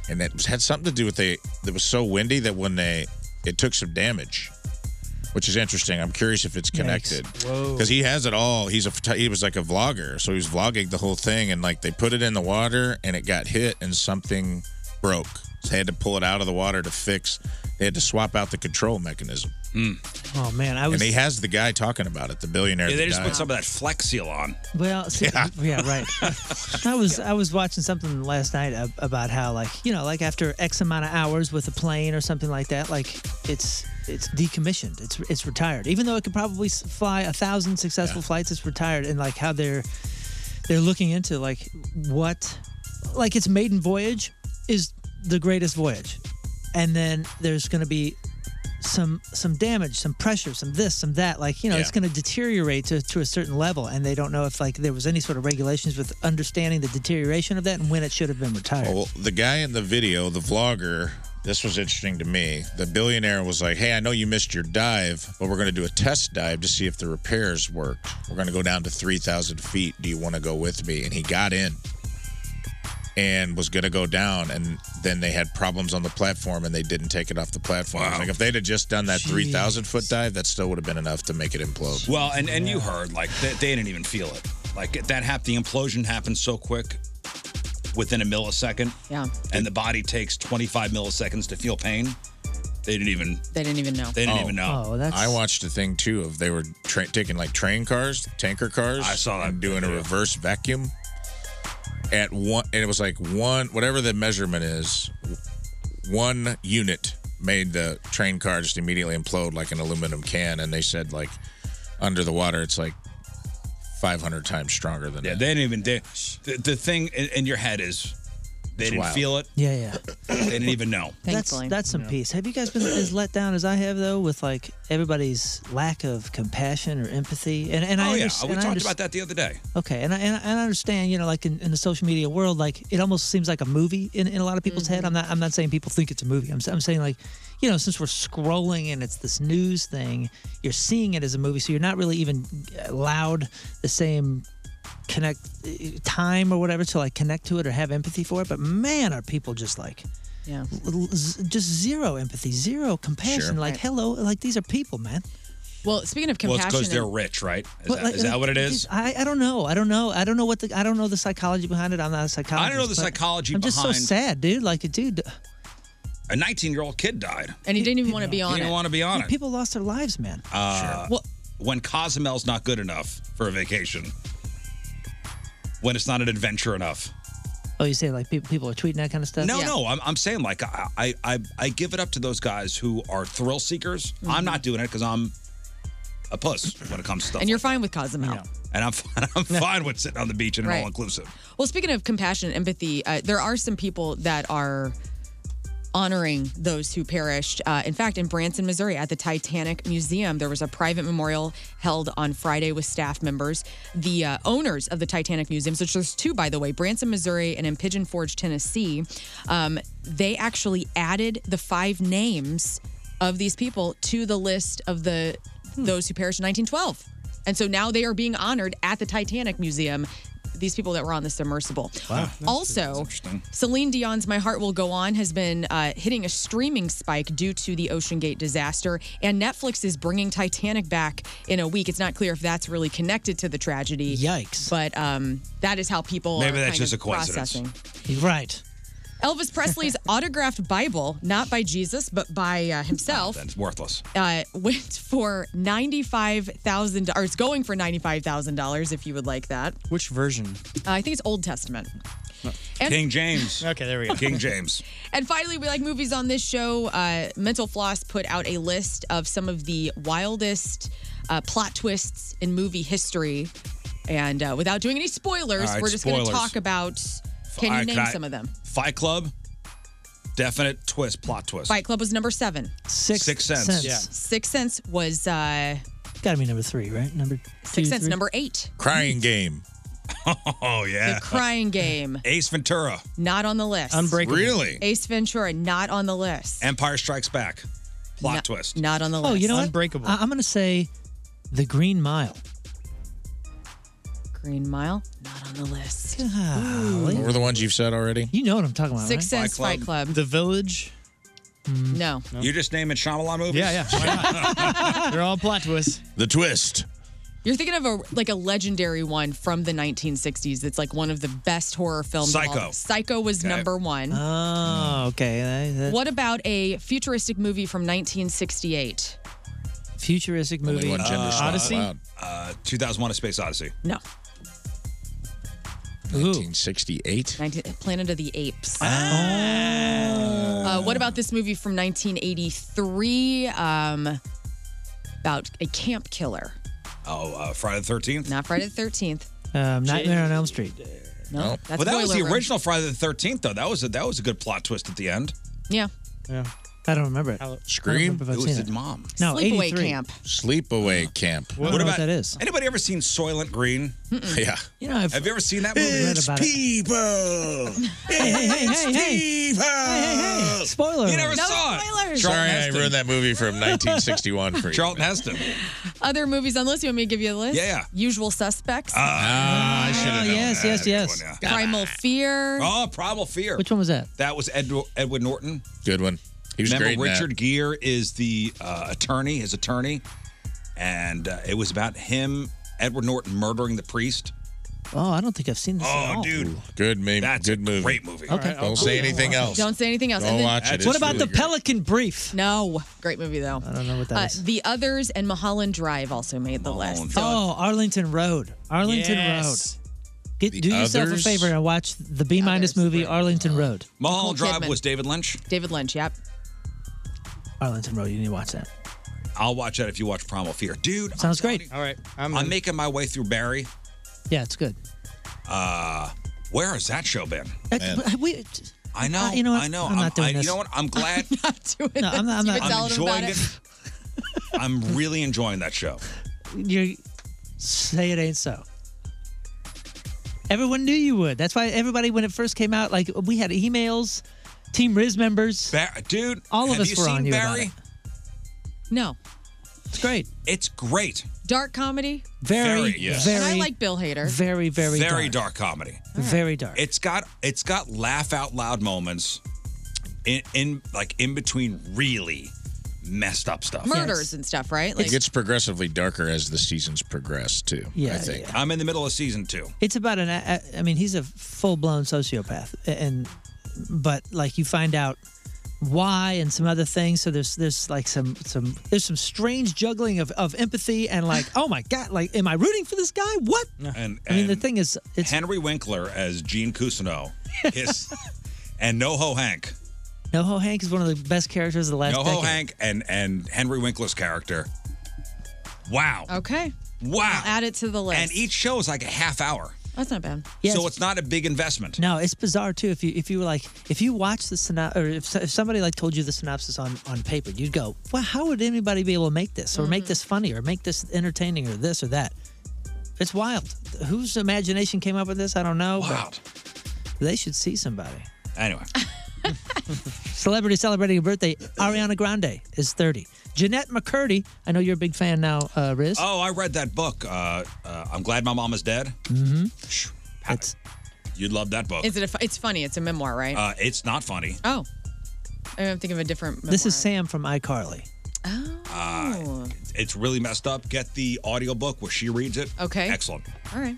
S4: and that was- had something to do with they. It was so windy that when they it took some damage, which is interesting. I'm curious if it's connected
S8: Whoa.
S4: because he has it all. He's a photo- he was like a vlogger, so he was vlogging the whole thing, and like they put it in the water, and it got hit, and something broke. So they had to pull it out of the water to fix. They had to swap out the control mechanism.
S1: Hmm.
S3: Oh man, I was.
S4: and he has the guy talking about it, the billionaire.
S1: Yeah,
S4: that
S1: they just
S4: died.
S1: put some of that Flex Seal on.
S3: Well, see, yeah. right. I was I was watching something last night ab- about how like you know like after X amount of hours with a plane or something like that, like it's it's decommissioned, it's it's retired. Even though it could probably s- fly a thousand successful flights, it's retired. And like how they're they're looking into like what like its maiden voyage is the greatest voyage, and then there's going to be some some damage, some pressure, some this, some that. Like you know, it's
S9: Yeah.
S3: going to deteriorate to, to a certain level, and they don't know if like there was any sort of regulations with understanding the deterioration of that and when it should have been retired.
S4: Well, the guy in the video, the vlogger, this was interesting to me. The billionaire was like, "Hey, I know you missed your dive, but we're going to do a test dive to see if the repairs worked. We're going to go down to three thousand feet. Do you want to go with me?" And he got in and was going to go down, and then they had problems on the platform, and they didn't take it off the platform. It's Like if they'd have just done that three thousand foot dive, that still would have been enough to make it implode.
S1: Well, and and you heard like they, they didn't even feel it. Like that hap the implosion happened so quick, within a millisecond.
S2: Yeah.
S1: And the body takes 25 milliseconds to feel pain. They didn't even.
S2: They didn't even know.
S1: They didn't even know.
S4: Oh.
S3: Oh,
S4: I watched a thing too of they were tra- taking like train cars, tanker cars. I saw that doing a reverse vacuum at one, and it was like one whatever the measurement is, one unit made the train car just immediately implode like an aluminum can, and they said like under the water it's like 500 times stronger than
S1: Yeah,
S4: that.
S1: they didn't even. They, the, the thing in, in your head is they
S4: It's
S1: didn't
S4: wild.
S1: feel it.
S3: Yeah, yeah.
S1: They didn't even know.
S3: That's that's some peace. Have you guys been as let down as I have though with like everybody's lack of compassion or empathy? And and
S1: oh,
S3: I
S1: yeah.
S3: underst-
S1: we
S3: and I
S1: talked
S3: underst-
S1: about that the other day.
S3: Okay, and I, and I and I understand, you know, like in, in the social media world, like it almost seems like a movie in, in a lot of people's
S2: Mm-hmm.
S3: head. I'm not I'm not saying people think it's a movie. I'm, s- I'm saying like, you know, since we're scrolling and it's this news thing, you're seeing it as a movie, so you're not really even allowed the same connect eh, time or whatever to like connect to it or have empathy for it. But man, are people just like
S2: yeah,
S3: l- z- just zero empathy, zero compassion.
S1: Sure.
S3: Like,
S1: Right.
S3: hello, like these are people, man.
S2: Well, speaking of
S1: Well,
S2: compassion,
S1: it's because they're
S2: and-
S1: rich, right? Is,
S3: But,
S1: that,
S3: like,
S1: is that what it is?
S3: I, I don't know. I don't know. I don't know what the I don't know the psychology behind it. I'm not a psychologist.
S1: know the
S3: but
S1: psychology
S3: I'm just so
S1: behind-
S3: sad, dude. Like, dude,
S1: A 19 year old kid died.
S2: and he didn't even want to be on
S1: He didn't
S2: it.
S1: want to be on it.
S3: people lost their lives, man.
S1: Uh,
S2: Well-
S1: When Cozumel's not good enough for a vacation, when it's not an adventure enough.
S3: Oh, you say like people people are tweeting that kind of stuff?
S1: No, no, I'm, I'm saying like I, I I I give it up to those guys who are thrill seekers.
S2: Mm-hmm.
S1: I'm not doing it because I'm a puss when it comes to stuff.
S2: and
S1: like
S2: you're fine with Cozumel.
S1: And I'm fine, I'm fine with sitting on the beach in an
S2: Right.
S1: all inclusive.
S2: Well, speaking of compassion and empathy, uh, there are some people that are honoring those who perished. Uh, in fact, in Branson, Missouri, at the Titanic Museum, there was a private memorial held on Friday with staff members. The uh, owners of the Titanic Museums, which there's two, by the way, Branson, Missouri, and in Pigeon Forge, Tennessee, um, they actually added the five names of these people to the list of the those who perished in 1912. And so now they are being honored at the Titanic Museum. These people that were on the submersible.
S12: Wow.
S2: Also, Celine Dion's "My Heart Will Go On" has been uh, hitting a streaming spike due to the OceanGate disaster, and Netflix is bringing Titanic back in a week. It's not clear if that's really connected to the tragedy. Yikes! But um, that is how people
S1: Maybe
S2: are
S1: that's
S2: kind
S1: just
S2: of
S1: a coincidence.
S2: processing.
S3: Right.
S2: Elvis Presley's autographed Bible, not by Jesus but by uh, himself,
S1: That's worthless.
S2: uh, went for ninety five thousand, or it's going for ninety five thousand dollars if you would like that.
S7: Which version?
S2: Uh, I think it's Old Testament. And-
S1: King James.
S7: okay, there we
S2: go.
S1: King James.
S2: And finally, we like movies on this show. Uh, Mental Floss put out a list of some of the wildest uh, plot twists in movie history. And uh, without doing any spoilers,
S1: All right,
S2: we're just going to
S1: spoilers.
S2: talk about. Can
S1: All
S2: you
S1: right,
S2: name
S1: I-
S2: some of them?
S1: Fight Club. Definite twist, plot twist.
S2: Fight Club was number seven.
S3: Six,
S1: Sixth Sense. Sense. Yeah.
S2: Six Sense was uh,
S3: Gotta be number three, right? Number two,
S2: Six Sense
S3: three?
S2: number eight.
S4: Crying game.
S1: Oh yeah.
S2: The Crying Game
S1: Ace Ventura.
S2: not on the list.
S1: Unbreakable. Really?
S2: Ace Ventura not on the list.
S1: Empire Strikes Back. Plot
S2: Not-
S1: twist.
S2: Not on the list.
S3: Oh, you know what? I- I'm gonna say the Green Mile.
S2: Green Mile not on the list.
S4: What were the ones you've said already?
S3: You know what I'm talking
S2: Six Sense, Fight Club.
S7: The Village.
S3: Mm.
S2: No.
S1: You're just naming Shyamalan movies.
S7: Yeah, yeah. They're all plot twists.
S4: The twist.
S2: You're thinking of a like a legendary one from the 1960s. That's like one of the best horror films. of all-
S3: Psycho.
S2: Psycho was
S3: Okay.
S2: number one.
S1: Hmm.
S3: Oh, okay. That- that-
S2: What about a futuristic movie from 1968?
S3: futuristic movie? Odyssey.
S1: Uh, 2001: A Space Odyssey.
S2: No.
S4: 1968.
S2: 19, Planet of the Apes.
S4: Ah.
S2: Uh, what about this movie from 1983 um, about a camp killer?
S1: Oh, uh, Friday the 13th.
S2: Not Friday the 13th.
S3: Um, Nightmare on Elm Street.
S2: No, that's
S1: well, that was
S2: Boiler
S1: the
S2: Room.
S1: original Friday the 13th, though. That was a, that was a good plot twist at the end.
S2: Yeah.
S3: Yeah. I don't remember it.
S4: Scream.
S3: I don't remember if I've seen it.
S1: mom.
S3: No, Sleepaway 83. Camp.
S4: Sleepaway camp.
S3: What know what that is?
S1: Uh-huh. Anybody ever seen Soylent Green? Uh,
S4: Yeah.
S3: You know, I've
S1: Have you ever seen that movie?
S4: It's people.
S3: Hey, hey, hey, hey, hey.
S4: People.
S3: Hey, hey, hey. Spoiler.
S1: You never
S3: alert.
S1: saw it.
S4: Sorry, I ruined that movie from 1961 for you.
S1: Charlton Heston.
S2: Other movies on the list. You want me to give you a list?
S4: Yeah, yeah.
S2: Usual Suspects.
S4: Ah, I should have known
S3: Oh, yes,
S4: that.
S3: yes, yes.
S2: Primal Fear.
S1: Oh, Primal Fear.
S3: Which one was that?
S1: That was Ed, Edward Norton.
S4: Good one. He was
S1: Remember,
S4: great. in that.
S1: Richard Gere is the uh, attorney, his attorney, and uh, it was about him, Edward Norton, murdering the priest.
S3: Oh, I don't think I've seen this. at
S1: Oh,
S3: all.
S1: dude,
S4: Good movie.
S1: That's
S4: good movie.
S1: great movie.
S4: Okay. Don't say anything else.
S2: Don't say anything else.
S4: Don't
S2: And then-
S4: watch it. It's really great.
S3: Pelican Brief?
S2: No, great movie though. I
S3: don't know what that
S2: Uh,
S3: is.
S2: the others and Mulholland Drive also made the list. So-
S3: Oh, Arlington Road. Arlington
S2: Yes.
S3: Road. Get, do yourself
S1: others?
S3: a favor and watch the B minus movie Arlington Road. Nicole
S1: Mulholland Drive
S3: Kidman.
S1: was David Lynch.
S2: David Lynch, yep.
S3: Arlington Road. You need to watch that.
S1: I'll watch that if you watch Primal Fear, dude.
S3: Sounds great.
S1: All right, I'm, making my way through Barry.
S3: Yeah, it's good.
S1: Uh, where has that show been?
S3: That- but we-
S1: I know.
S3: Uh, you know what?
S1: I know.
S3: I'm not doing
S1: I,
S3: this.
S1: You know what? I'm glad.
S2: not doing
S3: No, I'm not- I'm not-
S1: I'm enjoying it. I'm really enjoying that show.
S3: You say it ain't so. Everyone knew you would. That's why everybody, when it first came out, like we had emails, Team Riz members.
S1: dude,
S3: all of
S1: have
S3: us
S1: you
S3: were on
S1: seen
S3: you about
S1: Barry?
S3: it.
S2: No.
S3: It's great.
S1: It's great.
S2: Dark comedy.
S3: Very,
S1: Very, yes.
S3: very,
S2: and I like Bill Hader.
S3: very, very,
S1: very
S3: dark.
S1: dark, comedy.
S3: Very dark.
S1: It's got it's got laugh out loud moments in, in like in between really messed up stuff.
S2: Murders and stuff, right?
S4: it gets progressively darker as the seasons progress, too.
S3: Yeah,
S4: I think.
S1: I'm in the middle of season two.
S3: It's about an. I I mean, he's a full-blown sociopath, and but like you find out why and some other things. So there's there's like some some there's some strange juggling of of empathy and like oh my god, like am I rooting for this guy? What?
S1: And,
S3: I mean, the thing is, it's
S1: Henry Winkler as Gene Cousineau, his, and NoHo Hank,
S3: NoHo Hank is one of the best characters of the last
S1: NoHo
S3: decade.
S1: Hank, and and Henry Winkler's character. Wow,
S2: Okay.
S1: wow!
S2: I'll add it to the list.
S1: And each show is like a half hour.
S2: That's not bad.
S1: so it's not a big investment.
S3: No, it's bizarre too. If you if you were like if you watch the synopsis or if, if somebody like told you the synopsis on on paper, you'd go, well, how would anybody be able to make this or make this funny or make this entertaining or this or that? It's wild. Whose imagination came up with this? I don't know. But they should see somebody.
S1: Anyway.
S3: Celebrity celebrating a birthday. Ariana Grande is 30. Jeanette McCurdy. I know you're a big fan now, uh, Riz.
S1: Oh, I read that book. Uh, uh, I'm glad my mom is dead.
S3: Mm-hmm.
S1: It's, You'd love that book.
S2: Is it? A, fu- it's funny. It's a memoir, right?
S1: uh, it's not funny.
S2: oh, I'm thinking of a different. Memoir.
S3: This is Sam from iCarly.
S1: Uh, it's really messed up. Get the audiobook where she reads it.
S2: Okay.
S1: Excellent.
S2: All right.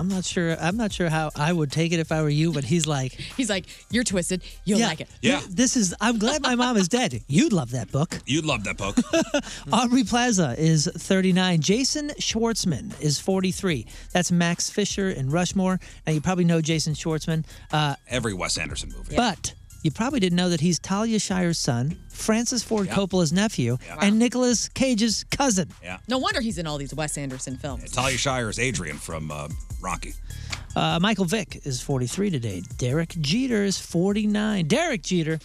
S3: I'm not sure. I'm not sure how I would take it if I were you, but he's like,
S2: He's like, you're twisted. You'll
S3: Yeah.
S2: like it.
S1: Yeah.
S3: This is. I'm glad my mom is dead. You'd love that book.
S1: You'd love that book.
S2: Hmm.
S3: Aubrey Plaza is 39. Jason Schwartzman is 43. That's Max Fisher and Rushmore. Now you probably know Jason Schwartzman, uh,
S1: Every Wes Anderson movie.
S3: but you probably didn't know that he's Talia Shire's son, Francis Ford
S2: Yeah.
S3: Coppola's nephew, and Nicolas Cage's cousin.
S1: Yeah.
S2: No wonder he's in all these Wes Anderson films.
S1: Talia Shire is Adrian from uh, Rocky.
S3: Uh, Michael Vick is 43 today. Derek Jeter is 49. Derek Jeter.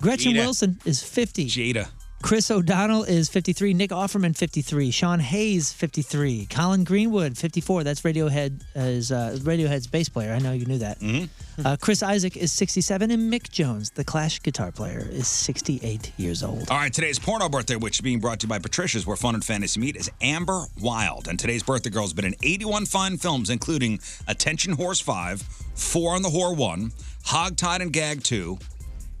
S3: Gretchen
S1: Jeter.
S3: Wilson is 50.
S1: Jada.
S3: Chris O'Donnell is 53. Nick Offerman, 53. Sean Hayes, 53. Colin Greenwood, 54. That's Radiohead uh, is uh, Radiohead's bass player. I know you knew that. Uh, Chris Isaac is 67, and Mick Jones, the Clash guitar player, is 68 years old.
S1: All right, today's porno birthday, which is being brought to you by Patricia's, where fun and fantasy meet, is Amber Wild. And today's birthday girl has been in 81 fine films, including Attention Horse 5, Four on the Whore 1, Hogtied and Gag 2,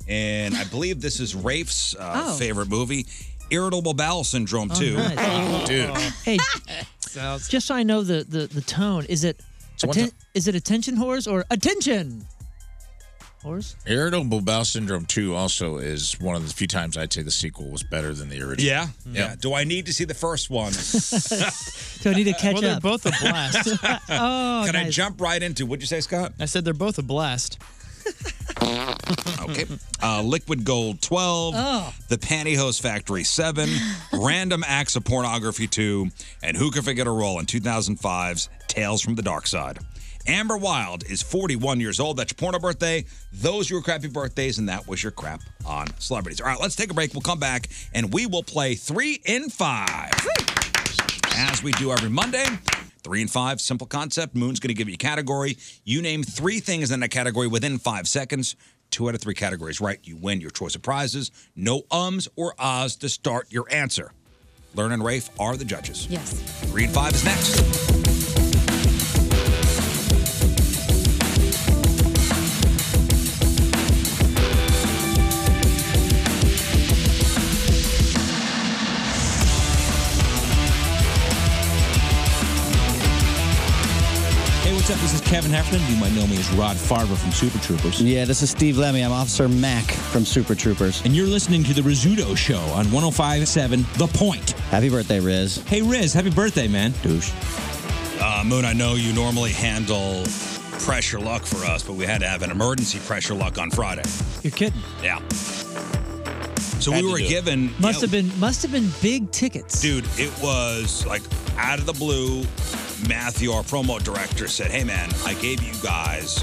S1: and I believe this is Rafe's uh,
S3: Oh.
S1: favorite movie, Irritable Bowel Syndrome 2.
S3: nice. Oh. Hey, just so I know the, the, the tone, is it
S4: one
S3: atten- is it attention whores or attention? Whores?
S4: Irritable bowel syndrome two also is one of the few times I'd say the sequel was better than the original.
S1: Yeah? Yeah. Do I need to see the first one?
S3: Do I need to catch
S1: Well, they're
S3: up?
S1: both a
S3: blast. oh,
S1: Can I
S3: nice.
S1: jump right into what'd you say, Scott? I said they're both a blast. okay. Uh, Liquid Gold 12,
S12: Oh.
S1: The Pantyhose Factory 7, Random Acts of Pornography 2, and Who Can Forget a Role in 2005's Tales from the Dark Side. Amber Wild is 41 years old. That's your porno birthday. Those are your crappy birthdays, and that was your crap on celebrities. All right, let's take a break. We'll come back, and we will play three in five as we do every Monday. Three and five, simple concept. Moon's going to give you a category. You name three things in that category within five seconds. Two out of three categories right, you win your choice of prizes. No ums or ahs to start your answer. Learn and Rafe are the judges.
S2: Yes.
S1: Three and five is next.
S9: Hey, what's up? This is Kevin Heffernan. You might know me as Rod Farber from Super Troopers.
S14: Yeah, this is Steve Lemmy. I'm Officer Mac from Super Troopers.
S9: And you're listening to The Rizzuto Show on 1057 The Point.
S14: Happy birthday, Riz.
S9: Hey, Riz, happy birthday, man.
S14: Douche.
S1: Uh, Moon, I know you normally handle pressure luck for us, but we had to have an emergency pressure luck on Friday.
S3: You're kidding.
S1: Yeah. So we were given
S3: Must
S1: yeah,
S3: have been must have been big tickets.
S1: Dude, it was like out of the blue. Matthew, our promo director, said, Hey, man, I gave you guys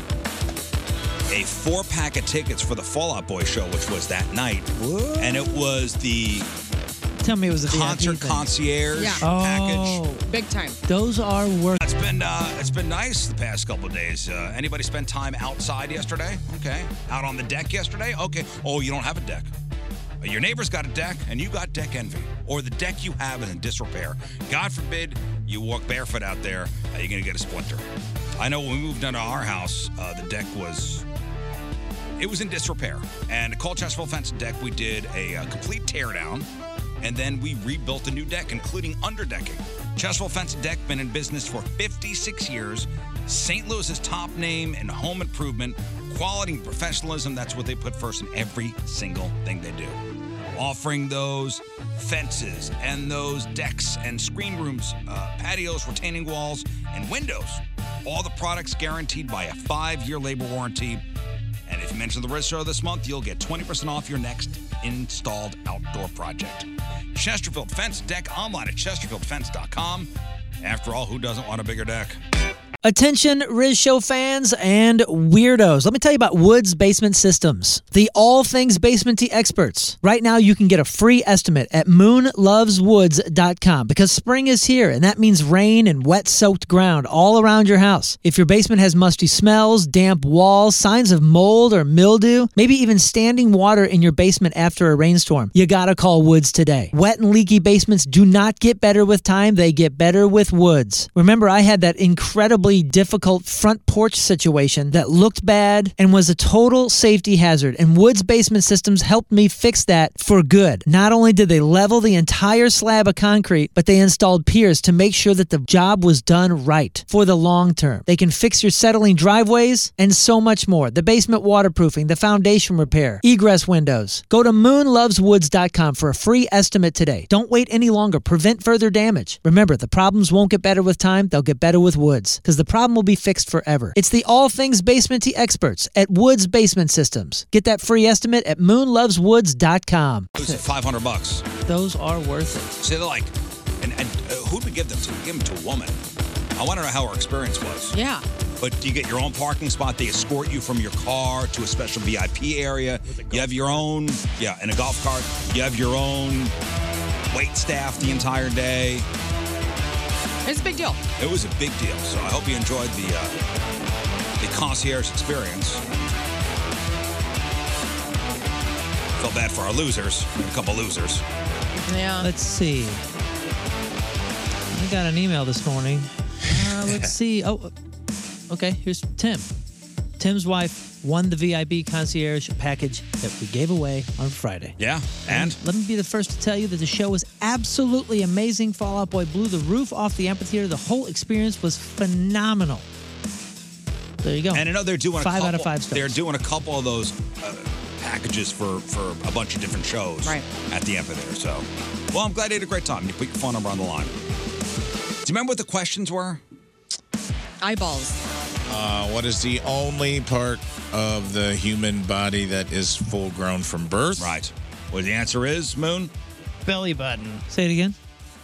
S1: a four pack of tickets for the Fallout Boy show, which was that night. And it was the
S3: Tell me it was a VIP
S1: concert
S3: thing.
S1: concierge
S3: Yeah.
S1: package.
S3: Oh.
S2: Big time.
S3: Those are worth.
S1: It's been uh, it's been nice the past couple of days. Uh, anybody spend time outside yesterday? Okay. Out on the deck yesterday? Okay. Oh, you don't have a deck. Uh, Your neighbor's got a deck, and you got deck envy, or the deck you have is in disrepair. God forbid you walk barefoot out there. Uh, you're gonna get a splinter. I know when we moved into our house, uh, the deck was it was in disrepair. And at Colchesterville Fence and Deck, we did a uh, complete teardown, and then we rebuilt a new deck, including underdecking. Chesterfield Fence and Deck been in business for 56 years. St. Louis's top name in home improvement, quality, and professionalism. That's what they put first in every single thing they do. Offering those fences and those decks and screen rooms, uh, patios, retaining walls, and windows. All the products guaranteed by a five-year labor warranty. And if you mention the Red Show this month, you'll get 20% off your next installed outdoor project. Chesterfield Fence Deck online at chesterfieldfence.com. After all, who doesn't want a bigger deck?
S3: Attention, Riz Show fans and weirdos. Let me tell you about Woods Basement Systems, the all things basement tea experts. Right now, you can get a free estimate at moonloveswoods.com because spring is here, and that means rain and wet soaked ground all around your house. If your basement has musty smells, damp walls, signs of mold or mildew, maybe even standing water in your basement after a rainstorm, you gotta call Woods today. Wet and leaky basements do not get better with time, they get better with Woods. Remember, I had that incredibly difficult front porch situation that looked bad and was a total safety hazard, and Woods Basement Systems helped me fix that for good. Not only did they level the entire slab of concrete, but they installed piers to make sure that the job was done right for the long term. They can fix your settling driveways and so much more. The basement waterproofing, the foundation repair, egress windows. Go to moonloveswoods.com for a free estimate today. Don't wait any longer. Prevent further damage. Remember, the problems won't get better with time, they'll get better with Woods because the problem will be fixed forever. It's the all things basement tea experts at Woods Basement Systems. Get that free estimate at moonloveswoods.com.
S1: It was 500 bucks.
S3: Those are worth it.
S1: See, they're like, and, and uh, who'd we give them to? We give them to a woman. I want to know how her experience was.
S2: Yeah.
S1: But do you get your own parking spot? They escort you from your car to a special VIP area. You have your own, yeah, in a golf cart. You have your own wait staff the entire day.
S2: It's a big deal.
S1: It was a big deal. So I hope you enjoyed the uh, the concierge experience. Felt bad for our losers. A couple losers.
S2: Yeah.
S3: Let's see. I got an email this morning. Uh, let's see. Oh, okay. Here's Tim. Tim's wife won the VIB concierge package that we gave away on Friday.
S1: Yeah. And
S3: Let me be the first to tell you that the show was absolutely amazing. Fall Out Boy blew the roof off the amphitheater. The whole experience was phenomenal. There you go.
S1: And I know they're doing a
S3: five
S1: couple,
S3: out of five stars.
S1: They're doing a couple of those uh, packages for for a bunch of different shows
S3: Right.
S1: at the amphitheater. So, well, I'm glad you had a great time. You put your phone number on the line. Do you remember what the questions were?
S2: Eyeballs.
S4: Uh, what is the only part of the human body that is full grown from birth?
S1: Right. Well, the answer is Moon.
S3: Belly button. Say it again.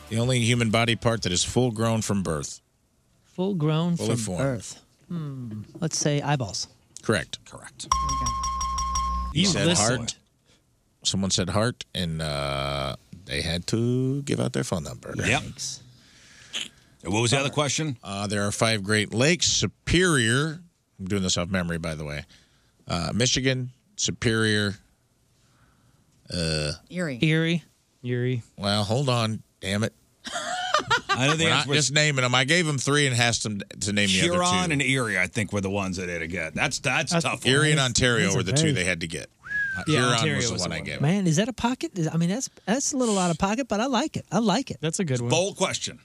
S4: The only human body part that is full grown from birth.
S3: Full grown
S4: Fully
S3: from
S4: formed.
S3: Earth. Hmm. Let's say eyeballs.
S4: Correct.
S1: Correct.
S4: You
S3: You
S4: said
S3: listened.
S4: heart. Someone said heart, and uh, they had to give out their phone number.
S1: Yep. What was the other question?
S4: Uh, there are five Great Lakes. Superior. I'm doing this off memory, by the way. Uh, Michigan, Superior. Uh,
S2: Erie.
S3: Erie.
S4: Erie. Well, hold on. Damn it.
S1: I know the
S4: We're not
S1: answer was-
S4: just naming them. I gave them three and asked them to name the other two.
S1: Huron and Erie, I think, were the ones that they had to get. That's that's,
S4: That's-
S1: tough.
S4: Erie and Ontario Those are were the two very- they
S1: had to get.
S4: Yeah, Huron Ontario was the was one the I one. gave.
S3: Man, is that a pocket? Is- I mean, that's that's a little out of pocket, but I like it. I like it.
S7: That's a good
S1: Bold question.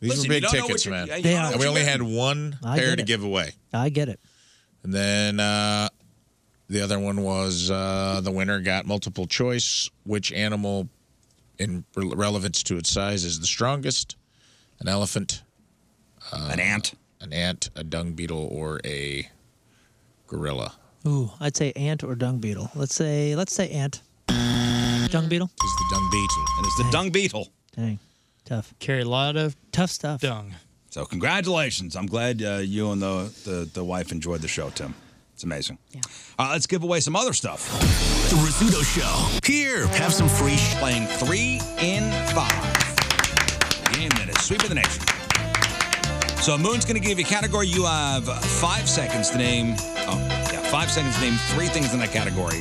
S4: These
S1: Listen,
S4: were
S1: you
S4: big
S1: don't know
S4: tickets,
S1: what
S4: man.
S1: you- yeah, you They don't know are. what
S4: we
S1: you
S4: only
S1: get.
S4: had one
S3: I
S4: pair
S3: get
S4: to
S3: it.
S4: give away.
S3: I get it.
S4: And then uh, the other one was uh, the winner got multiple choice. Which animal, in re- relevance to its size, is the strongest? An elephant, uh,
S1: an ant,
S4: an ant, a dung beetle, or a gorilla?
S3: Ooh, I'd say ant or dung beetle. Let's say let's say ant. Dung beetle.
S4: It's the dung beetle.
S1: And it's the dung beetle.
S3: Dang, tough.
S7: Carry a lot of
S3: tough stuff.
S7: Dung.
S1: So congratulations. I'm glad uh, you and the, the the wife enjoyed the show, Tim. It's amazing. Yeah. Uh, let's give away some other stuff. The Rizzuto Show. Here, have some free sh- playing three in five. Game that is sweep of the nation. So Moon's going to give you a category. You have five seconds to name. Oh, yeah, five seconds to name three things in that category.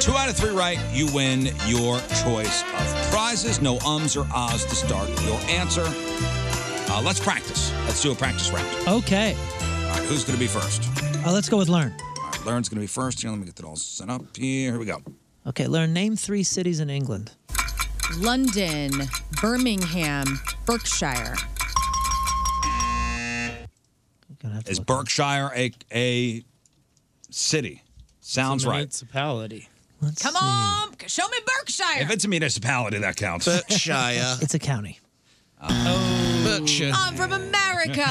S1: Two out of three right, you win your choice of prizes. No ums or ahs to start your answer. Uh, let's practice. Let's do a practice round.
S3: Okay.
S1: All right, who's going to be first?
S3: Oh, let's go with learn.
S1: All right, Lauren's going to be first. Here, let me get that all set up. Here, here we go.
S3: Okay, learn. Name three cities in England.
S2: London, Birmingham, Berkshire.
S1: Is Berkshire a a city? Sounds right.
S7: Municipality.
S2: Come on, show me Berkshire.
S1: If it's a municipality, that counts.
S4: Berkshire.
S3: It's a county.
S1: oh. Berkshire.
S2: I'm from America.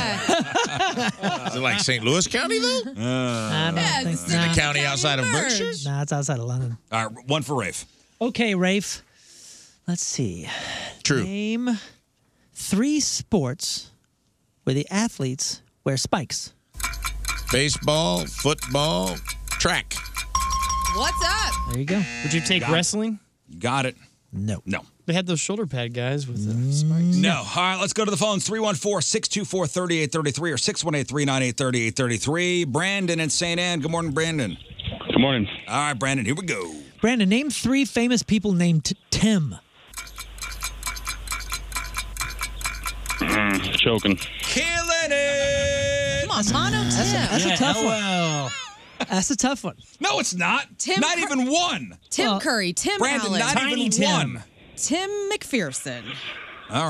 S4: Is it like St. Louis County though?
S3: I don't
S4: Uh,
S3: think
S4: is it the
S3: so.
S4: county outside of Berkshire?
S3: Nah, it's outside of London.
S1: All right, one for Rafe.
S3: Okay, Rafe. Let's see.
S4: True.
S3: Name three sports where the athletes wear spikes.
S4: Baseball, football, track.
S2: What's up?
S3: There you go.
S7: Would you take
S1: Got it.
S7: wrestling?
S1: Got it.
S3: No.
S1: No. Mm.
S7: They had those shoulder pad guys with the spikes.
S1: No. All right, let's go to the phones 314 624 3833 or 618 398 3833. Brandon in St. Anne. Good morning, Brandon. Good morning. All right, Brandon, here we go.
S3: Brandon, name three famous people named Tim.
S15: choking.
S1: Killing it.
S2: Come on, Mono Tim.
S3: That's a, that's a tough
S9: uh,
S3: one. That's a tough one.
S1: No, it's not.
S2: Tim
S1: not
S2: Cur-
S1: even one.
S2: Tim Curry, Tim
S1: Brandon,
S2: Allen,
S1: not Tiny even Tim. one.
S2: Tim McPherson.
S1: All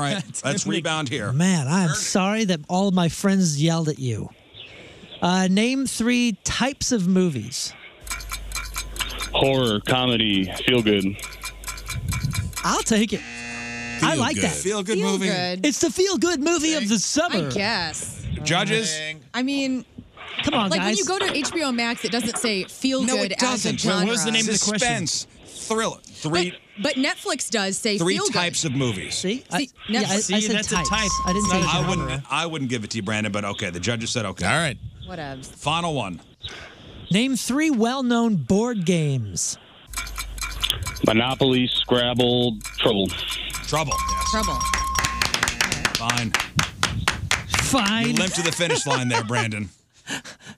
S1: right, let's rebound here.
S3: Man, I'm sorry that all of my friends yelled at you. Uh, name three types of movies.
S15: Horror, comedy, feel good.
S3: I'll take it. I
S15: Feel
S3: like
S15: good.
S3: that.
S15: Feel
S1: good
S15: Feel movie.
S2: good.
S3: It's the feel good movie of the summer.
S2: I guess.
S1: Judges?
S2: I mean,
S3: Come on,
S2: like when
S3: guys.
S2: you go to HBO Max, it doesn't say feel
S1: No,
S2: good.
S1: it doesn't.
S2: As a genre.
S1: Suspense, thriller, three,
S2: But Netflix does say
S1: three
S2: feel
S1: types of movies.
S3: See,
S2: See, Netflix- See, that's a type.
S3: I didn't say
S1: I
S3: genre.
S1: wouldn't. I wouldn't give it to you, Brandon. But okay, the judges said okay. All
S4: right.
S2: good. Whatevs.
S1: Final one.
S3: Name three well known board games.
S15: Monopoly, Scrabble, Trouble.
S1: Trouble.
S2: Trouble.
S1: Fine.
S3: Fine.
S1: You limped to the finish line there, Brandon.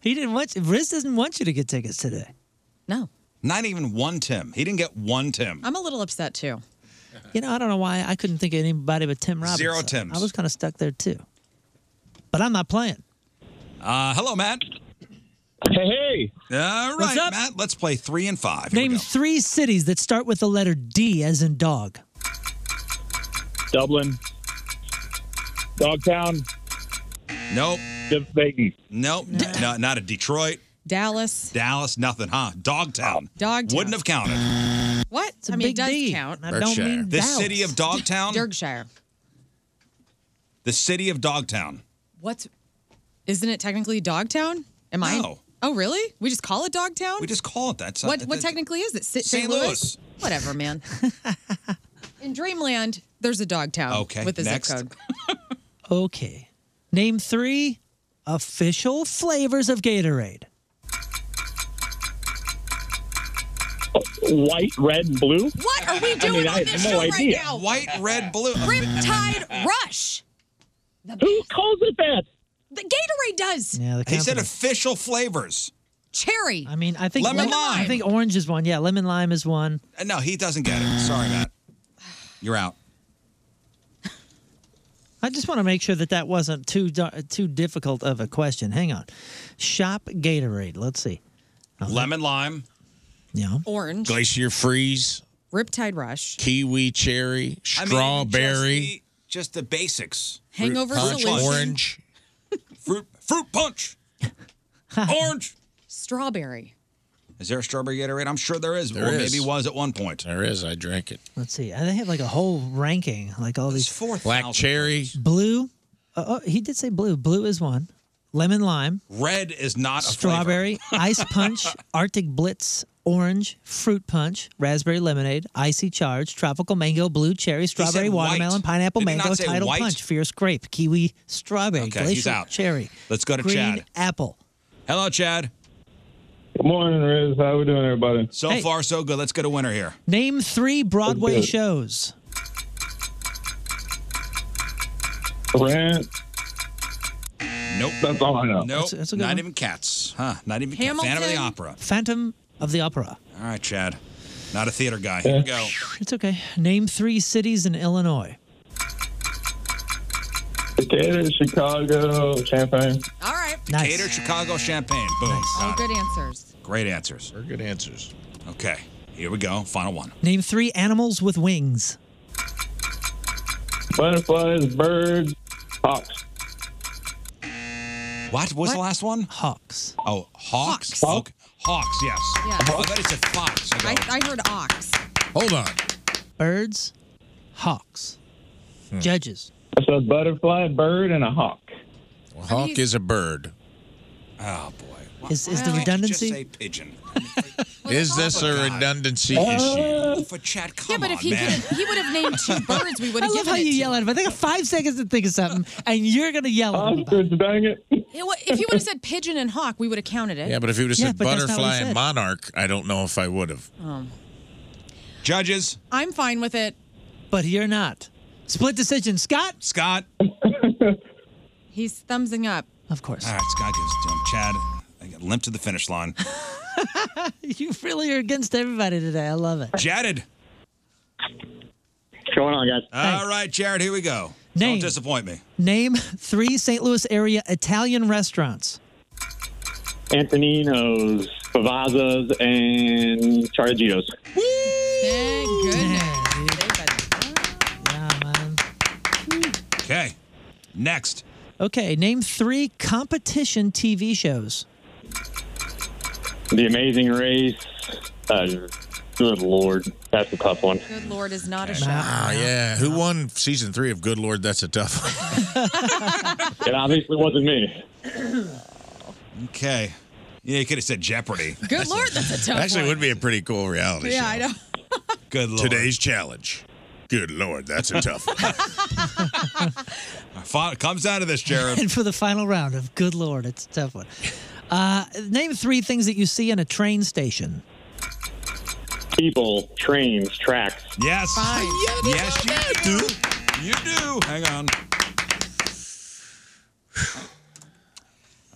S3: He didn't want you, Riz doesn't want you to get tickets today.
S1: Not even one Tim. He didn't get one Tim.
S2: I'm a little upset too.
S3: You know, I don't know why I couldn't think of anybody but Tim Robbins.
S1: Zero Tims.
S3: I was kind of stuck there too. But I'm not playing.
S1: Uh, hello, Matt. Hey, hey. All right,
S3: What's up?
S1: Matt. Let's play three and five. Here we
S3: Name three cities that start with the letter D as in dog.
S15: Dublin, Dogtown.
S1: Nope.
S15: Dayton.
S1: Nope. No, not a Detroit.
S2: Dallas.
S1: Dallas. Nothing, huh? Dogtown.
S2: Dogtown.
S1: Wouldn't have counted.
S2: What? I mean, it does count.
S1: the city of Dogtown.
S2: Derbyshire.
S1: The city of Dogtown.
S2: What's? Isn't it technically Dogtown? Am I?
S1: No.
S2: Oh, really? We just call it Dogtown?
S1: We just call it that. It's-
S2: what?
S1: it's-
S2: What technically is it? Sit-
S1: St. Louis.
S2: Whatever, man. In Dreamland, there's a Dogtown.
S3: Okay,
S2: With a
S3: next.
S2: zip code.
S3: Okay. Name three official flavors of Gatorade.
S15: White, red, and blue.
S2: What are we
S15: I
S2: doing
S15: mean, I
S2: on
S15: have
S2: this
S15: no
S2: show
S15: idea.
S2: right now?
S1: White, red, blue.
S2: Riptide Rush.
S15: Who calls it that?
S2: The Gatorade does.
S1: he said official flavors.
S2: Cherry.
S3: I mean, I think
S1: Lemon lime.
S3: I think orange is one. Yeah, lemon lime is one.
S1: Uh, No, he doesn't get it. Sorry, Matt. You're out.
S3: I just want to make sure that that wasn't too di- too difficult of a question. Hang on. Shop Gatorade. Let's see.
S1: Lemon lime.
S3: Yeah.
S2: Orange.
S4: Uh-huh. Glacier freeze,
S2: Riptide Rush.
S4: kiwi cherry,
S1: I mean,
S4: strawberry.
S1: Just the basics.
S2: Hangover
S4: Fruit punch,
S2: solution.
S4: orange.
S1: fruit fruit punch. orange.
S2: Strawberry.
S1: Is there a strawberry Gatorade? I'm sure there is.
S4: There
S1: or
S4: is.
S1: maybe was at one point.
S4: There is. I drank it.
S3: Let's see. Uh, They have like a whole ranking, like all these
S1: four
S4: Black cherry.
S3: blue. Uh, oh, he did say blue. Blue is one. Lemon lime,
S1: Red is not a
S3: strawberry, ice punch, Arctic blitz, orange, fruit punch, raspberry lemonade, icy charge, tropical mango, blue cherry, strawberry,
S1: white.
S3: watermelon, pineapple,
S1: Did he
S3: mango,
S1: not say
S3: tidal
S1: white?
S3: punch, fierce grape, kiwi, strawberry,
S1: Okay, he's
S3: glacier
S1: out.
S3: cherry,
S1: Let's go to
S3: green
S1: Chad.
S3: apple.
S1: Hello, Chad.
S15: Good morning, Riz. How we doing, everybody?
S1: So
S3: Hey.
S1: far, so good. Let's get a winner here.
S3: Name three Broadway
S15: Okay.
S3: shows.
S15: Rent.
S1: Nope.
S15: That's all I know.
S1: Nope.
S3: That's- that's a good
S1: not
S3: one.
S1: even cats. Huh? Not even cats. Phantom of the
S3: Hamilton.
S1: Opera.
S3: Phantom of the Opera.
S1: All right, Chad. Not a theater guy. Here we go.
S3: It's okay. Name three cities in Illinois.
S15: Decatur, Chicago, Oh, Champagne.
S2: All right.
S1: Decatur, Chicago, Champagne. Boom.
S2: All
S1: Got it.
S2: good answers.
S1: Great answers. Very
S4: good answers.
S1: Okay. Here we go. Final one.
S3: Name three animals with wings.
S15: Butterflies, birds, hawks.
S1: What was the last one?
S3: Hawks.
S1: Oh, hawks.
S2: Hawks.
S1: Hawks. Hawks yes.
S2: Yeah.
S1: I thought it said fox. I go,
S2: I, I heard ox.
S4: Hold on.
S3: Birds, hawks.
S1: Hmm.
S3: Judges.
S15: That's a butterfly, bird, and a hawk.
S4: Hawk is a bird.
S1: Oh boy.
S3: Is- is the
S1: Why can't you
S3: redundancy-
S1: Just say pigeon. Oh,
S4: Is this a redundancy issue?
S1: for chat.
S2: yeah, but if he
S4: man.
S2: could, have, he would have named two birds, we would
S3: I
S2: have
S3: love
S2: given
S3: how
S2: it.
S3: you yell at him. I think I have five seconds to think of something, and you're gonna yell at him.
S15: dang it!
S2: Yeah, well, If he would have said pigeon and hawk, we would have counted it.
S4: Yeah, but if he would have said
S2: but that's not what he
S4: butterfly and
S2: said.
S4: monarch, I don't know if I would have.
S2: Um,
S1: Judges.
S2: I'm fine with it.
S3: But you're not. Split decision, Scott.
S1: Scott.
S2: He's thumbsing up.
S3: Of course.
S1: All right, Scott gives it to him. Chad, I got limp to the finish line.
S3: you really are against everybody today. I love it.
S1: Jaded. What's
S15: going on, guys?
S1: All right, Jared, here we go. Don't disappoint me.
S3: Name three St. Louis area Italian restaurants.
S15: Antoninos, Favazas, and Chargitos.
S2: Thank goodness.
S1: Okay. Next.
S3: Okay, name three competition TV shows.
S15: The Amazing Race. Uh, good lord, that's a tough one.
S2: Good Lord is not a show.
S4: Ah, yeah. Who won season three of Good Lord? That's a tough one.
S15: It obviously wasn't me.
S1: Okay. Yeah, you could have said Jeopardy.
S2: Good Lord, that's a tough
S4: Actually, it
S2: one.
S4: would be a pretty cool reality
S2: yeah, I
S4: show.
S2: know.
S1: Good Lord.
S4: Today's challenge. Good Lord, that's a tough one.
S1: Fi- comes out of this, Jared.
S3: And for the final round of Good Lord, it's a tough one. Uh, name three things that you see in a train station.
S15: People, trains, tracks.
S1: Yes. yes, you do. You do. Hang on.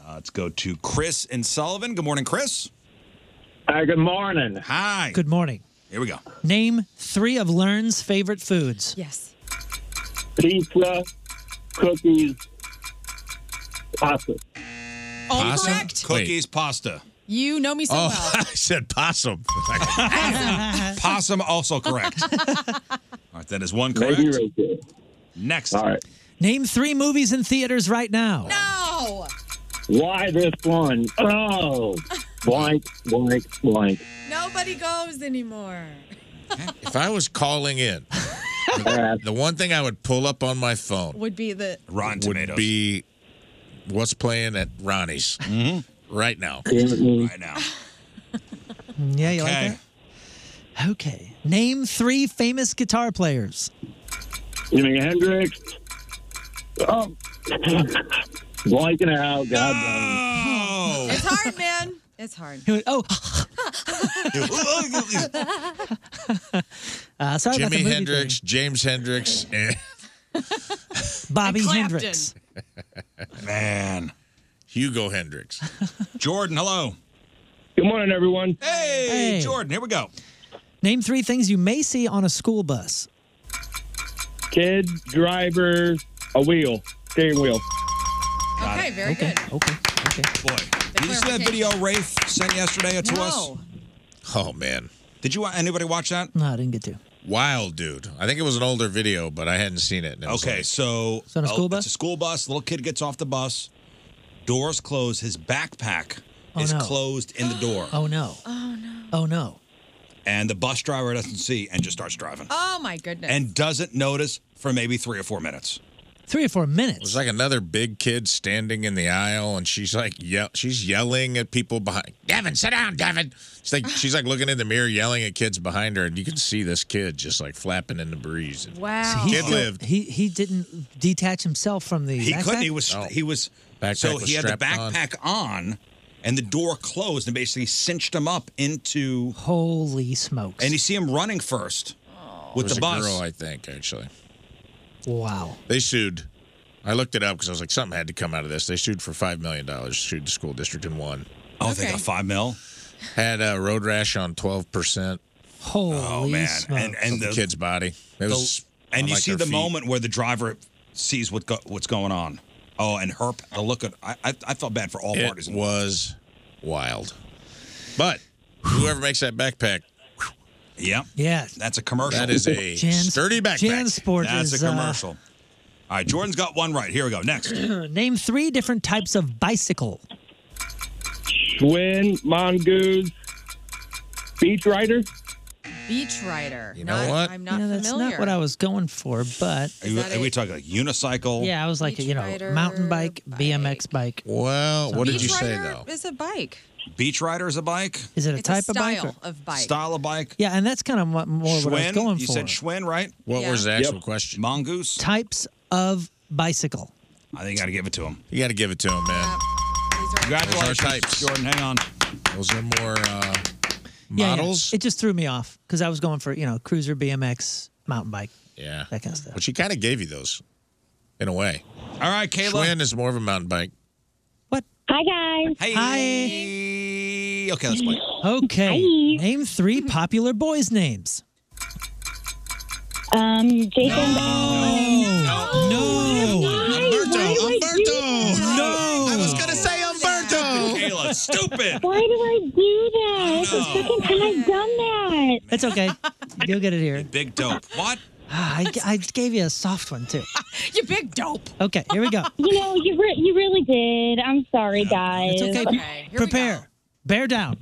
S1: Uh, let's go to Chris and Sullivan. Good morning, Chris.
S15: good morning.
S1: Hi.
S3: Good morning.
S1: Here we go.
S3: Name three of Learn's favorite foods.
S2: Yes.
S15: Pizza, cookies, pasta.
S2: All correct.
S1: Cookies, pasta.
S2: You know me so
S4: Oh,
S2: well.
S1: I said possum. possum also correct. All right, that is one correct. Next. All right.
S3: Name three movies in theaters right now.
S2: No.
S15: Why this one? Oh, blank, blank, blank.
S2: Nobody goes anymore.
S4: if I was calling in, the one thing I would pull up on my phone
S2: Would be the
S4: Rotten would be what's playing at Ronnie's right now.
S1: Mm-hmm. right now.
S3: Yeah, you like that? Okay. Name three famous guitar players.
S15: Jimi Hendrix. Oh, blanking out. God
S1: Oh.
S2: It's hard, man. It's hard.
S3: Who- Oh, uh, sorry about the
S4: Jimi
S3: movie
S4: Hendrix, James Hendrix, and
S3: thing. Bobby
S4: And Clapton.
S3: Hendrix.
S1: man,
S4: Hugo Hendrix.
S1: Jordan, hello.
S15: Good morning, everyone.
S1: Hey,
S3: Hey.
S1: Jordan, here we go.
S3: Name three things you may see on a school bus.
S15: Kid, driver, a wheel, steering wheel.
S2: Okay, very good.
S3: Okay, okay.
S1: Boy, did you see that video Rafe sent yesterday to us?
S2: No.
S4: Oh man,
S1: did you uh, anybody watch that?
S3: No, I didn't get to.
S4: Wild dude. I think it was an older video, but I hadn't seen it. and it was
S1: Okay,
S4: like-
S1: so
S4: It's on a school
S1: bus. Oh, It's a school bus. Little kid gets off the bus. Doors close. His backpack
S3: Oh,
S1: is
S3: no.
S1: closed in the door,
S3: Oh no.
S2: Oh no.
S3: Oh no.
S1: and the bus driver doesn't see and just starts driving,
S2: Oh my goodness.
S1: and doesn't notice for maybe three or four minutes.
S3: Three or four minutes.
S4: It was like another big kid standing in the aisle, and she's like, yell, she's yelling at people behind. Devin, sit down, Devin. She's like, she's like looking in the mirror, yelling at kids behind her, and you can see this kid just like flapping in the breeze.
S2: Wow.
S4: Kid lived.
S3: He he didn't detach himself from the.
S1: He
S3: backpack?
S1: couldn't. He was. He was.
S4: Oh. Backpack
S1: so
S4: was
S1: he had the
S4: strapped on.
S1: backpack on. and the door closed, and basically cinched him up into.
S3: Holy smokes! Oh.
S1: And you see him running first
S4: It
S1: with
S4: was
S1: the
S4: a
S1: bus.
S4: girl, I think actually.
S3: Wow.
S4: They sued. I looked it up because I was like, something had to come out of this. They sued for five million dollars. Sued the school district and won.
S1: Oh, they Okay. got five mil.
S4: Had a road rash on twelve percent.
S3: Holy
S1: oh man! And and
S4: the,
S1: the,
S4: kid's body. It was.
S1: the- and
S4: on,
S1: you
S4: like,
S1: see
S4: her
S1: the
S4: feet.
S1: moment where the driver sees what go, what's going on. Oh, and her the look at I I, I felt bad for all
S4: It
S1: parties.
S4: was wild. But whoever makes that backpack,
S1: Yep.
S3: Yeah.
S1: That's a commercial.
S4: That is a Jan- sturdy backpack.
S3: JanSport
S1: That's
S3: is,
S1: a
S3: uh,
S1: commercial. All right, Jordan's got one right. Here we go. Next.
S3: Name three different types of bicycle.
S15: Schwinn, Mongoose, Beach Rider.
S2: Beach rider.
S3: You
S2: Not-
S3: know what?
S2: I'm not
S3: you know, that's
S2: familiar.
S3: not what I was going for, but
S1: Are, you- are we talking like unicycle?
S3: yeah, I was like, you know, mountain bike, BMX bike.
S4: Well,
S2: Beach rider is a bike.
S1: Beach rider is a bike.
S3: Is it a It's a type of bike style or-
S2: of bike.
S1: Style of bike.
S3: Yeah, and that's kind of what- more what I was
S1: Schwinn.
S3: going
S1: you
S3: for.
S1: said Schwinn, right?
S3: What Yeah. was the actual
S1: question? Mongoose.
S3: Types of bicycle.
S1: I think you got to give it to him.
S4: You got to give it to him, man.
S1: Congratulations, Jordan. Hang on.
S4: Those are more uh,
S3: Yeah, yeah.
S4: models.
S3: It just threw me off because I was going for, you know, cruiser, BMX, mountain bike.
S4: Yeah.
S3: That kind of stuff.
S4: But she kind of gave you those in a way.
S1: All right, Kayla.
S4: Schwinn is more of a mountain bike.
S16: Hi guys.
S1: Hi. Okay, let's play.
S3: Okay. Name three popular boys' names.
S16: Um, Jason.
S3: No. No.
S16: Umberto. Umberto.
S3: No.
S16: I was gonna say Umberto.
S1: Kayla, stupid. Oh,
S16: Why do I do that? It's the second time I've done that.
S3: It's okay. You'll get it here.
S1: Big dope. What?
S3: Ah, I, I gave you a soft one, too.
S2: you big dope.
S3: Okay, here we go.
S16: You know, you re- you really did. I'm sorry, guys.
S3: It's okay. Prepare. Bear down.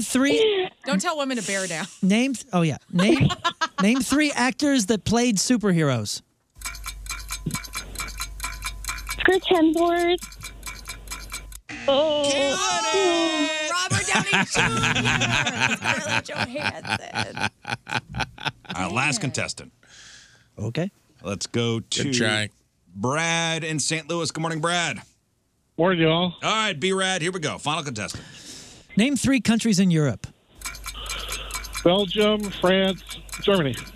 S3: three.
S2: Don't tell women to bear down.
S3: Name. Oh yeah. Name. name three actors that played superheroes.
S16: Chris Hemsworth. Oh.
S2: Robert
S1: Downey
S16: Johansson.
S1: Our last contestant.
S3: Okay.
S1: Let's go to
S4: try.
S1: Brad in St. Louis. Good morning, Brad.
S16: Morning, y'all.
S1: All right, B Rad, here we go. Final contestant.
S3: Name three countries in Europe.
S16: Belgium, France, Germany.
S1: You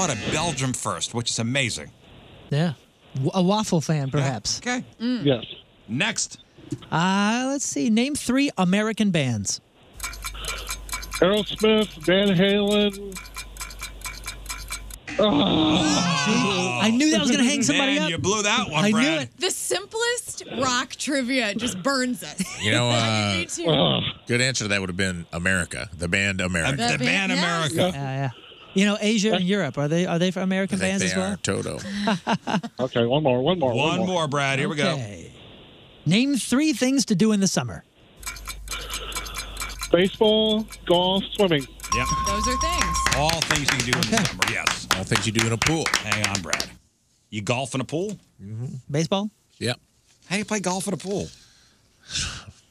S1: thought of Belgium first, which is amazing.
S3: Yeah. W- A waffle fan, perhaps.
S1: Okay.
S3: Mm.
S16: Yes.
S1: Next.
S3: Uh, let's see. Name three American bands.
S16: Aerosmith, Van Halen. Oh.
S3: I knew that was gonna hang somebody
S1: Man,
S3: up.
S1: You blew that one,
S3: I knew
S1: Brad.
S3: it.
S2: The simplest rock trivia just burns us.
S4: You know,
S2: Me too.
S4: uh, good answer to that would have been America, the band America.
S2: The The band band, yes. America.
S3: Yeah, yeah. You know, Asia and Europe are they are they for American bands
S4: They
S3: as well?
S4: are Toto.
S16: okay, one more, one more,
S1: One more, Brad. Here we go.
S3: Okay. Name three things to do in the summer.
S16: Baseball, golf, swimming.
S1: Yep.
S2: Those are things.
S1: All things you can do in the summer. Yes.
S4: All things you do in a pool.
S1: Hang on, Brad. You golf in a pool?
S4: Mm-hmm.
S3: Baseball.
S4: Yep.
S1: How do you play golf in a pool?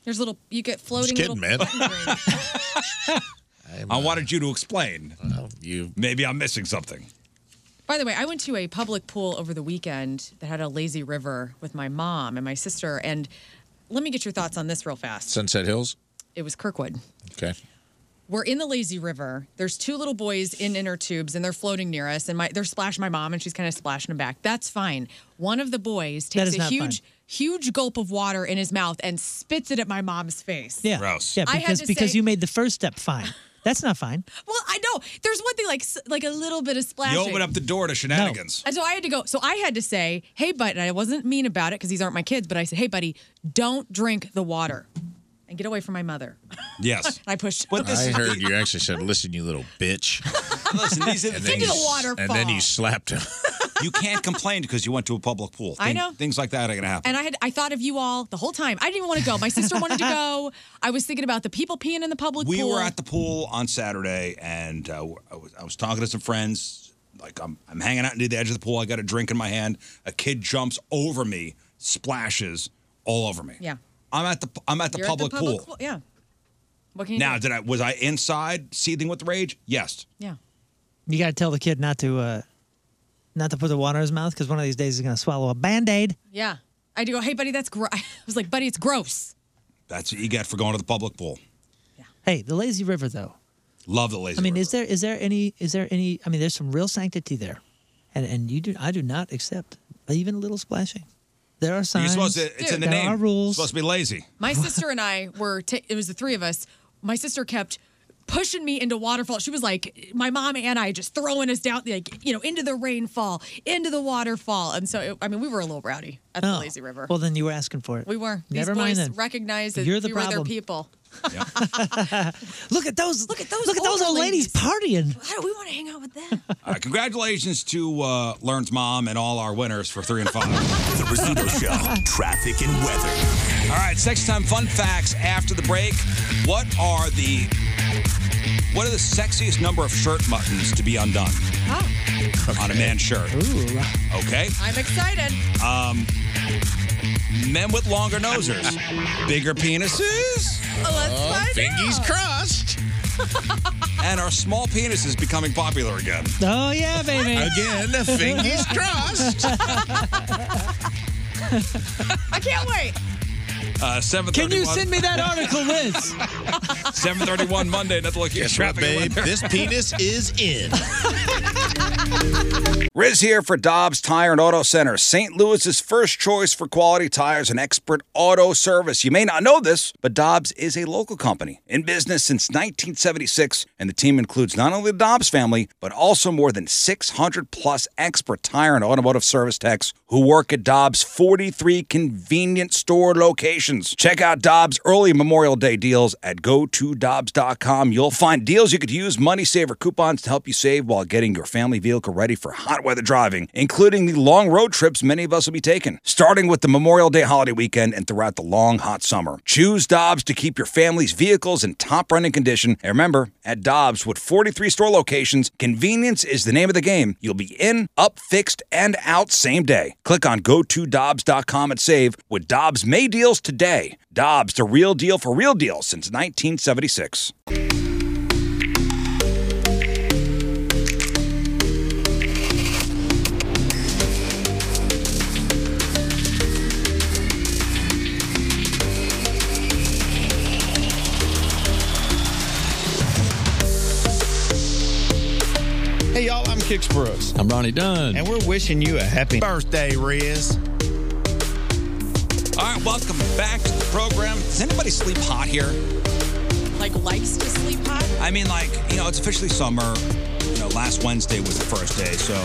S2: There's little. You get floating
S1: kidding, man.
S2: little. man.
S1: I wanted you to explain. you maybe I'm missing something.
S4: Oh.
S2: By the way, I went to a public pool over the weekend that had a lazy river with my mom and my sister. And let me get your thoughts on this real fast.
S4: Sunset Hills.
S2: It was Kirkwood.
S4: Okay.
S2: We're in the lazy river. There's two little boys in inner tubes, and they're floating near us. And my, they're splashing my mom, and she's kind of splashing them back. That's fine. One of the boys
S3: That
S2: takes
S3: is
S2: a
S3: not
S2: huge,
S3: fine.
S2: huge gulp of water in his mouth and spits it at my mom's face.
S3: Yeah. Yeah,
S2: I had
S3: because
S2: to
S3: because
S2: say-
S3: you made the first step fine. That's not fine.
S2: Well, I know. There's one thing like s- like a little bit of splashing.
S1: You open up the door to shenanigans.
S2: And so I had to go. So I had to say, "Hey, buddy," and I wasn't mean about it because these aren't my kids. But I said, "Hey, buddy, don't drink the water, and get away from my mother."
S1: Yes.
S2: And I pushed.
S1: But
S4: I heard you actually said, "Listen, you little bitch."
S1: Listen, these are the
S4: And then
S1: things.
S4: you s- And then you slapped him.
S1: you can't complain because you went to a public pool.
S2: I know.
S1: Things like that are going to happen.
S2: And I had I thought of you all the whole time. I didn't even want to go. My sister wanted to go. I was thinking about the people peeing in the public
S1: we
S2: pool.
S1: were at the pool on Saturday, and uh, I, was, I was talking to some friends. Like I'm, I'm hanging out near the edge of the pool. I got a drink in my hand. A kid jumps over me, splashes all over me.
S2: yeah.
S1: I'm at the I'm at the,
S2: You're
S1: public, pool.
S2: Yeah. What can you
S1: Now,
S2: do?
S1: did I was I inside seething with rage? Yes.
S2: Yeah.
S3: You got to tell the kid not to uh, not to put the water in his mouth because one of these days he's going to swallow a band aid.
S2: Yeah. I had to go. Hey, buddy, that's gross. I was like, buddy, it's gross.
S1: That's what you get for going to the public pool.
S3: Hey, the lazy river though.
S1: Love the lazy.
S3: I mean, is there is there any is there any? I mean, there's some real sanctity there, and and you do I do not accept even a little splashing. There are
S1: You're
S3: signs.
S1: supposed to, it's in the
S3: there
S1: name.
S3: are rules.
S1: Supposed to be lazy.
S2: My sister and I were, ta it was the three of us. My sister kept pushing me into waterfall. She was like, my mom and I just throwing us down, like, you know, into the rainfall, into the waterfall. And so, it, I mean, we were a little rowdy at the
S3: Oh.
S2: lazy river.
S3: Well, then you were asking for it.
S2: we were. These
S3: Never
S2: boys
S3: mind then.
S2: recognized that
S3: You're the
S2: we were
S3: problem.
S2: their people.
S3: look at those. Look
S2: at those.
S3: Look at those
S2: older
S3: old ladies partying.
S2: How do we want to hang out with them?
S1: All right, congratulations to uh, Learn's mom and all our winners for three and five. the Rizzuto Show, traffic and weather. All right, sex time fun facts after the break. What are the what are the sexiest number of shirt buttons to be undone on a man's shirt?
S3: Ooh.
S1: Okay.
S2: I'm excited.
S1: Um, Men with longer noses, bigger penises,
S12: let's find
S1: fingies Oh, crossed, and are small penises becoming popular again?
S3: Oh yeah, baby.
S1: Again, fingers
S12: crossed.
S2: I can't wait.
S1: Uh, Seven
S3: Can you send me that article, Liz?
S1: 731 Monday. Nothing like Guess
S4: what, babe? This penis
S1: is in. Riz here for Dobbs Tire and Auto Center, St. Louis's first choice for quality tires and expert auto service. You may not know this, but Dobbs is a local company in business since 1976, and the team includes not only the Dobbs family, but also more than 600 plus expert tire and automotive service techs who work at Dobbs' 43 convenient store locations. Check out Dobbs' early Memorial Day deals at gotodobbs.com. You'll find deals you could use, money saver coupons to help you save while getting your family vehicle ready for hot weather driving, including the long road trips many of us will be taking, starting with the Memorial Day holiday weekend and throughout the long, hot summer. Choose Dobbs to keep your family's vehicles in top running condition. And remember, at Dobbs, with 43 store locations, convenience is the name of the game. You'll be in, up, fixed, and out same day. Click on gotodobbs.com and save with Dobbs May deals today. Dobbs, the real deal for real deals since 1976.
S17: Hey, y'all, I'm Kix Brooks. I'm Ronnie Dunn. And we're wishing you a happy birthday, Riz.
S1: All right, welcome back to the program. Does anybody sleep hot here?
S2: Like likes to sleep hot.
S1: I mean, like, you know, it's officially summer. You know, last Wednesday was the first day, so.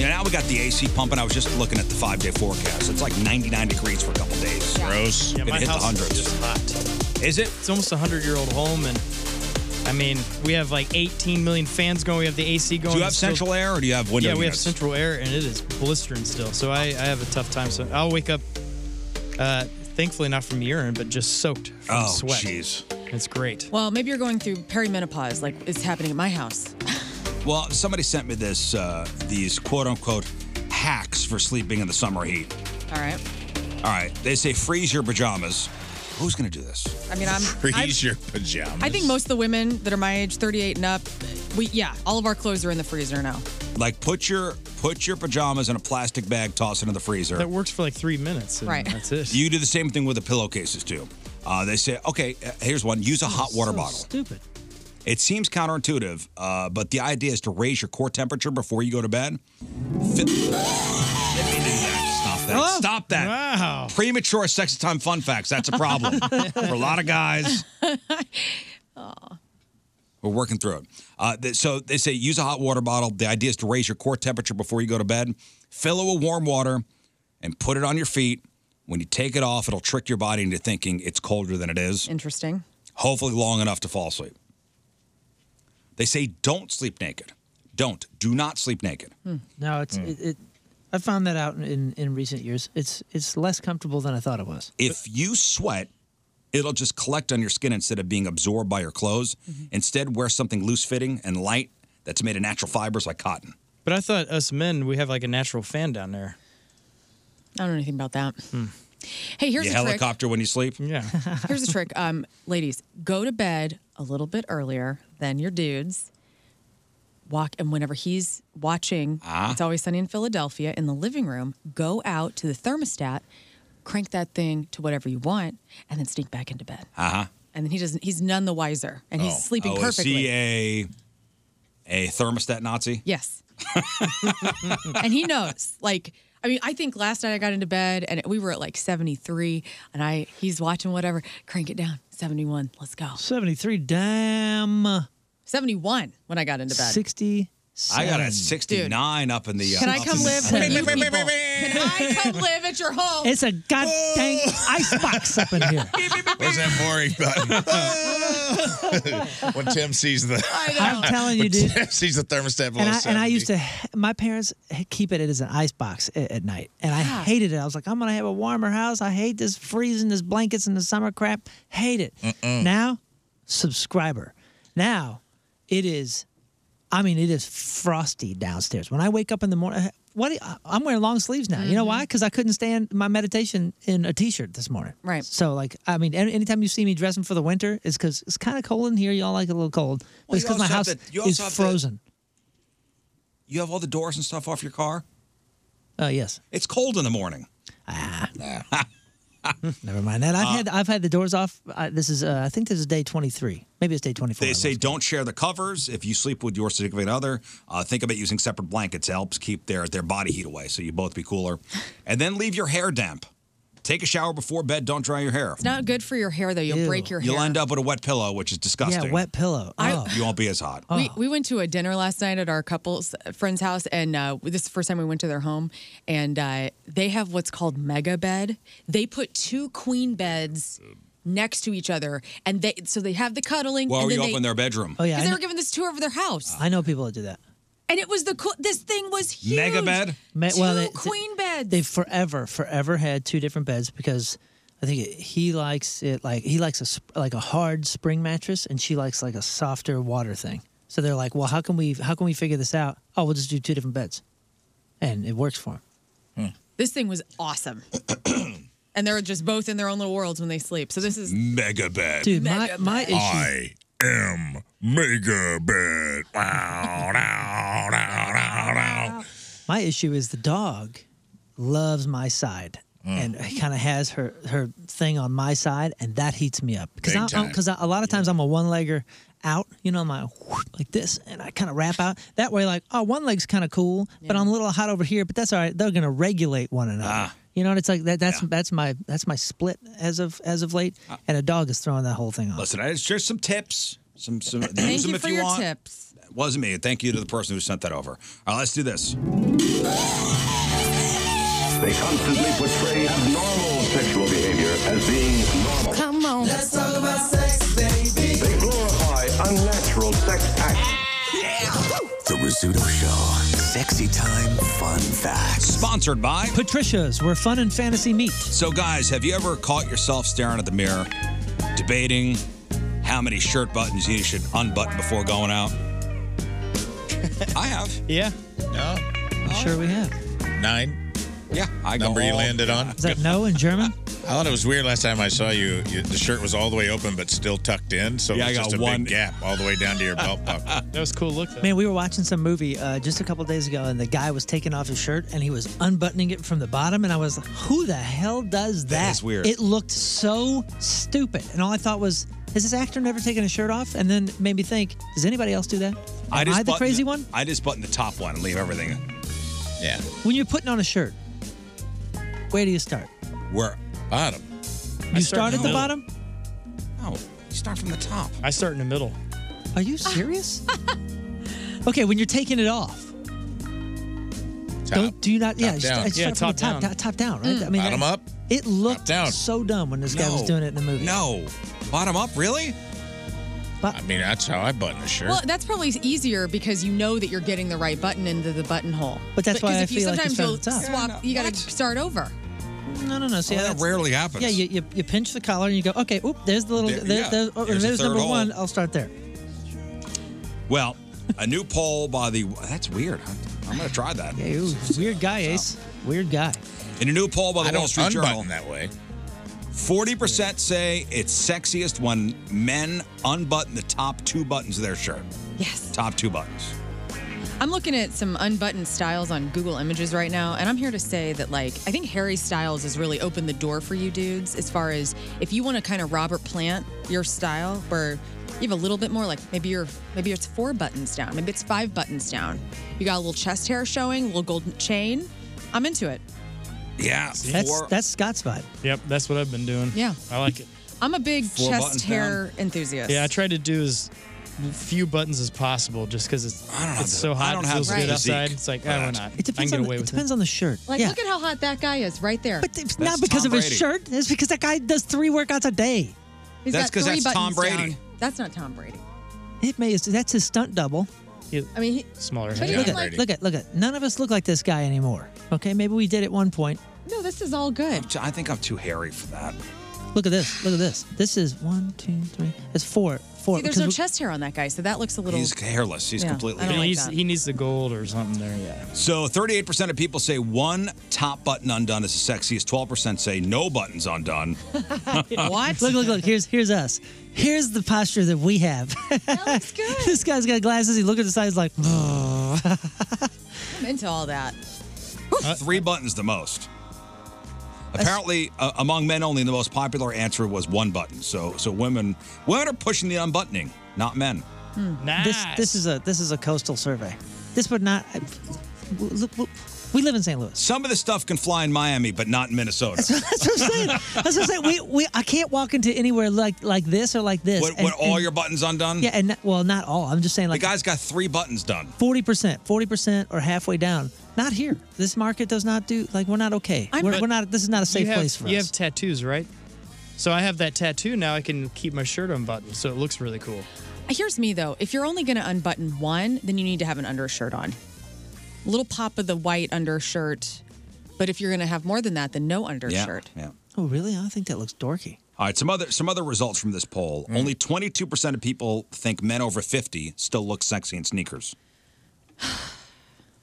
S1: You know, now we got the AC pumping. I was just looking at the five day forecast. It's like 99 degrees for a couple days. Gross.
S7: Yeah,
S1: Gonna
S7: my
S1: hit
S7: house
S1: the hundreds.
S7: is just hot.
S1: Is it?
S7: It's almost a hundred-year-old home, and I mean, we have like 18 million fans going. We have the AC going.
S1: do you have
S7: It's still-
S1: central air or do you have window
S7: Yeah, we have
S1: units?
S7: central air, and it is blistering still. So I, I have a tough time. So I'll wake up, uh, thankfully not from urine, but just soaked from
S1: Oh,
S7: sweat.
S1: jeez.
S7: It's great.
S2: Well, maybe you're going through perimenopause, like it's happening at my house.
S1: Well, somebody sent me this, uh, these quote unquote hacks for sleeping in the summer heat.
S2: All right.
S1: All right, they say freeze your pajamas. Who's gonna do this?
S2: I mean, I'm.
S1: Freeze
S2: I've-
S1: your pajamas.
S2: I think most of the women that are my age, 38 and up, we yeah, all of our clothes are in the freezer now.
S1: like put your put your pajamas in a plastic bag, toss it in the freezer.
S7: That works for like three minutes. and
S2: Right.
S7: That's it.
S1: You do the same thing with the pillowcases too. Uh, they say, okay, uh, here's one. Use a hot water
S7: So
S1: bottle.
S7: Stupid.
S1: It seems counterintuitive, uh, but the idea is to raise your core temperature before you go to bed. Fi- Let me do that. Stop that. Stop that. Wow. Premature sex time fun facts. That's a problem for a lot of guys. We're working through it. Uh, th- so they say use a hot water bottle. The idea is to raise your core temperature before you go to bed. Fill it with warm water and put it on your feet. When you take it off, it'll trick your body into thinking it's colder than it is.
S2: Interesting.
S1: Hopefully, long enough to fall asleep. They say don't sleep naked. Don't. Do not sleep naked.
S2: Hmm.
S3: No,
S1: Hmm.
S3: it's it, it. I found that out in in recent years. It's it's less comfortable than I thought it was.
S1: If you sweat, it'll just collect on your skin instead of being absorbed by your clothes.
S2: Mm-hmm.
S1: Instead, wear something loose fitting and light that's made of natural fibers like cotton.
S7: But I thought us men, we have like a natural fan down there.
S2: I don't know anything about that. Hey, here's
S1: you
S2: a trick.
S1: Hmm.
S2: Mm-hmm.
S1: helicopter when you sleep.
S7: Yeah.
S2: Here's a trick. Um, ladies, go to bed a little bit earlier than your dudes. Walk, and whenever he's watching,
S1: Ah.
S2: it's always sunny in Philadelphia in the living room, go out to the thermostat, crank that thing to whatever you want, and then sneak back into bed.
S1: Uh huh.
S2: And then he doesn't, he's none the wiser, and he's sleeping
S1: oh,
S2: perfectly.
S1: Is he a a thermostat Nazi?
S2: Yes. and he knows. Like, I mean, I think last night I got into bed and we were at like 73, and I he's watching whatever. Crank it down. 71. Let's go.
S3: 73 damn
S2: 71 when I got into bed.
S3: sixty.
S1: I got a
S3: Dude.
S1: 69 up in the. Uh,
S2: Can I
S1: up
S2: come
S1: in the-
S2: live with you people? Can I come live at your home?
S3: It's a goddamn icebox up in here.
S2: Oh,
S4: What's that boring button? when Tim sees the,
S2: I
S3: know. I'm telling you,
S4: when
S3: dude.
S4: Tim sees the thermostat below
S3: And I, and I
S4: 70.
S3: used to, my parents keep it as an icebox at, at night. And I
S4: Yeah.
S3: hated it. I was like, I'm going to have a warmer house. I hate this freezing, this blankets and the summer crap. Hate it.
S4: Mm-mm.
S3: Now, subscriber. Now, it is, I mean, it is frosty downstairs. When I wake up in the morning, what? do- I'm wearing long sleeves now. You
S1: Mm-hmm.
S3: know why? Because I couldn't stand my meditation in a t-shirt this morning.
S2: Right.
S3: So like, I mean, any, anytime you see me dressing for the winter, it's because it's kind of cold in here. Y'all like it a little cold. But
S1: Well,
S3: it's
S1: you
S3: because my
S1: also have
S3: house
S1: the- you
S3: is
S1: also have the-
S3: frozen.
S1: You have all the doors and stuff off your car.
S3: Oh yes.
S1: It's cold in the morning.
S2: Ah.
S3: Never mind that. I've
S2: Uh,
S3: had I've had the doors off. I, this is uh, I think this is day 23. Maybe it's day 24.
S1: They say don't share the covers if you sleep with your significant other. Uh, think about using separate blankets. It helps keep their their body heat away, so you both be cooler. And then leave your hair damp. Take a shower before bed. Don't dry your hair.
S2: It's not good for your hair though. You'll break your hair.
S1: You'll end up with a wet pillow, which is disgusting.
S3: wet pillow. Oh.
S1: You won't be as hot.
S2: We, we went to a dinner last night at our couple's friend's house, and uh, this is the first time we went to their home. And uh, they have what's called mega bed. They put two queen beds next to each other, and they so they have the cuddling.
S1: Well,
S2: and
S1: you
S2: then
S1: up in
S2: they,
S1: their bedroom. Ah.
S3: Oh, yeah, I
S2: because they
S3: know-
S2: were giving this tour of their house,
S3: I know people that do that.
S2: and it was the cool. This thing was huge.
S1: Mega bed?
S3: Ma-
S2: two
S3: well, they-
S2: queen beds.
S3: They've forever, forever had two different beds because I think it, he likes it like he likes a sp- like a hard spring mattress, and she likes like a softer water thing. So they're like, well, how can we how can we figure this out? Oh, we'll just do two different beds, and it works for him.
S1: Mm.
S2: This thing was awesome. And they're just both in their own little worlds when they sleep. So this is
S11: Mega bad.
S3: Dude, my my issue.
S11: I am mega bad. Wow, wow, wow, wow, wow.
S3: My issue is the dog loves my side
S1: Mm.
S3: and kind of has her her thing on my side, and that heats me up
S12: Big
S3: because
S12: time.
S3: because a lot of times I'm a one legger out. You know, I'm like, whoosh, like this, and I kind of wrap out that way. Like, oh, one leg's kind of cool, but I'm a little hot over here. But that's all right. They're gonna regulate one another.
S1: Ah.
S3: You know, and it's like that. That's that's my that's my split as of as of late,
S1: Ah.
S3: and a dog is throwing that whole thing off.
S1: Listen, I it's just some tips. Some some use
S2: Thank
S1: them
S2: you
S1: if
S2: for
S1: you
S2: your
S1: want.
S2: tips.
S1: Wasn't me. Thank you to the person who sent that over. All right, let's do this.
S5: They constantly portray abnormal sexual behavior as being normal.
S12: Come on. Let's talk about sex, baby.
S5: They glorify unnatural sex acts.
S18: The Rizzuto Show. Sexy time fun facts.
S1: Sponsored by
S3: Patricia's, where fun and fantasy meet.
S1: So, guys, have you ever caught yourself staring at the mirror, debating how many shirt buttons you should unbutton before going out? I have.
S7: Yeah.
S4: No.
S3: I'm sure we have.
S4: Nine.
S1: Yeah. I go
S4: Number you
S1: all-
S4: landed on.
S3: Is that no in German?
S4: I thought it was weird last time I saw you, you. The shirt was all the way open, but still tucked in. So it
S1: Yeah,
S4: was
S1: I got
S4: just a
S1: one-
S4: big gap all the way down to your belt buckle.
S7: That was cool look.
S3: Man, we were watching some movie uh, just a couple days ago, and the guy was taking off his shirt and he was unbuttoning it from the bottom, and I was like, "Who the hell does that?"
S1: is weird.
S3: It looked so stupid, and all I thought was, "Has this actor never taken a shirt off?" And then it made me think, "Does anybody else do that?"
S1: I
S3: Am
S1: just
S3: I the
S1: button-
S3: crazy one?
S1: I just button the top one and leave everything. Yeah.
S3: When you're putting on a shirt, where do you start?
S1: Where bottom.
S3: You start, at the bottom.
S1: No, you start from the top.
S7: I start in the middle.
S3: Are you serious? okay, when you're taking it off. Don't do you not? Uh, Yeah,
S7: Top down.
S3: you start, you
S7: Yeah,
S3: start from
S7: top
S3: the
S7: down.
S3: top, top down, right?
S1: Mm. Bottom
S3: I-
S1: up.
S3: It looked so dumb when this guy was
S1: No.
S3: doing it in the movie.
S1: No. Bottom up, really?
S3: I
S4: mean, that's how I button a shirt.
S2: Well, that's probably easier because you know that you're getting the right button into the buttonhole.
S3: But that's why
S2: because
S3: I
S2: if you
S3: feel like
S2: sometimes
S3: it's from
S2: you'll
S3: the top.
S2: swap, you got to start over.
S3: No, no, no. See,
S2: Oh, that
S3: that's-
S2: rarely happens.
S3: Yeah, you, you, you pinch the collar and you go, okay, oop, there's the little,
S1: There-
S3: there,
S1: yeah.
S3: there's, oh,
S1: Here's
S3: there's,
S1: the third
S3: number
S1: hole.
S3: one. I'll start there.
S1: Well, a new poll by the. That's weird. I'm going to try that.
S3: Yeah, you- weird guy, Ace. Weird guy.
S1: In a new poll by the
S4: I
S1: Wall
S4: don't
S1: Street Journal,
S4: unbutton that way.
S1: 40% say it's sexiest when men unbutton the top two buttons of their shirt.
S2: Yes.
S1: Top two buttons.
S2: I'm looking at some unbuttoned styles on Google Images right now, and I'm here to say that, like, I think Harry Styles has really opened the door for you dudes as far as if you want to kind of Robert Plant your style, where you have a little bit more, like maybe you're maybe it's four buttons down, maybe it's five buttons down. You got a little chest hair showing, a little golden chain. I'm into it.
S1: Yeah.
S3: That's that's Scott's vibe.
S7: Yep, that's what I've been doing.
S2: Yeah.
S7: I like it.
S2: I'm a big
S7: Four
S2: chest
S7: buttons
S2: hair enthusiast.
S7: Yeah, I try to do as few buttons as possible just because it's it's so hot.
S1: I don't
S7: it
S1: have
S7: feels
S1: the
S7: good
S1: physique
S7: outside. It's like,
S1: for
S7: ah, why
S1: that.
S7: not?
S1: It
S7: I can
S3: depends
S7: get
S3: on the-
S7: away
S3: it
S7: with
S3: depends on the shirt.
S2: Like,
S3: yeah.
S2: look at how hot that guy is right there. But
S3: it's Not because of his shirt. It's because that guy does three workouts a day.
S2: He's
S3: That's
S2: got
S3: 'cause
S2: three
S3: that's Tom
S2: buttons
S3: Brady.
S2: down. That's not Tom Brady.
S3: It may that's his stunt double.
S2: I mean, he,
S7: smaller.
S2: But
S3: Look
S2: even
S3: at,
S2: like-
S3: look at look at none of us look like this guy anymore. Okay, maybe we did at one point.
S2: no, this is all good.
S1: I think I'm too hairy for that.
S3: Look at this. Look at this. This is one, two, three. It's four, four before.
S2: See, there's
S3: because
S2: no
S3: we-
S2: chest hair on that guy, so that looks a little.
S1: He's hairless. He's
S2: Yeah,
S1: completely.
S2: I don't
S1: hairless.
S2: like that.
S7: He needs the gold or something there, yeah.
S1: So 38% of people say one top button undone is the sexiest. 12% say no buttons undone.
S2: what?
S3: Look, look, look. Here's here's us. Here's the posture that we have. That looks good. this guy's got glasses. He look at the side. He's like,
S2: I'm into all that.
S1: Three buttons the most. Apparently, uh, among men only, the most popular answer was one button. So, so women, women are pushing the unbuttoning, not men.
S3: nice. This this is a this is a coastal survey. This would not. I- w- look, w- we live in St. Louis.
S1: Some of the stuff can fly in Miami, but not in Minnesota.
S3: That's, that's what I'm saying. That's what I'm saying. We, we I can't walk into anywhere like like this or like this.
S1: What,
S3: and-
S1: what all
S3: and-
S1: your buttons undone?
S3: Yeah, and not- well, not all. I'm just saying
S1: the
S3: like
S1: guy's got three buttons done.
S3: forty percent, forty percent, or halfway down. Not here. This market does not do like we're not okay. We're, we're not. This is not a safe
S7: you have,
S3: place for
S7: you
S3: us.
S7: have tattoos, right? So I have that tattoo now. I can keep my shirt unbuttoned, so it looks really cool.
S2: Here's me though. If you're only going to unbutton one, then you need to have an undershirt on. A little pop of the white undershirt. But if you're going to have more than that, then no undershirt.
S1: Yeah.
S3: oh, really? I think that looks dorky.
S1: All right, some other some other results from this poll.
S4: Mm.
S1: Only 22% of people think men over 50 still look sexy in sneakers.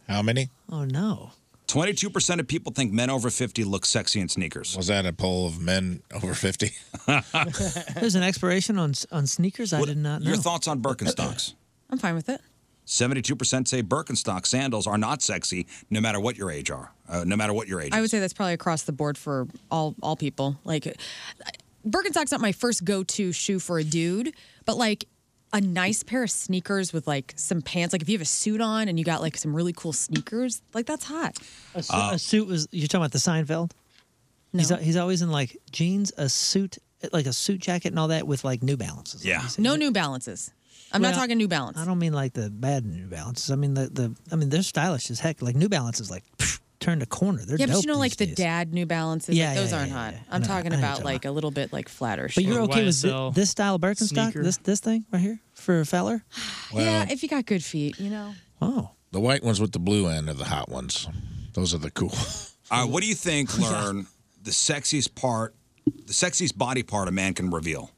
S4: How many?
S3: Oh no.
S1: 22% of people think men over 50 look sexy in sneakers.
S4: Was that a poll of men over 50?
S3: There's an expiration on on sneakers. I did not know.
S1: Your thoughts on Birkenstocks?
S2: I'm fine with it.
S1: 72% say Birkenstock sandals are not sexy no matter what your age are. Uh, no matter what your age.
S2: I would say that's probably across the board for all all people. Like Birkenstock's not my first go-to shoe for a dude, but like a nice pair of sneakers with like some pants. Like if you have a suit on and you got like some really cool sneakers, like that's hot.
S3: A, su-
S1: Uh,
S3: a suit was you're talking about the Seinfeld.
S2: No.
S3: He's, al- he's always in like jeans, a suit, like a suit jacket and all that with like New Balances.
S1: Yeah.
S2: No New Balances. I'm not
S3: Well,
S2: talking New Balance.
S3: I don't mean like the bad New Balances. I mean the, the I mean they're stylish as heck. Like New Balances, like psh, turned a corner. They're
S2: yeah,
S3: dope.
S2: but you know, like the dad New Balances,
S3: Yeah,
S2: like, those
S3: yeah,
S2: aren't
S3: yeah,
S2: hot.
S3: yeah.
S2: I'm
S3: No,
S2: talking
S3: I know what
S2: about
S3: you're
S2: like a little bit like flatter.
S3: but you're
S2: shit.
S3: okay with thi- this style Birkenstock,
S2: sneaker.
S3: this this thing right here for a feller.
S2: yeah, if you got good feet, you know.
S4: The white ones with the blue end are the hot ones. Those are the cool.
S1: All right, Uh, what do you think, Learn, the sexiest part, the sexiest body part a man can reveal?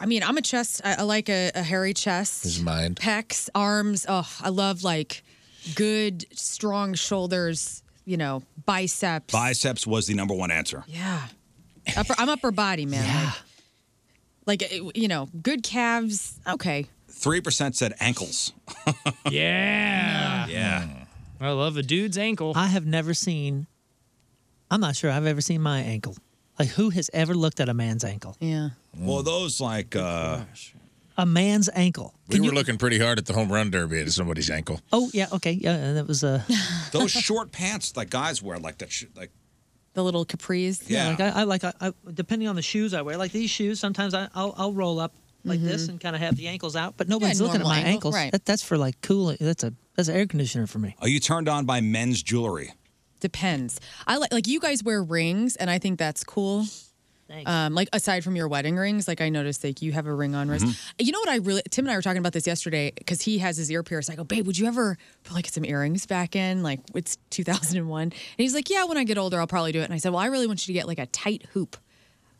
S2: I mean, I'm a chest. I, I like a, a hairy chest.
S4: His mind.
S2: pecs, arms. Oh, I love like good, strong shoulders. You know, biceps.
S1: Biceps was the number one answer.
S2: yeah, upper, I'm upper body man. Like, like it- you know, good calves. Okay,
S1: 3% said ankles.
S7: yeah.
S4: Hmm.
S1: Yeah.
S3: I love a dude's ankle. I have never seen. I'm not sure I've ever seen my ankle. Like who has ever looked at a man's ankle?
S2: Yeah.
S1: Well, those like. Uh,
S3: A man's ankle.
S4: we were looking pretty hard at the home run derby at somebody's ankle.
S3: Oh yeah, okay, yeah, and that was uh,
S1: those short pants that guys wear, like that, sh- like
S2: the little capris.
S3: Yeah, like I, I like I, I depending on the shoes I wear, like these shoes, sometimes I, I'll I'll roll up like this and kind of have the ankles out, but nobody's looking at
S2: Mm-hmm. normal
S3: my
S2: ankle,
S3: ankles.
S2: right.
S3: That, that's for like cool. That's a that's an air conditioner for me.
S1: Are you turned on by men's jewelry?
S2: Depends. I like like you guys wear rings, and I think that's cool. Um, like aside from your wedding rings, like I noticed, like you have a ring on wrist.
S19: Mhm.
S1: Mm-hmm.
S2: You know what I really? Tim and I were talking about this yesterday because he has his ear pierced. I go, babe, would you ever put like some earrings back in? Like it's 2001, and he's like, yeah, when I get older, I'll probably do it. And I said, well, I really want you to get like a tight hoop.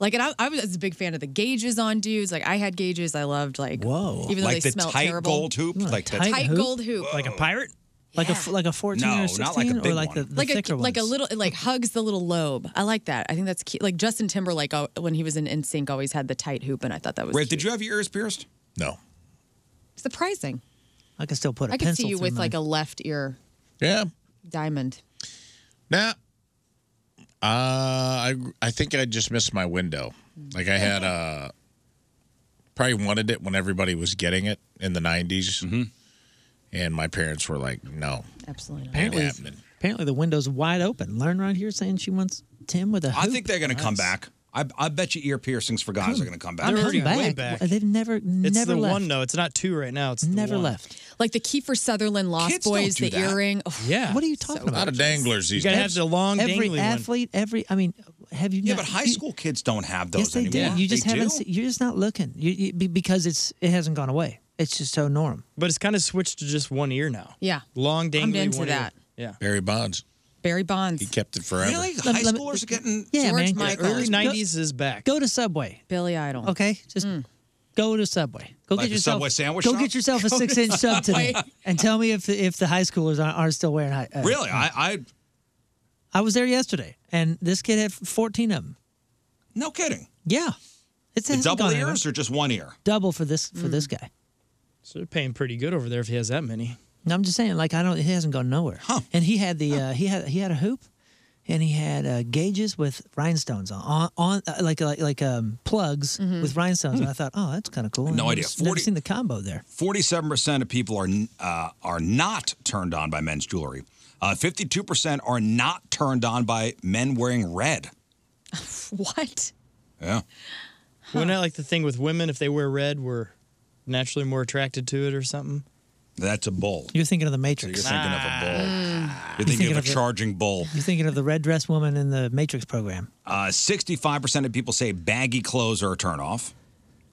S2: Like, and I, I was a big fan of the gauges on dudes. Like I had gauges, I loved. Like whoa, even though
S1: like
S2: they
S1: the
S2: smelled
S1: tight
S2: terrible.
S1: gold hoop, like the
S2: tight, gold hoop,
S1: Like a pirate?
S3: Like a f- like a fourteen
S1: No,
S3: or
S1: not like a
S3: sixteen
S1: big
S3: or like the,
S1: one.
S3: the
S2: like
S3: thicker
S2: a
S3: ones.
S2: like a little it like hugs the little lobe. I like that. I think that's cute. Like Justin Timberlake uh, when he was in NSYNC always had the tight hoop, and I thought that was
S1: Rafe, did you have your ears pierced?
S4: No.
S2: surprising.
S3: I can still put a
S2: I could
S3: pencil
S2: see you
S3: through
S2: with
S3: mine.
S2: like a left ear
S4: Yeah.
S2: diamond.
S4: Nah. Uh, I I think I just missed my window. Like I had uh probably wanted it when everybody was getting it in the 90s. And my parents were like, "No."
S2: Absolutely.
S4: not
S3: Apparently,
S4: happening.
S3: apparently the window's wide open. Learn right here saying she wants Tim with a
S1: I
S3: hoop.
S1: think they're going to come back. I, I bet you ear piercings for guys are going to come back.
S3: Come back. They've never never left.
S7: Oh,
S1: though. It's not two right now. It's
S3: never left.
S2: Like the Kiefer Sutherland Lost
S3: Kids don't
S2: Boys,
S3: do
S2: the
S3: that.
S2: earring. Oh,
S3: Yeah. What are you talking
S4: A lot of danglers these
S3: You gotta have
S4: days.
S3: the long Every dangly one. athlete, every I mean, have you?
S1: Yeah,
S3: not-
S1: but high
S3: you-
S1: school kids don't have those
S3: Yes, they
S1: anymore.
S3: do. You just
S1: They
S3: haven't.
S1: do?
S3: se- you're just not looking. You, you, be- because it's it hasn't gone away. It's just so norm.
S7: But it's kind of switched to just one ear now.
S2: Yeah.
S7: Long dangly
S2: I'm into
S7: one
S2: that.
S7: ear. Yeah.
S4: Barry Bonds.
S2: Barry Bonds.
S4: He kept it forever.
S2: High
S3: Mm,
S1: schoolers are getting
S3: yeah,
S2: George
S3: man.
S2: Michael.
S3: Go-
S7: is back.
S3: Go to Subway.
S2: Billy Idol. Mm.
S3: Okay, just Go to Subway. Go
S1: Like
S3: get
S1: the
S3: yourself
S1: Subway sandwich
S3: Go
S1: shop?
S3: get yourself a
S1: Go to
S3: six inch sub today,
S1: Subway.
S3: and tell me if if the high schoolers aren't, aren't still wearing high. uh,
S1: really? I, I
S3: I was there yesterday, and this kid had 14 of them.
S1: No kidding.
S3: Yeah, it's
S1: the
S3: hasn't
S1: double
S3: gone
S1: ears
S3: anywhere.
S1: or just one ear?
S3: Double for this for this
S1: Mm.
S3: guy.
S7: So they're paying pretty good over there if he has that many.
S3: No, I'm just saying, like I don't. He hasn't gone nowhere. And he had the uh, he had he had a hoop, and he had uh, gauges with rhinestones on on, on uh, like like like um, plugs with rhinestones. And I thought, oh, that's kind of cool.
S1: Mm-hmm. Hmm. No
S3: I've
S1: idea.
S3: just Never
S1: 40
S3: seen the combo there.
S1: Forty-seven percent of people are uh, are not turned on by men's jewelry. Uh, Fifty-two percent are not turned on by men wearing red.
S2: What?
S1: Yeah.
S7: Wasn't that like the thing with women? If they wear red, we're naturally more attracted to it or something?
S1: That's a bull.
S3: You're thinking of the Matrix.
S1: You're thinking of a bull. You're
S3: You're
S1: thinking
S3: thinking
S1: of a
S3: of the-
S1: charging bull.
S3: You're thinking of the red dress woman in the Matrix program.
S1: Uh, Sixty-five percent of people say baggy clothes are a turnoff.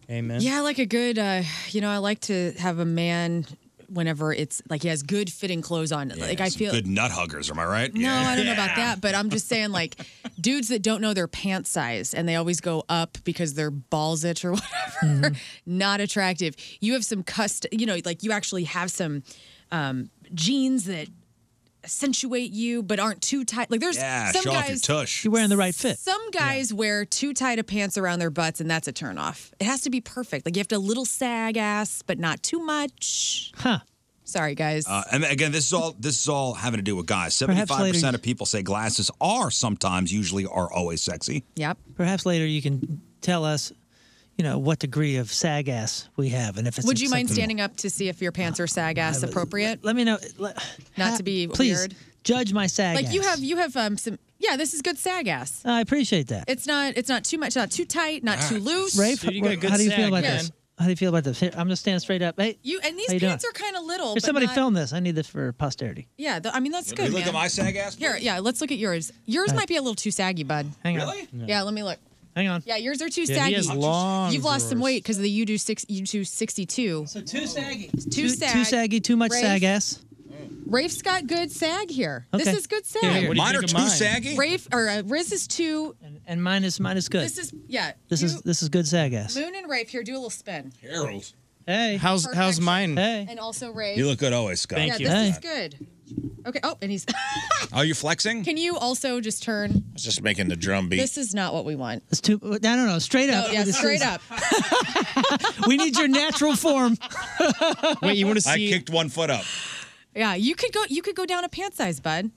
S7: Amen.
S2: Yeah, I like a good, uh, you know, I like to have a man whenever it's like he has good fitting clothes on. like I feel.
S1: good nut huggers. Am I right?
S2: No, I don't know about that, but I'm just saying, like, dudes that don't know their pant size and they always go up because their balls itch or whatever, not attractive. You have some cust, you know, like you actually have some um, jeans that accentuate you but aren't too tight. Like, there's
S1: Yeah,
S2: some
S1: show off your
S2: guys.
S1: tush.
S3: You're wearing the right fit.
S2: Some guys wear too tight of pants around their butts, and that's a turnoff. It has to be perfect. Like you have to little sag ass, but not too much.
S3: Huh.
S2: Sorry, guys.
S1: Uh, and again, this is all this is all having to do with
S3: Perhaps
S1: guys. Seventy-five
S3: later-
S1: percent of people say glasses are sometimes, usually, are always sexy.
S2: Yep.
S3: Perhaps later you can tell us, you know, what degree of sag ass we have, and if it's
S2: Would you mind
S3: acceptable.
S2: standing up to see if your pants are sag ass appropriate?
S3: Let me know.
S2: Not to be
S3: Please
S2: weird.
S3: judge my sag.
S2: Like you
S3: ass.
S2: have, you have um some. Yeah, this is good sag ass.
S3: I appreciate that.
S2: It's not, it's not too much, not too tight, not too loose.
S3: Rafe, wh- how do you feel about this? How do you feel about this? Here, I'm just standing straight up. Hey,
S2: You and these
S3: how you
S2: pants
S3: doing?
S2: are kind of little.
S3: If
S2: but
S3: somebody
S2: not-
S3: film this, I need this for posterity.
S2: Yeah, th- I mean that's
S1: You
S2: good.
S1: look
S2: man.
S1: at my sag ass,
S2: Here, yeah, let's look at yours. Yours
S3: Uh,
S2: might be a little too saggy, bud.
S3: hang on. Really?
S2: Yeah, let me look.
S3: Hang on.
S2: Yeah, yours are too
S3: Yeah, he
S2: saggy.
S3: has long
S2: You've lost some
S3: drawers.
S2: weight because of the U do six U two sixty two. So
S3: too saggy.
S2: Too sag.
S3: Too saggy. Too much
S2: Rafe,
S3: sag ass.
S2: Rafe's got good sag here. This
S3: Okay.
S2: is good sag.
S3: Here, here. What do you Mine think are of too mine? saggy?
S2: Rafe or uh, Riz is too.
S3: And mine is mine is good.
S2: This is yeah.
S3: this is this is good sag ass.
S2: Moon and Rafe here. Do a little spin.
S1: Harold.
S3: Hey.
S7: How's how's mine?
S3: Hey.
S2: And also Rafe.
S1: You look good always, Scott.
S2: yeah, This is good. Okay. Oh, and he's.
S1: Are you flexing?
S2: Can you also just turn?
S4: It's just making the drum beat.
S2: This is not what we want.
S3: It's too. No, no, no. Straight up.
S2: Oh, yeah,
S3: This
S2: straight
S3: is-
S2: up.
S3: we need your natural form.
S1: Wait, you want
S3: to see-
S1: I kicked one foot up.
S2: Yeah, you could go. You could go down a pant size, bud.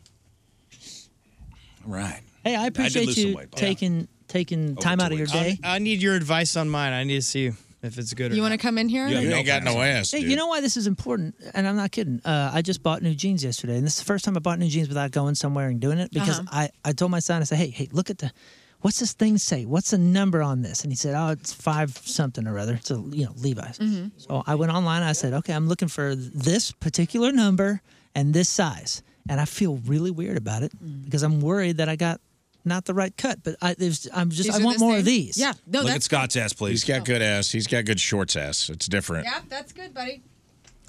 S1: Right.
S3: Hey, I
S7: did
S3: appreciate
S7: lose some
S3: you
S7: weight, but-
S3: taking taking time out of your day.
S7: I, I need your advice on mine. I need to see if it's good or
S2: You want to come in here?
S7: You have You no ain't got pants no on. ass,
S3: Hey, you
S7: dude.
S3: know why this is important? And I'm not kidding. Uh, I just bought new jeans yesterday, and this is the first time I bought new jeans without going somewhere and doing it because
S19: Uh-huh.
S3: I, I told my son I said, hey, hey, look at the, what's this thing say? What's the number on this? And he said, oh, it's five something or other. It's a you know Levi's.
S2: Mm-hmm.
S19: Mhm.
S3: So I went online. I said, okay, I'm looking for this particular number and this size, and I feel really weird about it
S2: Mm.
S3: because I'm worried that I got not the right cut. But I, there's, I'm just,
S2: These
S3: I
S2: are
S3: want
S2: the
S3: more of
S2: same.
S3: these.
S2: Yeah. No,
S4: Look
S2: that's Oh.
S4: at Scott's ass, please. He's got good ass. He's got good shorts ass. It's different.
S2: yeah, that's good, buddy.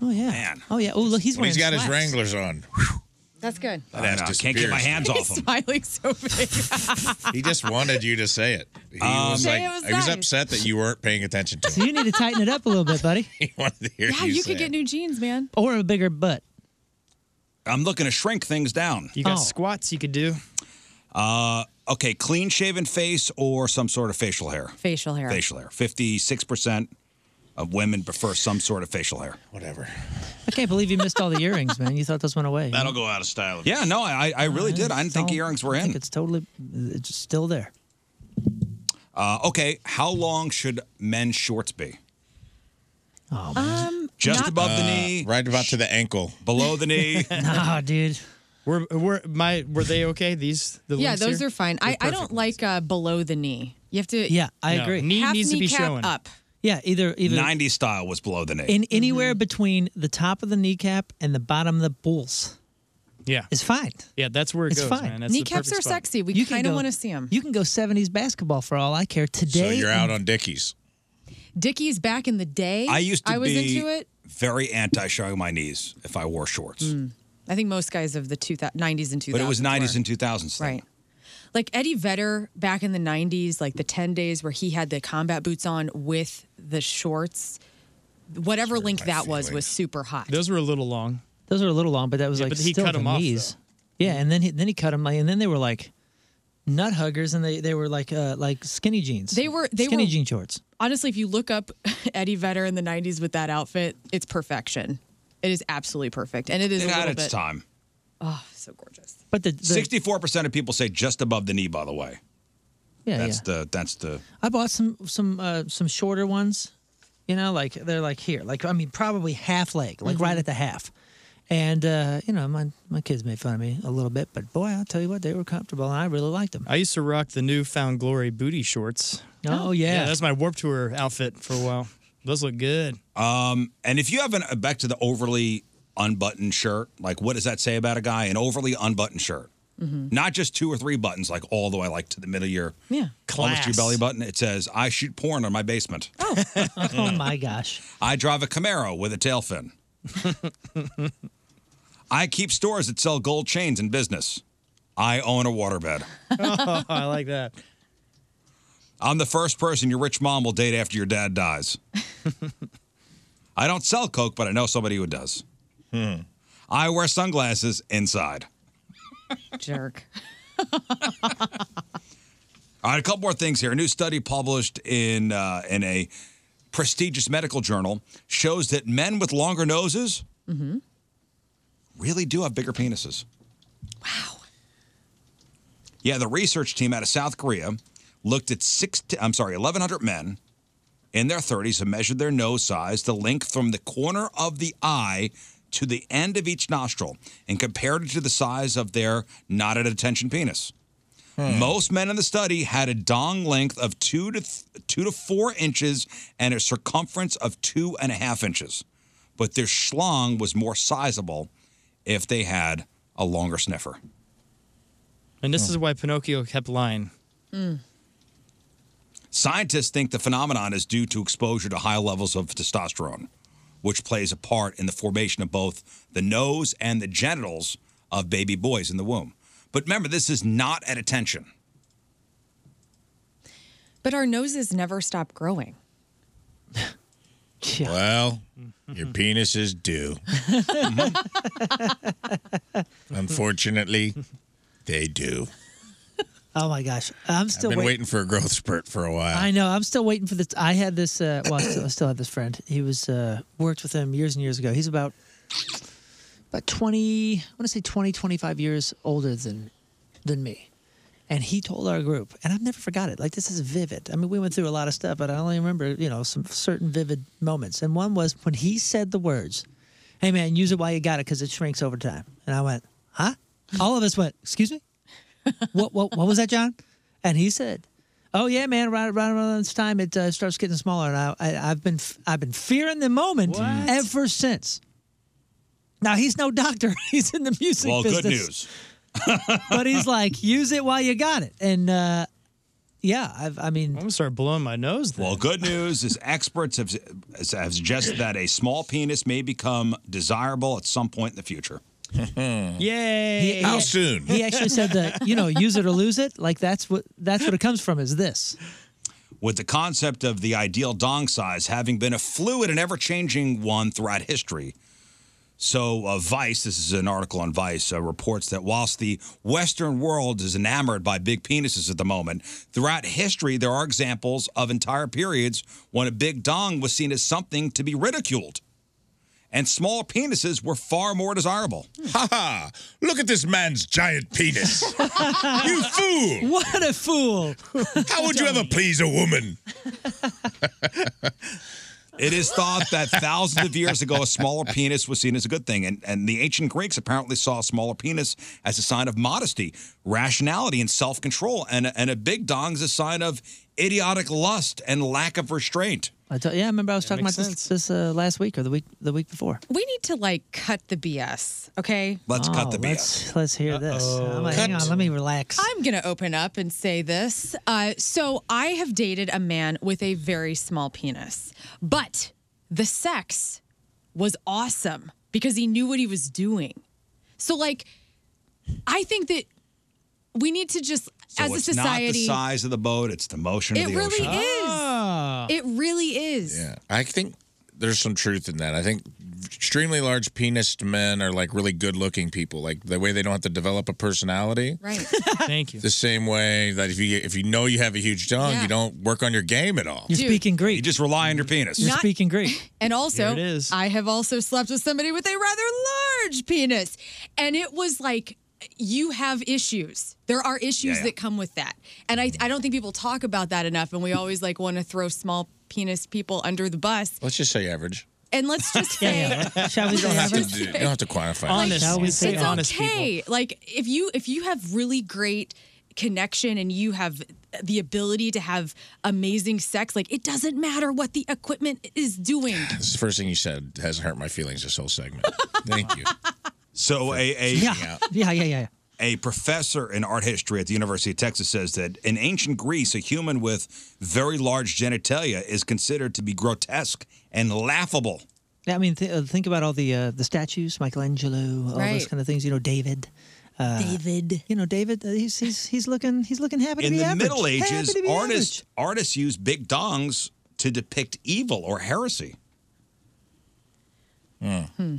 S3: Oh yeah. Oh yeah. Oh look, he's
S4: when
S3: wearing.
S4: he's got his
S3: slacks.
S4: Wranglers on.
S2: That's good.
S4: That ass
S1: I can't get my hands off
S2: He's
S1: him.
S2: smiling so big.
S4: He just wanted you to say it. He
S1: Um,
S4: was like,
S2: Say it was
S4: he was
S2: nice.
S4: upset that you weren't paying attention to him.
S3: So you need to tighten it up a little bit, buddy.
S4: He wanted to hear
S2: yeah,
S4: you,
S2: you
S4: say
S2: could get new jeans, man.
S3: Or a bigger butt.
S1: I'm looking to shrink things down.
S7: You got
S2: Oh.
S7: squats you could do.
S1: Uh, okay, clean shaven face or some sort of facial hair.
S2: Facial hair.
S1: Facial hair. Fifty-six percent of women prefer some sort of facial hair.
S4: Whatever.
S3: I can't believe you missed all the earrings, man. You thought those went away.
S1: That'll go out of style. Yeah, no, I, I really did. I didn't think earrings were
S3: I
S1: in.
S3: think it's totally, it's still there.
S1: Uh, okay, how long should men's shorts be?
S7: Oh,
S3: Uh,
S2: Um,
S1: Just
S2: not-
S1: above the knee,
S4: Uh, right about to the ankle,
S1: below the knee.
S3: nah, dude.
S7: Were were my were they okay? These the
S2: yeah,
S7: links
S2: those
S7: here?
S2: are fine. I,
S7: They're
S2: I don't like uh, below the knee. You have to.
S3: Yeah, I No, agree. knee
S2: Half
S3: needs to be
S2: kneecap
S3: showing.
S2: up.
S3: Yeah, either either
S1: 90 style was below the knee.
S3: in
S7: Mm-hmm.
S3: anywhere between the top of the kneecap and the bottom of the balls.
S7: Yeah,
S3: it's fine.
S7: Yeah, that's where it
S3: It's
S7: goes,
S3: fine.
S7: man. That's the
S2: Kneecaps
S7: perfect
S2: are
S7: spot.
S2: sexy. We
S3: You can
S2: kind of
S3: go-
S2: want to see them.
S3: You can go 70s basketball for all I care today.
S4: So you're out
S3: and-
S4: on Dickies.
S2: Dickies back in the day.
S1: I used to
S2: I was
S1: be
S2: into it.
S1: very anti showing my knees if I wore shorts.
S2: Mm. I think most guys of the 2000, 90s and 2000s.
S1: But it was 90s
S2: were.
S1: and 2000s.
S2: Right. like Eddie Vedder back in the 90s, like the 10 days where he had the combat boots on with the shorts, whatever link that was, was super hot.
S7: Those were a little long.
S3: Those were a little long, but that was
S7: Yeah,
S3: like
S7: but he
S3: still
S7: cut
S3: the
S7: 'em off,
S3: knees. yeah, and then he, then he cut him like, and then they were like nut huggers, and they, they were like uh, like skinny jeans.
S2: They were- they
S3: skinny
S2: were-
S3: jean shorts.
S2: Honestly, if you look up Eddie Vedder in the 90s with that outfit, it's perfection. It is absolutely perfect. And it is
S1: It
S2: a
S1: had
S2: little
S1: its
S2: bit-
S1: time.
S2: Oh, so gorgeous.
S3: But the,
S1: Sixty-four percent of people say just above the knee. By the way,
S3: Yeah,
S1: that's
S3: yeah.
S1: the that's the
S3: I bought some some uh, some shorter ones. You know, like they're like here, like I mean, probably half leg, like right at the half. And uh, you know, my my kids made fun of me a little bit, but boy, I'll tell you what, they were comfortable, and I really liked them.
S7: I used to rock the new Found Glory booty shorts.
S3: Oh, yeah.
S7: that's my Warp Tour outfit for a while. Those look good.
S1: Um, and if you have an uh, back to the overly unbuttoned shirt, like what does that say about a guy? An overly unbuttoned shirt,
S15: Hmm.
S2: mm-hmm.
S1: not just two or three buttons, like all the way like to the middle of your
S2: Yeah.
S1: almost your belly button. It says, "I shoot porn on my basement.
S3: oh my gosh.
S1: I drive a Camaro with a tail fin. I keep stores that sell gold chains in business. I own a waterbed.
S7: oh, I like that.
S1: I'm the first person your rich mom will date after your dad dies. I don't sell Coke, but I know somebody who does. I wear sunglasses inside.
S2: Jerk.
S1: All right, a couple more things here. A new study published in uh, in a prestigious medical journal shows that men with longer noses
S12: Mm-hmm.
S1: really do have bigger penises. Wow. Yeah, the research team out of South Korea looked at six. I'm sorry, 1,100 men in their 30s and measured their nose size, the length from the corner of the eye to the end of each nostril, and compared it to the size of their not at attention penis.
S15: Hmm.
S1: Most men in the study had a dong length of two to th- two to four inches and a circumference of two and a half inches, but their schlong was more sizable if they had a longer sniffer.
S7: And this is why Pinocchio kept lying.
S1: Scientists think the phenomenon is due to exposure to high levels of testosterone, which plays a part in the formation of both the nose and the genitals of baby boys in the womb. But remember, this is not at attention.
S2: But our noses never stop growing.
S4: Well, your penis is due. Unfortunately, they do.
S3: Oh my gosh, I'm
S4: I've
S3: still
S4: been
S3: waiting.
S4: waiting for a growth spurt for a while.
S3: I know. I'm still waiting for this. I had this. Uh, well, I still, I still have this friend. He was uh, worked with him years and years ago. He's about about 20. I want to say 20, 25 years older than than me. And he told our group, and I've never forgot it. Like this is vivid. I mean, we went through a lot of stuff, but I only remember you know some certain vivid moments. And one was when he said the words, "Hey man, use it while you got it because it shrinks over time." And I went, "Huh?" All of us went, "Excuse me." what, what what was that, John? And he said, "Oh yeah, man, right right around this time it uh, starts getting smaller." And I, I I've been f- I've been fearing the moment ever since. Now he's no doctor; he's in the music
S1: Well,
S3: business.
S1: good news.
S3: but he's like, use it while you got it, and uh, yeah, I've, I mean, I'm
S7: gonna start blowing my nose.
S1: Well, good news is experts have, have suggested that a small penis may become desirable at some point in the future.
S7: Yay!
S3: He- he- He actually said that you know, use it or lose it. Like that's what that's what it comes from is this.
S1: with the concept of the ideal dong size having been a fluid and ever changing one throughout history. So, uh, Vice, this is an article on Vice, uh, reports that whilst the Western world is enamored by big penises at the moment, throughout history, there are examples of entire periods when a big dong was seen as something to be ridiculed. And small penises were far more desirable. Ha ha! Look at this man's giant penis.
S4: you fool!
S3: What a fool!
S4: How would you ever please a woman?
S1: It is thought that thousands of years ago, a smaller penis was seen as a good thing. And, and the ancient Greeks apparently saw a smaller penis as a sign of modesty, rationality, and self control. And, a- and a big dong is a sign of idiotic lust and lack of restraint.
S3: I t- yeah, I remember I was talking about
S1: makes
S3: this, this uh, last week or the week the week before.
S2: We need to like cut the BS, okay?
S1: Let's cut the
S3: Oh, Let's, let's hear this. I'm like, hang
S2: Cut.
S3: on, let me relax.
S2: I'm going to open up and say this. Uh, so I have dated a man with a very small penis, but the sex was awesome because he knew what he was doing. So, like, I think that we need to just,
S1: So
S2: as a
S1: it's not the
S2: society,
S1: size of the boat; it's the motion
S2: it
S1: of the
S2: really
S1: ocean.
S2: is. It really is.
S4: Yeah, Ah. I think there's some truth in that. I think extremely large penis men are like really good looking people. Like the way they don't have to develop a personality.
S2: Right.
S3: Thank
S4: The same way that if you if you know you have a huge dong,
S2: Yeah.
S4: you don't work on your game at all.
S2: You're Dude. speaking
S3: Greek.
S4: You just rely on your penis.
S2: You're Not- speaking
S3: Greek.
S2: And also,
S4: Here it is.
S2: I have also slept with somebody with a rather large penis. And it was like, you have issues. There are issues
S19: yeah.
S2: that come with that. And I, I don't think people talk about that enough. And we always like want to throw small penis people under the bus.
S4: Let's just say average.
S2: And let's just say,
S3: Yeah, yeah. Shall we
S4: you don't
S3: say
S4: have
S3: average?
S4: to do, you don't have to quantify.
S3: Honest. Shall we say
S2: it's
S3: honest
S2: okay. Like if you if you have really great connection and you have the ability to have amazing sex, like it doesn't matter what the equipment is doing.
S4: This is the first thing you said has hurt my feelings this whole segment. Thank you.
S1: So a a
S3: Yeah, yeah, yeah.
S1: a professor in art history at the University of Texas says that in ancient Greece, a human with very large genitalia is considered to be grotesque and laughable.
S3: Yeah, I mean, th- uh, think about all the uh, the statues, Michelangelo, all those
S1: Right.
S3: kind of things. You know, David. Uh, David. You know, David. uh, He's he's he's looking he's looking happy to
S1: in
S3: be
S1: the
S3: average.
S1: Middle
S3: Happy to
S1: Ages,
S3: be average.
S1: artists artists used big dongs to depict evil or heresy.
S2: Hmm.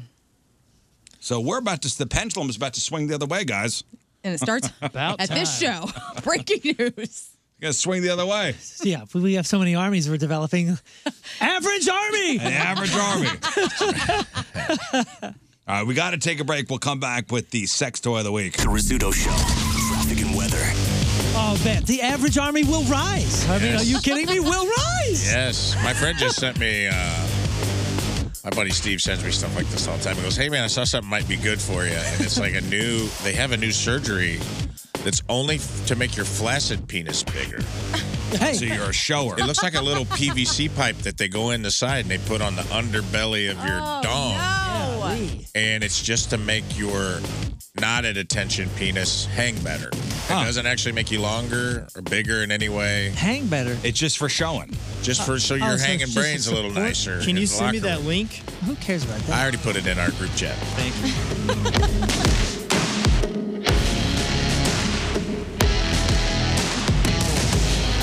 S1: So we're about to the pendulum is about to swing the other way, guys.
S2: And it starts at this show. Breaking news.
S1: Gonna swing the other way.
S3: Yeah, we- we have so many armies we're developing. average army.
S1: An average army. All right, we got to take a break. We'll come back with the sex toy of the week. The Rizzuto Show. Traffic and weather.
S3: Oh man, the average army will rise. I mean,
S4: Yes.
S3: are you kidding me? Will rise.
S4: Yes, my friend just sent me. Uh, my buddy Steve sends me stuff like this all the time. He goes, "Hey man, I saw something might be good for you." And it's like a new. They have a new surgery that's only f- to make your flaccid penis bigger.
S1: So you're a shower.
S4: It looks like a little PVC pipe that they go in the side and they put on the underbelly of your dong,
S2: Oh.
S4: and it's just to make your not at attention penis hang better. It doesn't actually make you longer or bigger in any way.
S3: Hang better.
S1: It's just for showing.
S4: Just for so
S3: Oh,
S4: your
S3: so
S4: hanging
S3: it's just
S4: brain's a
S3: a
S4: little
S3: support?
S4: nicer.
S3: Can
S4: in
S3: you
S4: the
S3: send me
S4: locker
S3: that
S4: room.
S3: link? Who cares about that?
S4: I already put it in our group chat. Thank you.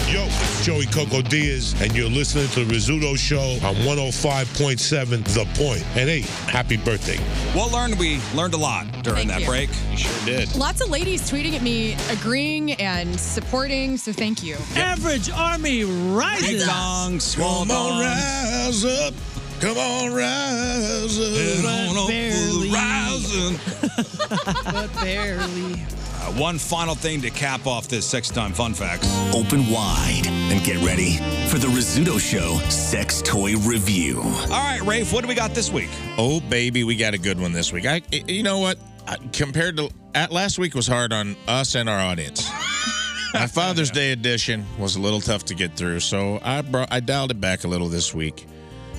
S11: Yo, it's Joey Coco Diaz, and you're listening to the Rizzuto Show on 105.7 The Point. And hey, happy birthday.
S1: Well, learned we learned a lot
S2: Thank
S1: during that
S2: you.
S1: break. You sure did.
S2: Lots of ladies tweeting at me, agreeing and supporting. So thank you.
S3: Average army rises.
S1: Big dong, small
S3: Come on,
S1: dong.
S11: Rise up. Come on, rise up.
S1: Head on up for the rising.
S3: but barely.
S1: Uh, one final thing to cap off this sex time fun facts. Open wide
S18: And get ready for the Rizzuto Show Sex Toy Review.
S1: All right, Rafe, what do we got this week?
S4: Oh baby, we got a good one this week. I, I- you know what? I, compared to at last week was hard on us and our audience. My Father's Day edition was a little tough to get through, so I brought I dialed it back a little this week.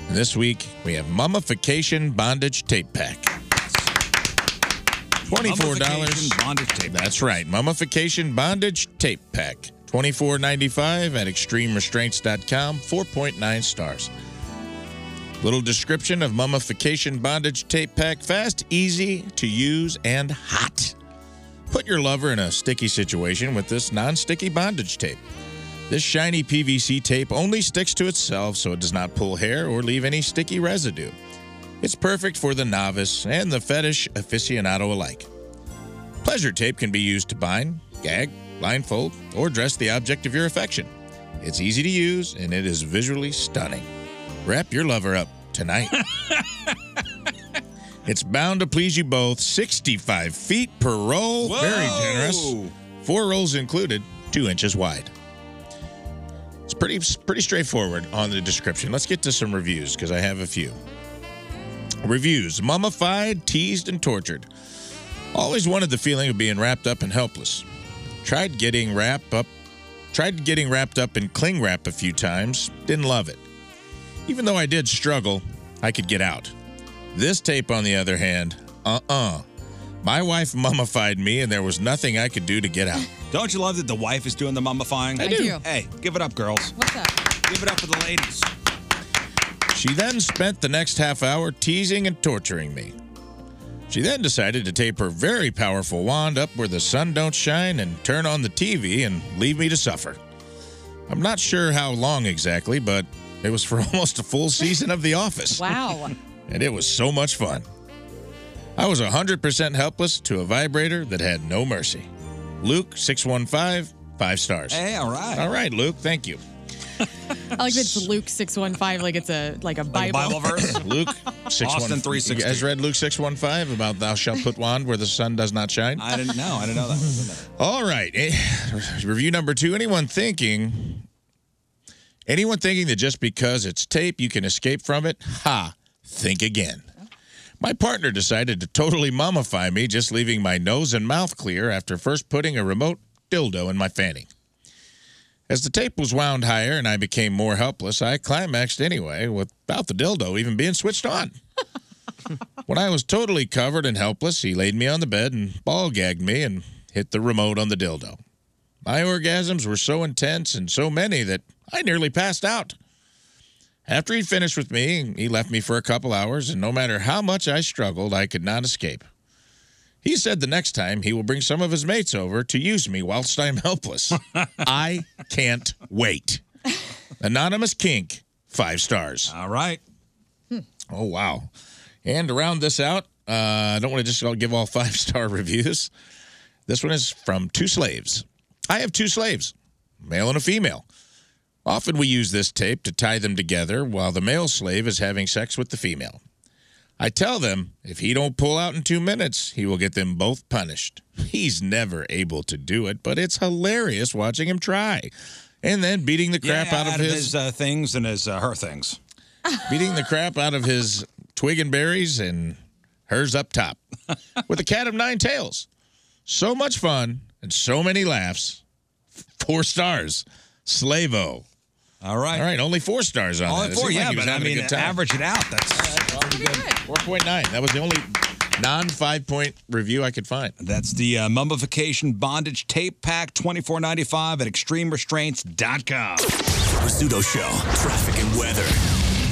S4: And this week we have mummification bondage tape pack. Twenty-four dollars.
S1: Bondage tape.
S4: That's right. Mummification bondage tape pack. Twenty-four ninety-five at extremerestraints.com. Four point nine stars. Little description of mummification bondage tape pack. Fast, easy to use, and hot. Put your lover in a sticky situation with this non sticky bondage tape. This shiny PVC tape only sticks to itself so it does not pull hair or leave any sticky residue. It's perfect for the novice and the fetish aficionado alike. Pleasure tape can be used to bind, gag, blindfold, or dress the object of your affection. It's easy to use and it is visually stunning. Wrap your lover up tonight. it's bound to please you both. 65 feet per roll. Very generous. Four rolls included, two inches wide. It's pretty pretty straightforward on the description. Let's get to some reviews because I have a few. Reviews: Mummified, teased, and tortured. Always wanted the feeling of being wrapped up and helpless. Tried getting wrapped up, tried getting wrapped up in cling wrap a few times. Didn't love it. Even though I did struggle, I could get out. This tape, on the other hand, uh-uh. My wife mummified me, and there was nothing I could do to get out.
S1: Don't you love that the wife is doing the mummifying?
S4: I I do. do.
S1: Hey, give it up, girls.
S2: What's up?
S1: Give it up for the ladies.
S4: She then spent the next half hour teasing and torturing me. She then decided to tape her very powerful wand up where the sun don't shine and turn on the TV and leave me to suffer. I'm not sure how long exactly, but it was for almost a full season of The Office.
S2: Wow.
S4: and it was so much fun. I was 100% helpless to a vibrator that had no mercy. Luke 615, five stars.
S1: Hey, all right.
S4: All right, Luke, thank you.
S2: I like that it's Luke six one five, like it's a like a Bible,
S4: Luke six
S1: Austin 3:16.
S4: You guys read Luke six one five about thou shalt put wand where the sun does not shine?
S1: I didn't know. I didn't know that.
S4: All right. Eh, Review number two. Anyone thinking anyone thinking that just because it's tape you can escape from it? Ha. Think again. My partner decided to totally mummify me, just leaving my nose and mouth clear after first putting a remote dildo in my fanny. As the tape was wound higher and I became more helpless, I climaxed anyway without the dildo even being switched on. when I was totally covered and helpless, he laid me on the bed and ball gagged me and hit the remote on the dildo. My orgasms were so intense and so many that I nearly passed out. After he finished with me, he left me for a couple hours, and no matter how much I struggled, I could not escape. He said the next time he will bring some of his mates over to use me whilst I'm helpless. I can't wait. Anonymous Kink, five stars. All right. Oh, wow. And to round this out, uh, I don't want to just all give all five star reviews. This one is from two slaves. I have two slaves, male and a female. Often we use this tape to tie them together while the male slave is having sex with the female. I tell them if he don't pull out in two minutes, he will get them both punished. He's never able to do it, but it's hilarious watching him try. And then beating the crap
S1: Yeah,
S4: out of
S1: out of
S4: his,
S1: his,
S4: uh, things and his uh, her things. beating the crap out of his twig and berries and hers up top with a cat of nine tails. So much fun and so many laughs. Four stars. Slavo. All right. All right. Only four stars on
S1: Only
S4: that. It
S1: four,
S4: seemed like
S1: yeah,
S4: he was
S1: but I
S4: having a
S1: mean,
S4: good time.
S1: average it out. That's
S4: Four point nine. That was the only non five point review I could find.
S1: That's the uh, mummification bondage tape pack, twenty four ninety five at extremerestraints.com. Rizzuto Show, traffic and weather.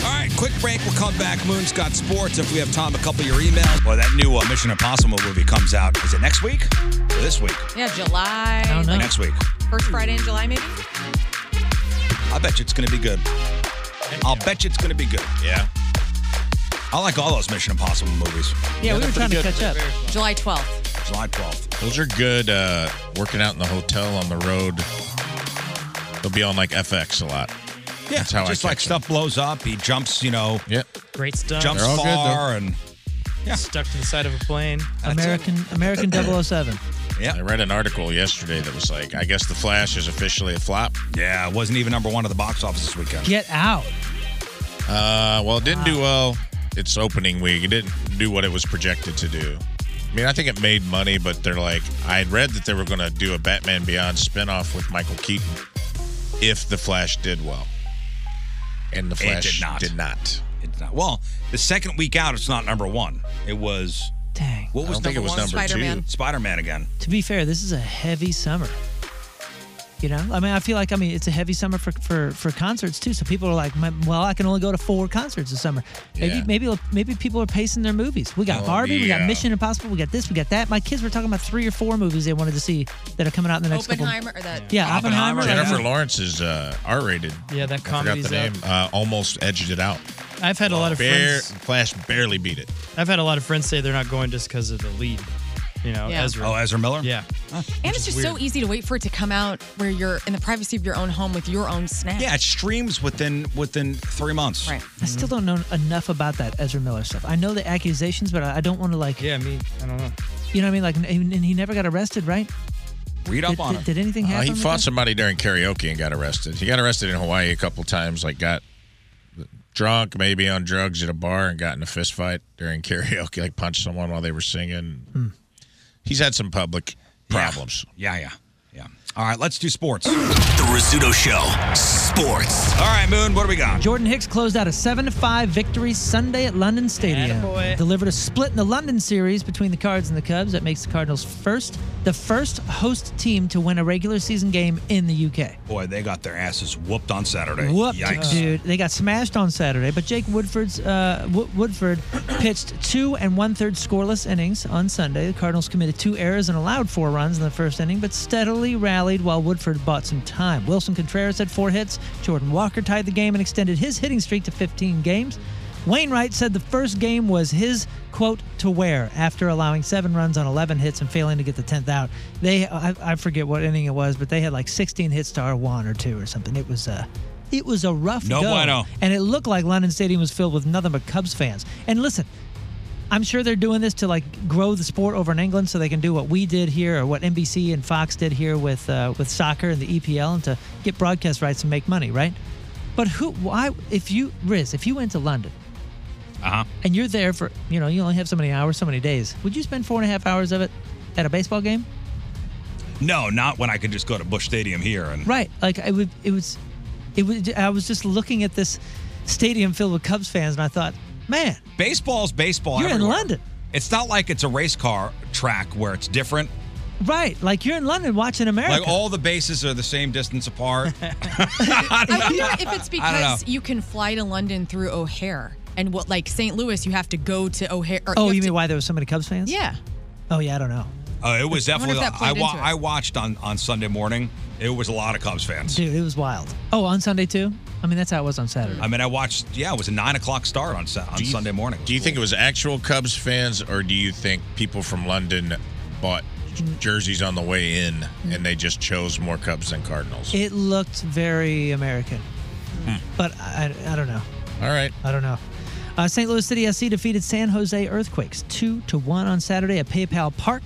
S1: All right, quick break. We'll come back. Moon's got sports. If we have time, a couple of your emails. Well, that new uh, Mission Impossible movie comes out. Is it next week? Or this week?
S2: Yeah, July. I
S3: Oh,
S1: Or Next week.
S2: First Friday in July, maybe.
S1: I bet you it's going to be good. I'll bet you it's going to be good. Yeah. I like all those Mission Impossible movies.
S2: July twelfth.
S1: July 12th.
S4: Those are good uh, working out in the hotel on the road. They'll be on like FX a lot.
S1: Yeah,
S4: That's how I
S1: just like
S4: catch
S1: stuff blows up. He jumps, you know.
S4: Yeah.
S1: Great
S7: stuff.
S1: Jumps
S7: They're all good,
S1: far
S7: though.
S1: and
S7: Stuck to the side of a plane.
S3: American American 007.
S1: Yeah.
S4: I read an article yesterday that was like, I guess The Flash is officially a flop.
S1: Yeah, it wasn't even number one at the box office this weekend.
S3: Get out.
S4: Uh, well, it didn't do well its opening week. It didn't do what it was projected to do. I mean, I think it made money, but they're like, I had read that they were going to do a Batman Beyond spinoff with Michael Keaton if The Flash did well. And The
S1: It
S4: Flash
S1: did not.
S4: not.
S1: It did not. Well, the second week out, it's not number one. It was. Dang. What
S4: I
S1: was
S4: don't think
S1: number
S4: it was
S1: one?
S4: number two. Spider-Man.
S1: Spider Man again.
S3: To be fair, this is a heavy summer. You know, I mean, I feel like I mean it's a heavy summer for for, for concerts too. So people are like, "My- well, I can only go to four concerts this summer. Maybe
S4: Yeah.
S3: maybe maybe people are pacing their movies. We got
S4: Oh,
S3: Barbie, we
S4: yeah.
S3: got Mission Impossible, we got this, we got that. My kids were talking about three or four movies they wanted to see that are coming out in the next couple.
S2: Oppenheimer or that.
S3: Yeah, Oppenheimer.
S4: Jennifer Lawrence is uh, R-rated.
S3: Yeah, that
S4: I forgot
S3: comedy's
S4: the name. Uh, almost edged it out.
S7: I've had a lot of
S4: Bare,
S7: friends.
S4: Flash barely beat it.
S7: I've had a lot of friends say they're not going just because of the lead. You know,
S2: Yeah.
S7: Ezra.
S1: Oh, Ezra Miller?
S7: Yeah.
S2: And it's
S7: is
S2: just so
S7: weird.
S2: easy to wait for it to come out where you're in the privacy of your own home with your own snack.
S1: Yeah, it streams within within three months. Right.
S4: Mm-hmm.
S3: I still don't know enough about that Ezra Miller stuff. I know the accusations, but I, I don't want to like.
S7: Yeah, me. I don't know.
S3: You know what I mean? Like, and and he never got arrested, right?
S1: Read
S3: did, did, Did anything
S4: Uh,
S3: happen?
S4: he
S3: with
S4: fought
S3: that?
S4: somebody during karaoke and got arrested. He got arrested in Hawaii a couple times. Like got drunk, maybe on drugs at a bar, and got in a fist fight during karaoke. Like punched
S3: Hmm.
S4: someone while they were singing. He's had some public problems.
S1: Yeah, yeah, yeah. All right, let's do sports.
S18: The Rizzuto Show. Sports.
S1: All right, Moon, what do we got?
S3: Jordan Hicks closed out a 7 5 victory Sunday at London Stadium.
S1: Attaboy.
S3: Delivered a split in the London series between the Cards and the Cubs that makes the Cardinals first the first host team to win a regular season game in the UK.
S1: Boy, they got their asses whooped on Saturday.
S3: Whooped,
S1: Yikes.
S3: dude. They got smashed on Saturday, but Jake Woodford's uh, Wo- Woodford pitched two and one third scoreless innings on Sunday. The Cardinals committed two errors and allowed four runs in the first inning, but steadily rallied while Woodford bought some time. Wilson Contreras had four hits. Jordan Walker tied the game and extended his hitting streak to 15 games. Wainwright said the first game was his quote to wear after allowing seven runs on 11 hits and failing to get the 10th out. They, I, I forget what inning it was, but they had like 16 hits to our one or two or something. It was uh, it was a rough
S1: No
S3: go,
S1: bueno.
S3: and it looked like London Stadium was filled with nothing but Cubs fans. And listen, I'm sure they're doing this to like grow the sport over in England, so they can do what we did here, or what NBC and Fox did here with uh, with soccer and the EPL, and to get broadcast rights and make money, right? But who? Why? If you Riz, if you went to London
S1: Uh huh.
S3: and you're there for you know you only have so many hours, so many days, would you spend four and a half hours of it at a baseball game?
S1: No, not when I could just go to Bush Stadium here and
S3: Right. Like I would, it was, it was. I was just looking at this stadium filled with Cubs fans, and I thought, man,
S1: baseball's baseball.
S3: You're in
S1: everywhere.
S3: London.
S1: It's not like it's a race car track where it's different.
S3: right? Like you're in London watching America.
S1: Like all the bases are the same distance apart. Uh,
S2: I wonder if it's
S1: I don't know.
S2: because you can fly to London through O'Hare, and what like St. Louis, you have to go to O'Hare. Or
S3: oh,
S2: have
S3: you
S2: to-
S3: mean why there was so many Cubs fans?
S2: Yeah.
S3: Oh yeah, I don't know,
S1: Uh, it was
S3: I wonder
S1: definitely.
S3: if that
S1: I,
S3: played
S1: wa-
S3: into it.
S1: I watched on on Sunday morning. It was a lot of Cubs fans.
S3: dude. It was wild. Oh, on Sunday too. I mean, that's how it was on Saturday.
S1: I mean, I watched. Yeah, it was a nine o'clock start on Sa- on Sunday morning.
S4: Do you think it was actual Cubs fans, or do you think people from London bought j- jerseys on the way in and they just chose more Cubs than Cardinals?
S3: Hmm. It looked very American, but I, I don't know.
S4: Hmm. All right,
S3: I don't know. Uh, St. Louis City SC defeated San Jose Earthquakes two to one on Saturday at PayPal Park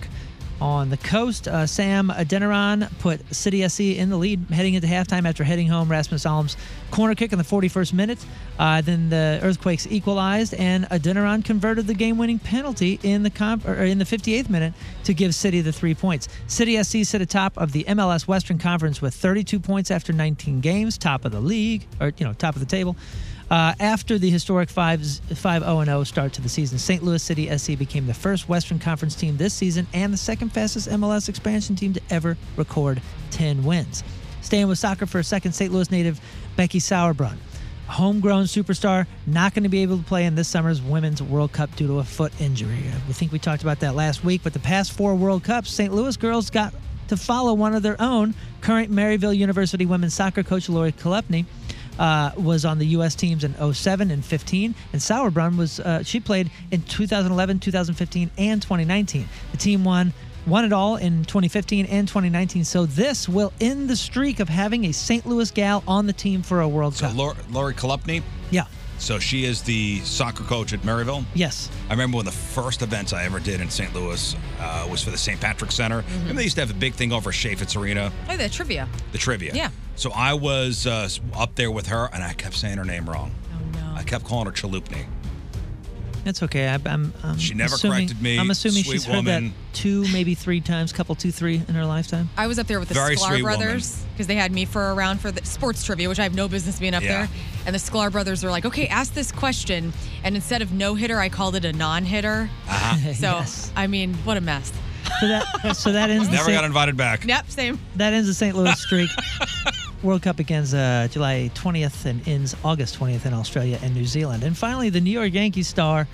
S3: on the coast. Uh, Sam Adeniran put City SC in the lead heading into halftime after heading home Rasmus Alm's corner kick in the 41st minute. Uh, then the Earthquakes equalized and Adeniran converted the game-winning penalty in the comp- or in the 58th minute to give City the three points. City SC sit atop of the MLS Western Conference with 32 points after 19 games, top of the league or you know top of the table. Uh, after the historic 5 0 0 start to the season, St. Louis City SC became the first Western Conference team this season and the second fastest MLS expansion team to ever record 10 wins. Staying with soccer for a second, St. Louis native Becky Sauerbrunn, homegrown superstar, not going to be able to play in this summer's Women's World Cup due to a foot injury. Uh, We think we talked about that last week, but the past four World Cups, St. Louis girls got to follow one of their own. Current Maryville University women's soccer coach Lori Kolupny uh, was on the U.S. teams in 07 and 15, and Sauerbrunn was uh, she played in 2011, 2015, and 2019. The team won won it all in 2015 and 2019. So this will end the streak of having a St. Louis gal on the team for a World
S1: So
S3: Cup.
S1: Lori, Lori Kolupny.
S3: Yeah.
S1: So she is the soccer coach at Maryville.
S3: Yes.
S1: I remember one of the first events I ever did in St. Louis uh, was for the St. Patrick's Center.
S3: Mm-hmm.
S1: Remember they used to have a big thing over at Chaffetz Arena,
S2: Oh, the trivia.
S1: the trivia.
S2: Yeah.
S1: So I was uh, up there with her, and I kept saying her name wrong. Oh no! I kept calling her Chalupny.
S3: That's okay. I, I'm, I'm.
S1: She never
S3: assuming,
S1: corrected me.
S3: I'm assuming
S1: Sweet
S3: she's heard
S1: woman.
S3: that two, maybe three times, couple, two, three in her lifetime.
S2: I was up there with the
S3: Very
S2: Sklar
S3: sweet woman.
S2: brothers because they had me for a round for the sports trivia, which I have no business being up
S3: Yeah.
S2: there. And the Sklar brothers were like, "Okay, ask this question," and instead of no hitter, I called it a non-hitter.
S1: Uh-huh.
S2: So I mean, what a mess.
S3: So that so that ends. the
S1: Never
S3: St.
S1: got invited back.
S2: Yep, same.
S3: That ends the St. Louis streak. World Cup begins uh, July 20th and ends August 20th in Australia and New Zealand. And finally, the New York Yankees star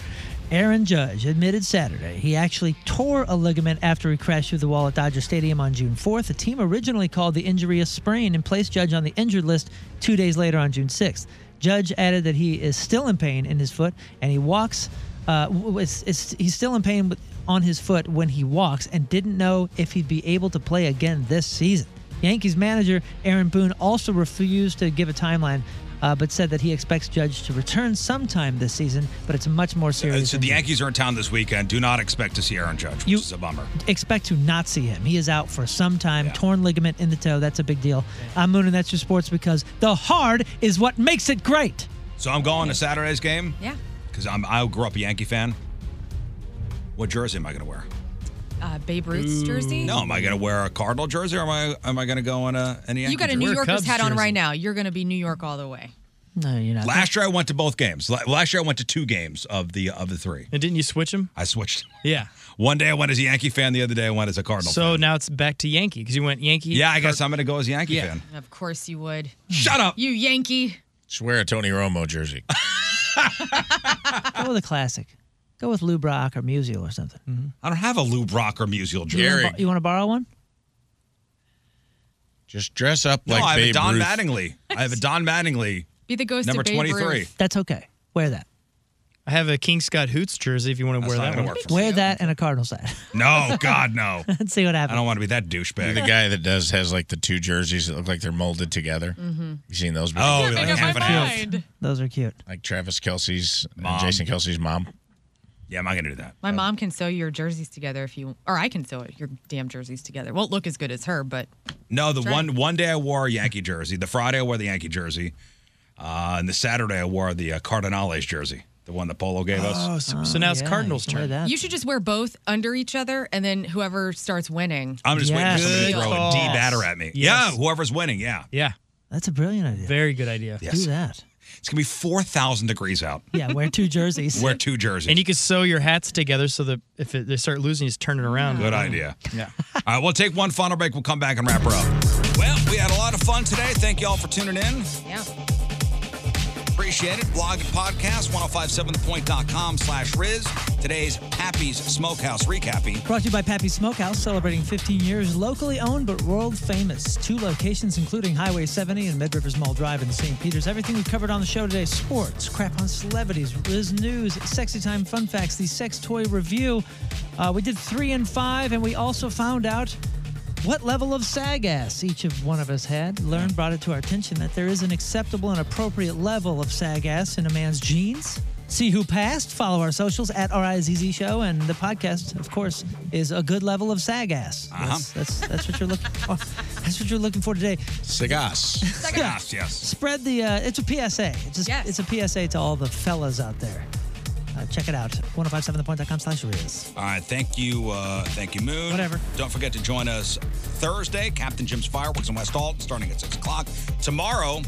S3: Aaron Judge admitted Saturday he actually tore a ligament after he crashed through the wall at Dodger Stadium on June 4th. The team originally called the injury a sprain and placed Judge on the injured list two days later on June 6th. Judge added that he is still in pain in his foot and he walks. Uh, w- w- it's, it's, he's still in pain with- on his foot when he walks and didn't know if he'd be able to play again this season. Yankees manager Aaron Boone also refused to give a timeline, uh, but said that he expects Judge to return sometime this season, but it's much more serious.
S1: Uh, So the Yankees are in town this weekend. Do not expect to see Aaron Judge, which is a bummer.
S3: Expect to not see him. He is out for some time. Torn ligament in the toe. That's a big deal. I'm Moon, and that's your sports because the hard is what makes it great.
S1: So I'm going to Saturday's game.
S2: Yeah.
S1: Because I'm I grew up a Yankee fan. What jersey am I going to wear?
S2: Uh, uh, Babe Ruth's jersey?
S1: No, am I going to wear a Cardinal jersey or am I am I going to go in a an Yankee
S2: You got a
S1: jersey?
S2: New Yorkers hat on right now. You're going to be New York all the way.
S3: No, you're not.
S1: Last year I went to both games. La- Last year I went to two games of the of the three.
S7: And didn't you switch them?
S1: I switched.
S7: Yeah.
S1: One day I went as a Yankee fan. The other day I went as a Cardinal. fan.
S7: So now it's back to Yankee because you went Yankee.
S1: Yeah, I guess I'm going to go as a Yankee fan.
S2: Of course you would.
S1: Shut up.
S2: You Yankee.
S4: Just wear a Tony Romo jersey.
S3: Go with a classic. Go with Lou Brock or Musial or something.
S1: I don't have a Lou Brock or Musial jersey.
S3: You wanna bo- You want to borrow one?
S4: Just dress up
S1: no,
S4: like
S1: I have
S4: Babe
S1: a Don
S4: Ruth.
S1: Mattingly. I have a Don Mattingly.
S2: Be the ghost
S1: Number
S2: of Babe
S1: 23.
S2: Ruth.
S3: That's okay. Wear that.
S7: I have a King Scott Hoots jersey if you want to wear
S1: not
S7: that
S1: gonna
S7: one.
S1: work
S3: Wear that and a Cardinals hat.
S1: No, God, no.
S3: Let's see what happens.
S4: I don't
S1: want to be that douchebag.
S4: The guy that does has like the two jerseys that look like they're molded together.
S3: Mhm.
S4: You seen those?
S3: Oh,
S4: before?
S3: Can't like make up half my and half. mind. Those are cute.
S4: Like Travis Kelsey's
S1: Mom.
S4: and Jason Kelsey's mom.
S1: Yeah, I'm not gonna do that.
S2: My mom can sew your jerseys together if you, or I can sew your damn jerseys together. Won't look as good as her, but
S1: No, the
S2: That's right.
S1: one one day I wore a Yankee jersey. The Friday I wore the Yankee jersey, uh, and the Saturday I wore the uh, Cardinales jersey, the one that Polo gave us.
S7: Oh, so, so now it's Cardinals' turn.
S2: you should just wear both under each other, and then whoever starts winning.
S1: I'm just waiting
S7: Yes.
S1: for somebody to
S7: Good
S1: throw
S7: call.
S1: a D batter at me.
S7: Yes.
S1: Yeah, whoever's winning. Yeah,
S7: Yeah.
S3: That's a brilliant idea.
S7: Very good idea.
S1: Yes.
S3: Do that.
S1: it's gonna be four thousand degrees out.
S3: Yeah, wear two jerseys.
S1: Wear two jerseys.
S7: And you can sew your hats together so that if it, they start losing, you just turn it around.
S1: Good idea.
S7: Yeah.
S1: All right, we'll take one final break. We'll come back and wrap her up. Well, we had a lot of fun today. Thank you all for tuning in.
S2: Yeah.
S1: Appreciate it. Blog and podcast, 1057thepoint.com slash Riz. Today's Pappy's Smokehouse recapping.
S3: Brought to you by Pappy's Smokehouse, celebrating 15 years, locally owned but world famous. Two locations, including Highway 70 and Mid Rivers Mall Drive in St. Peter's. Everything we've covered on the show today sports, crap on celebrities, Riz News, Sexy Time Fun Facts, the Sex Toy Review. Uh, we did three and five, and we also found out what level of sag ass each of one of us had. Learn brought it to our attention that there is an acceptable and appropriate level of sag ass in a man's jeans. See who passed. Follow our socials at RIZZ Show, and the podcast, of course, is a good level of sag ass. That's, that's that's what you're looking for. That's what you're looking for today.
S4: Sagas.
S1: Sagas, yes.
S3: Spread the. Uh, it's a PSA. It's just, it's a PSA to all the fellas out there. Uh, check it out. 1057thepoint.com slash Riz.
S1: All right, thank you, uh, thank you, Moon. Whatever. Don't forget to join us Thursday, Captain Jim's Fireworks in West Alton, starting at six o'clock. Tomorrow,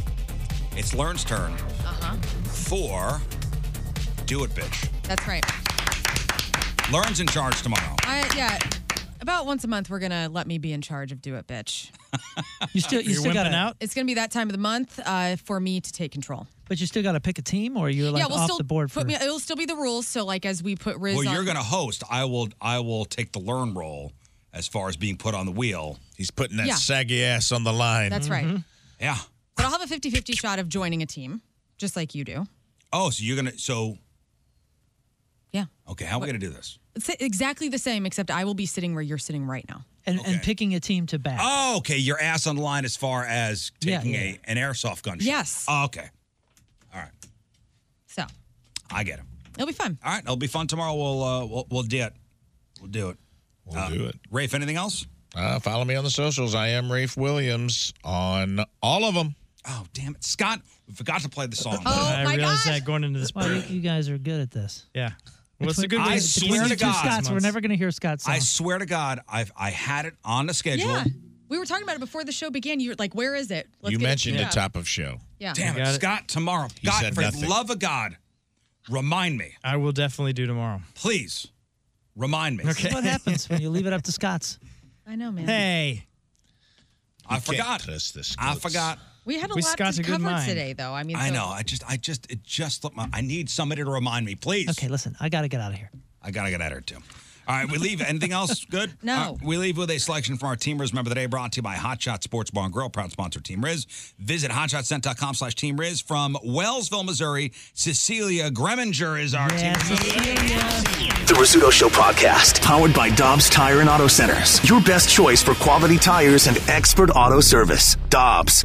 S1: it's Learn's turn
S2: Uh-huh.
S1: for Do It, Bitch.
S2: That's right.
S1: Learn's in charge tomorrow.
S2: I, yeah. About once a month, we're gonna let me be in charge of Do It, bitch.
S3: You still you still got
S2: It's gonna be that time of the month uh, for me to take control.
S3: But you still got to pick a team, or you're like
S2: yeah, we'll
S3: off
S2: still
S3: the board for.
S2: put me. It'll still be the rules. So like as we put Riz.
S1: well,
S2: on-
S1: you're going to host. I will. I will take the Learn role as far as being put on the wheel.
S4: He's putting
S2: that Yeah.
S4: saggy ass on the line.
S2: That's right.
S3: Mm-hmm.
S2: Mhm.
S1: Yeah.
S2: But I'll have a 50-50 shot of joining a team, just like you do.
S1: Oh, so you're gonna. So.
S2: Yeah.
S1: Okay. How are we
S2: What-
S1: gonna do this?
S2: It's exactly the same, except I will be sitting where you're sitting right now.
S3: and, and picking a team to back.
S1: Oh, okay. Your ass on the line as far as taking a an airsoft gun. shot.
S2: Yes.
S1: Oh, okay. All right.
S2: So
S1: I get it.
S2: it'll be fun.
S1: All right. It'll be fun tomorrow. We'll uh, we'll, we'll do it. We'll do it. We'll do it. Rafe, anything else?
S4: Uh, follow me on the socials. I am Rafe Williams on all of them.
S1: Oh damn it, Scott! We forgot to play the song.
S2: Oh
S3: I Oh, my
S7: realized that going into this
S3: Well, you, you guys are good at this.
S7: Yeah.
S1: Well, it's
S3: Between-
S1: a good reason. I
S3: between
S1: swear
S3: you
S1: to
S3: two
S1: God.
S3: Scots, we're never going to hear Scott's song.
S1: I swear to God, I've I had it on the schedule.
S2: Yeah. We were talking about it before the show began. You're like, where is it?
S1: You
S2: get it
S1: mentioned
S2: queued
S1: it,
S2: up.
S1: top
S4: Of show.
S2: Yeah.
S1: Damn
S2: I
S1: it,
S2: got it.
S1: Scott! Tomorrow, God,
S4: said
S1: for the
S4: nothing.
S1: love of God, remind me.
S7: I will definitely do tomorrow.
S1: Please, remind me.
S3: This is what happens when you leave it up to Scott's.
S2: I know, man.
S7: Hey.
S1: I forgot. I forgot.
S2: We had a lot to cover today, though. I mean,
S1: I
S2: so-
S1: know. I just, I just, it just slipped my. I need somebody to remind me, please. Okay,
S3: listen, I gotta get out of here.
S1: I gotta get out of here too. All right, we leave. Anything else good?
S2: No.
S1: All right, we leave with a selection from our Team Riz member today, brought to you by Hot Shot Sports Bar and Grill, proud sponsor of Team Riz. Visit hotshotscent.com slash Team Riz from Wellsville, Missouri. Cecilia Greminger is our Team Riz.
S18: The Rizzuto Show podcast, powered by Dobbs Tire and Auto Centers. Your best choice for quality tires and expert auto service. Dobbs.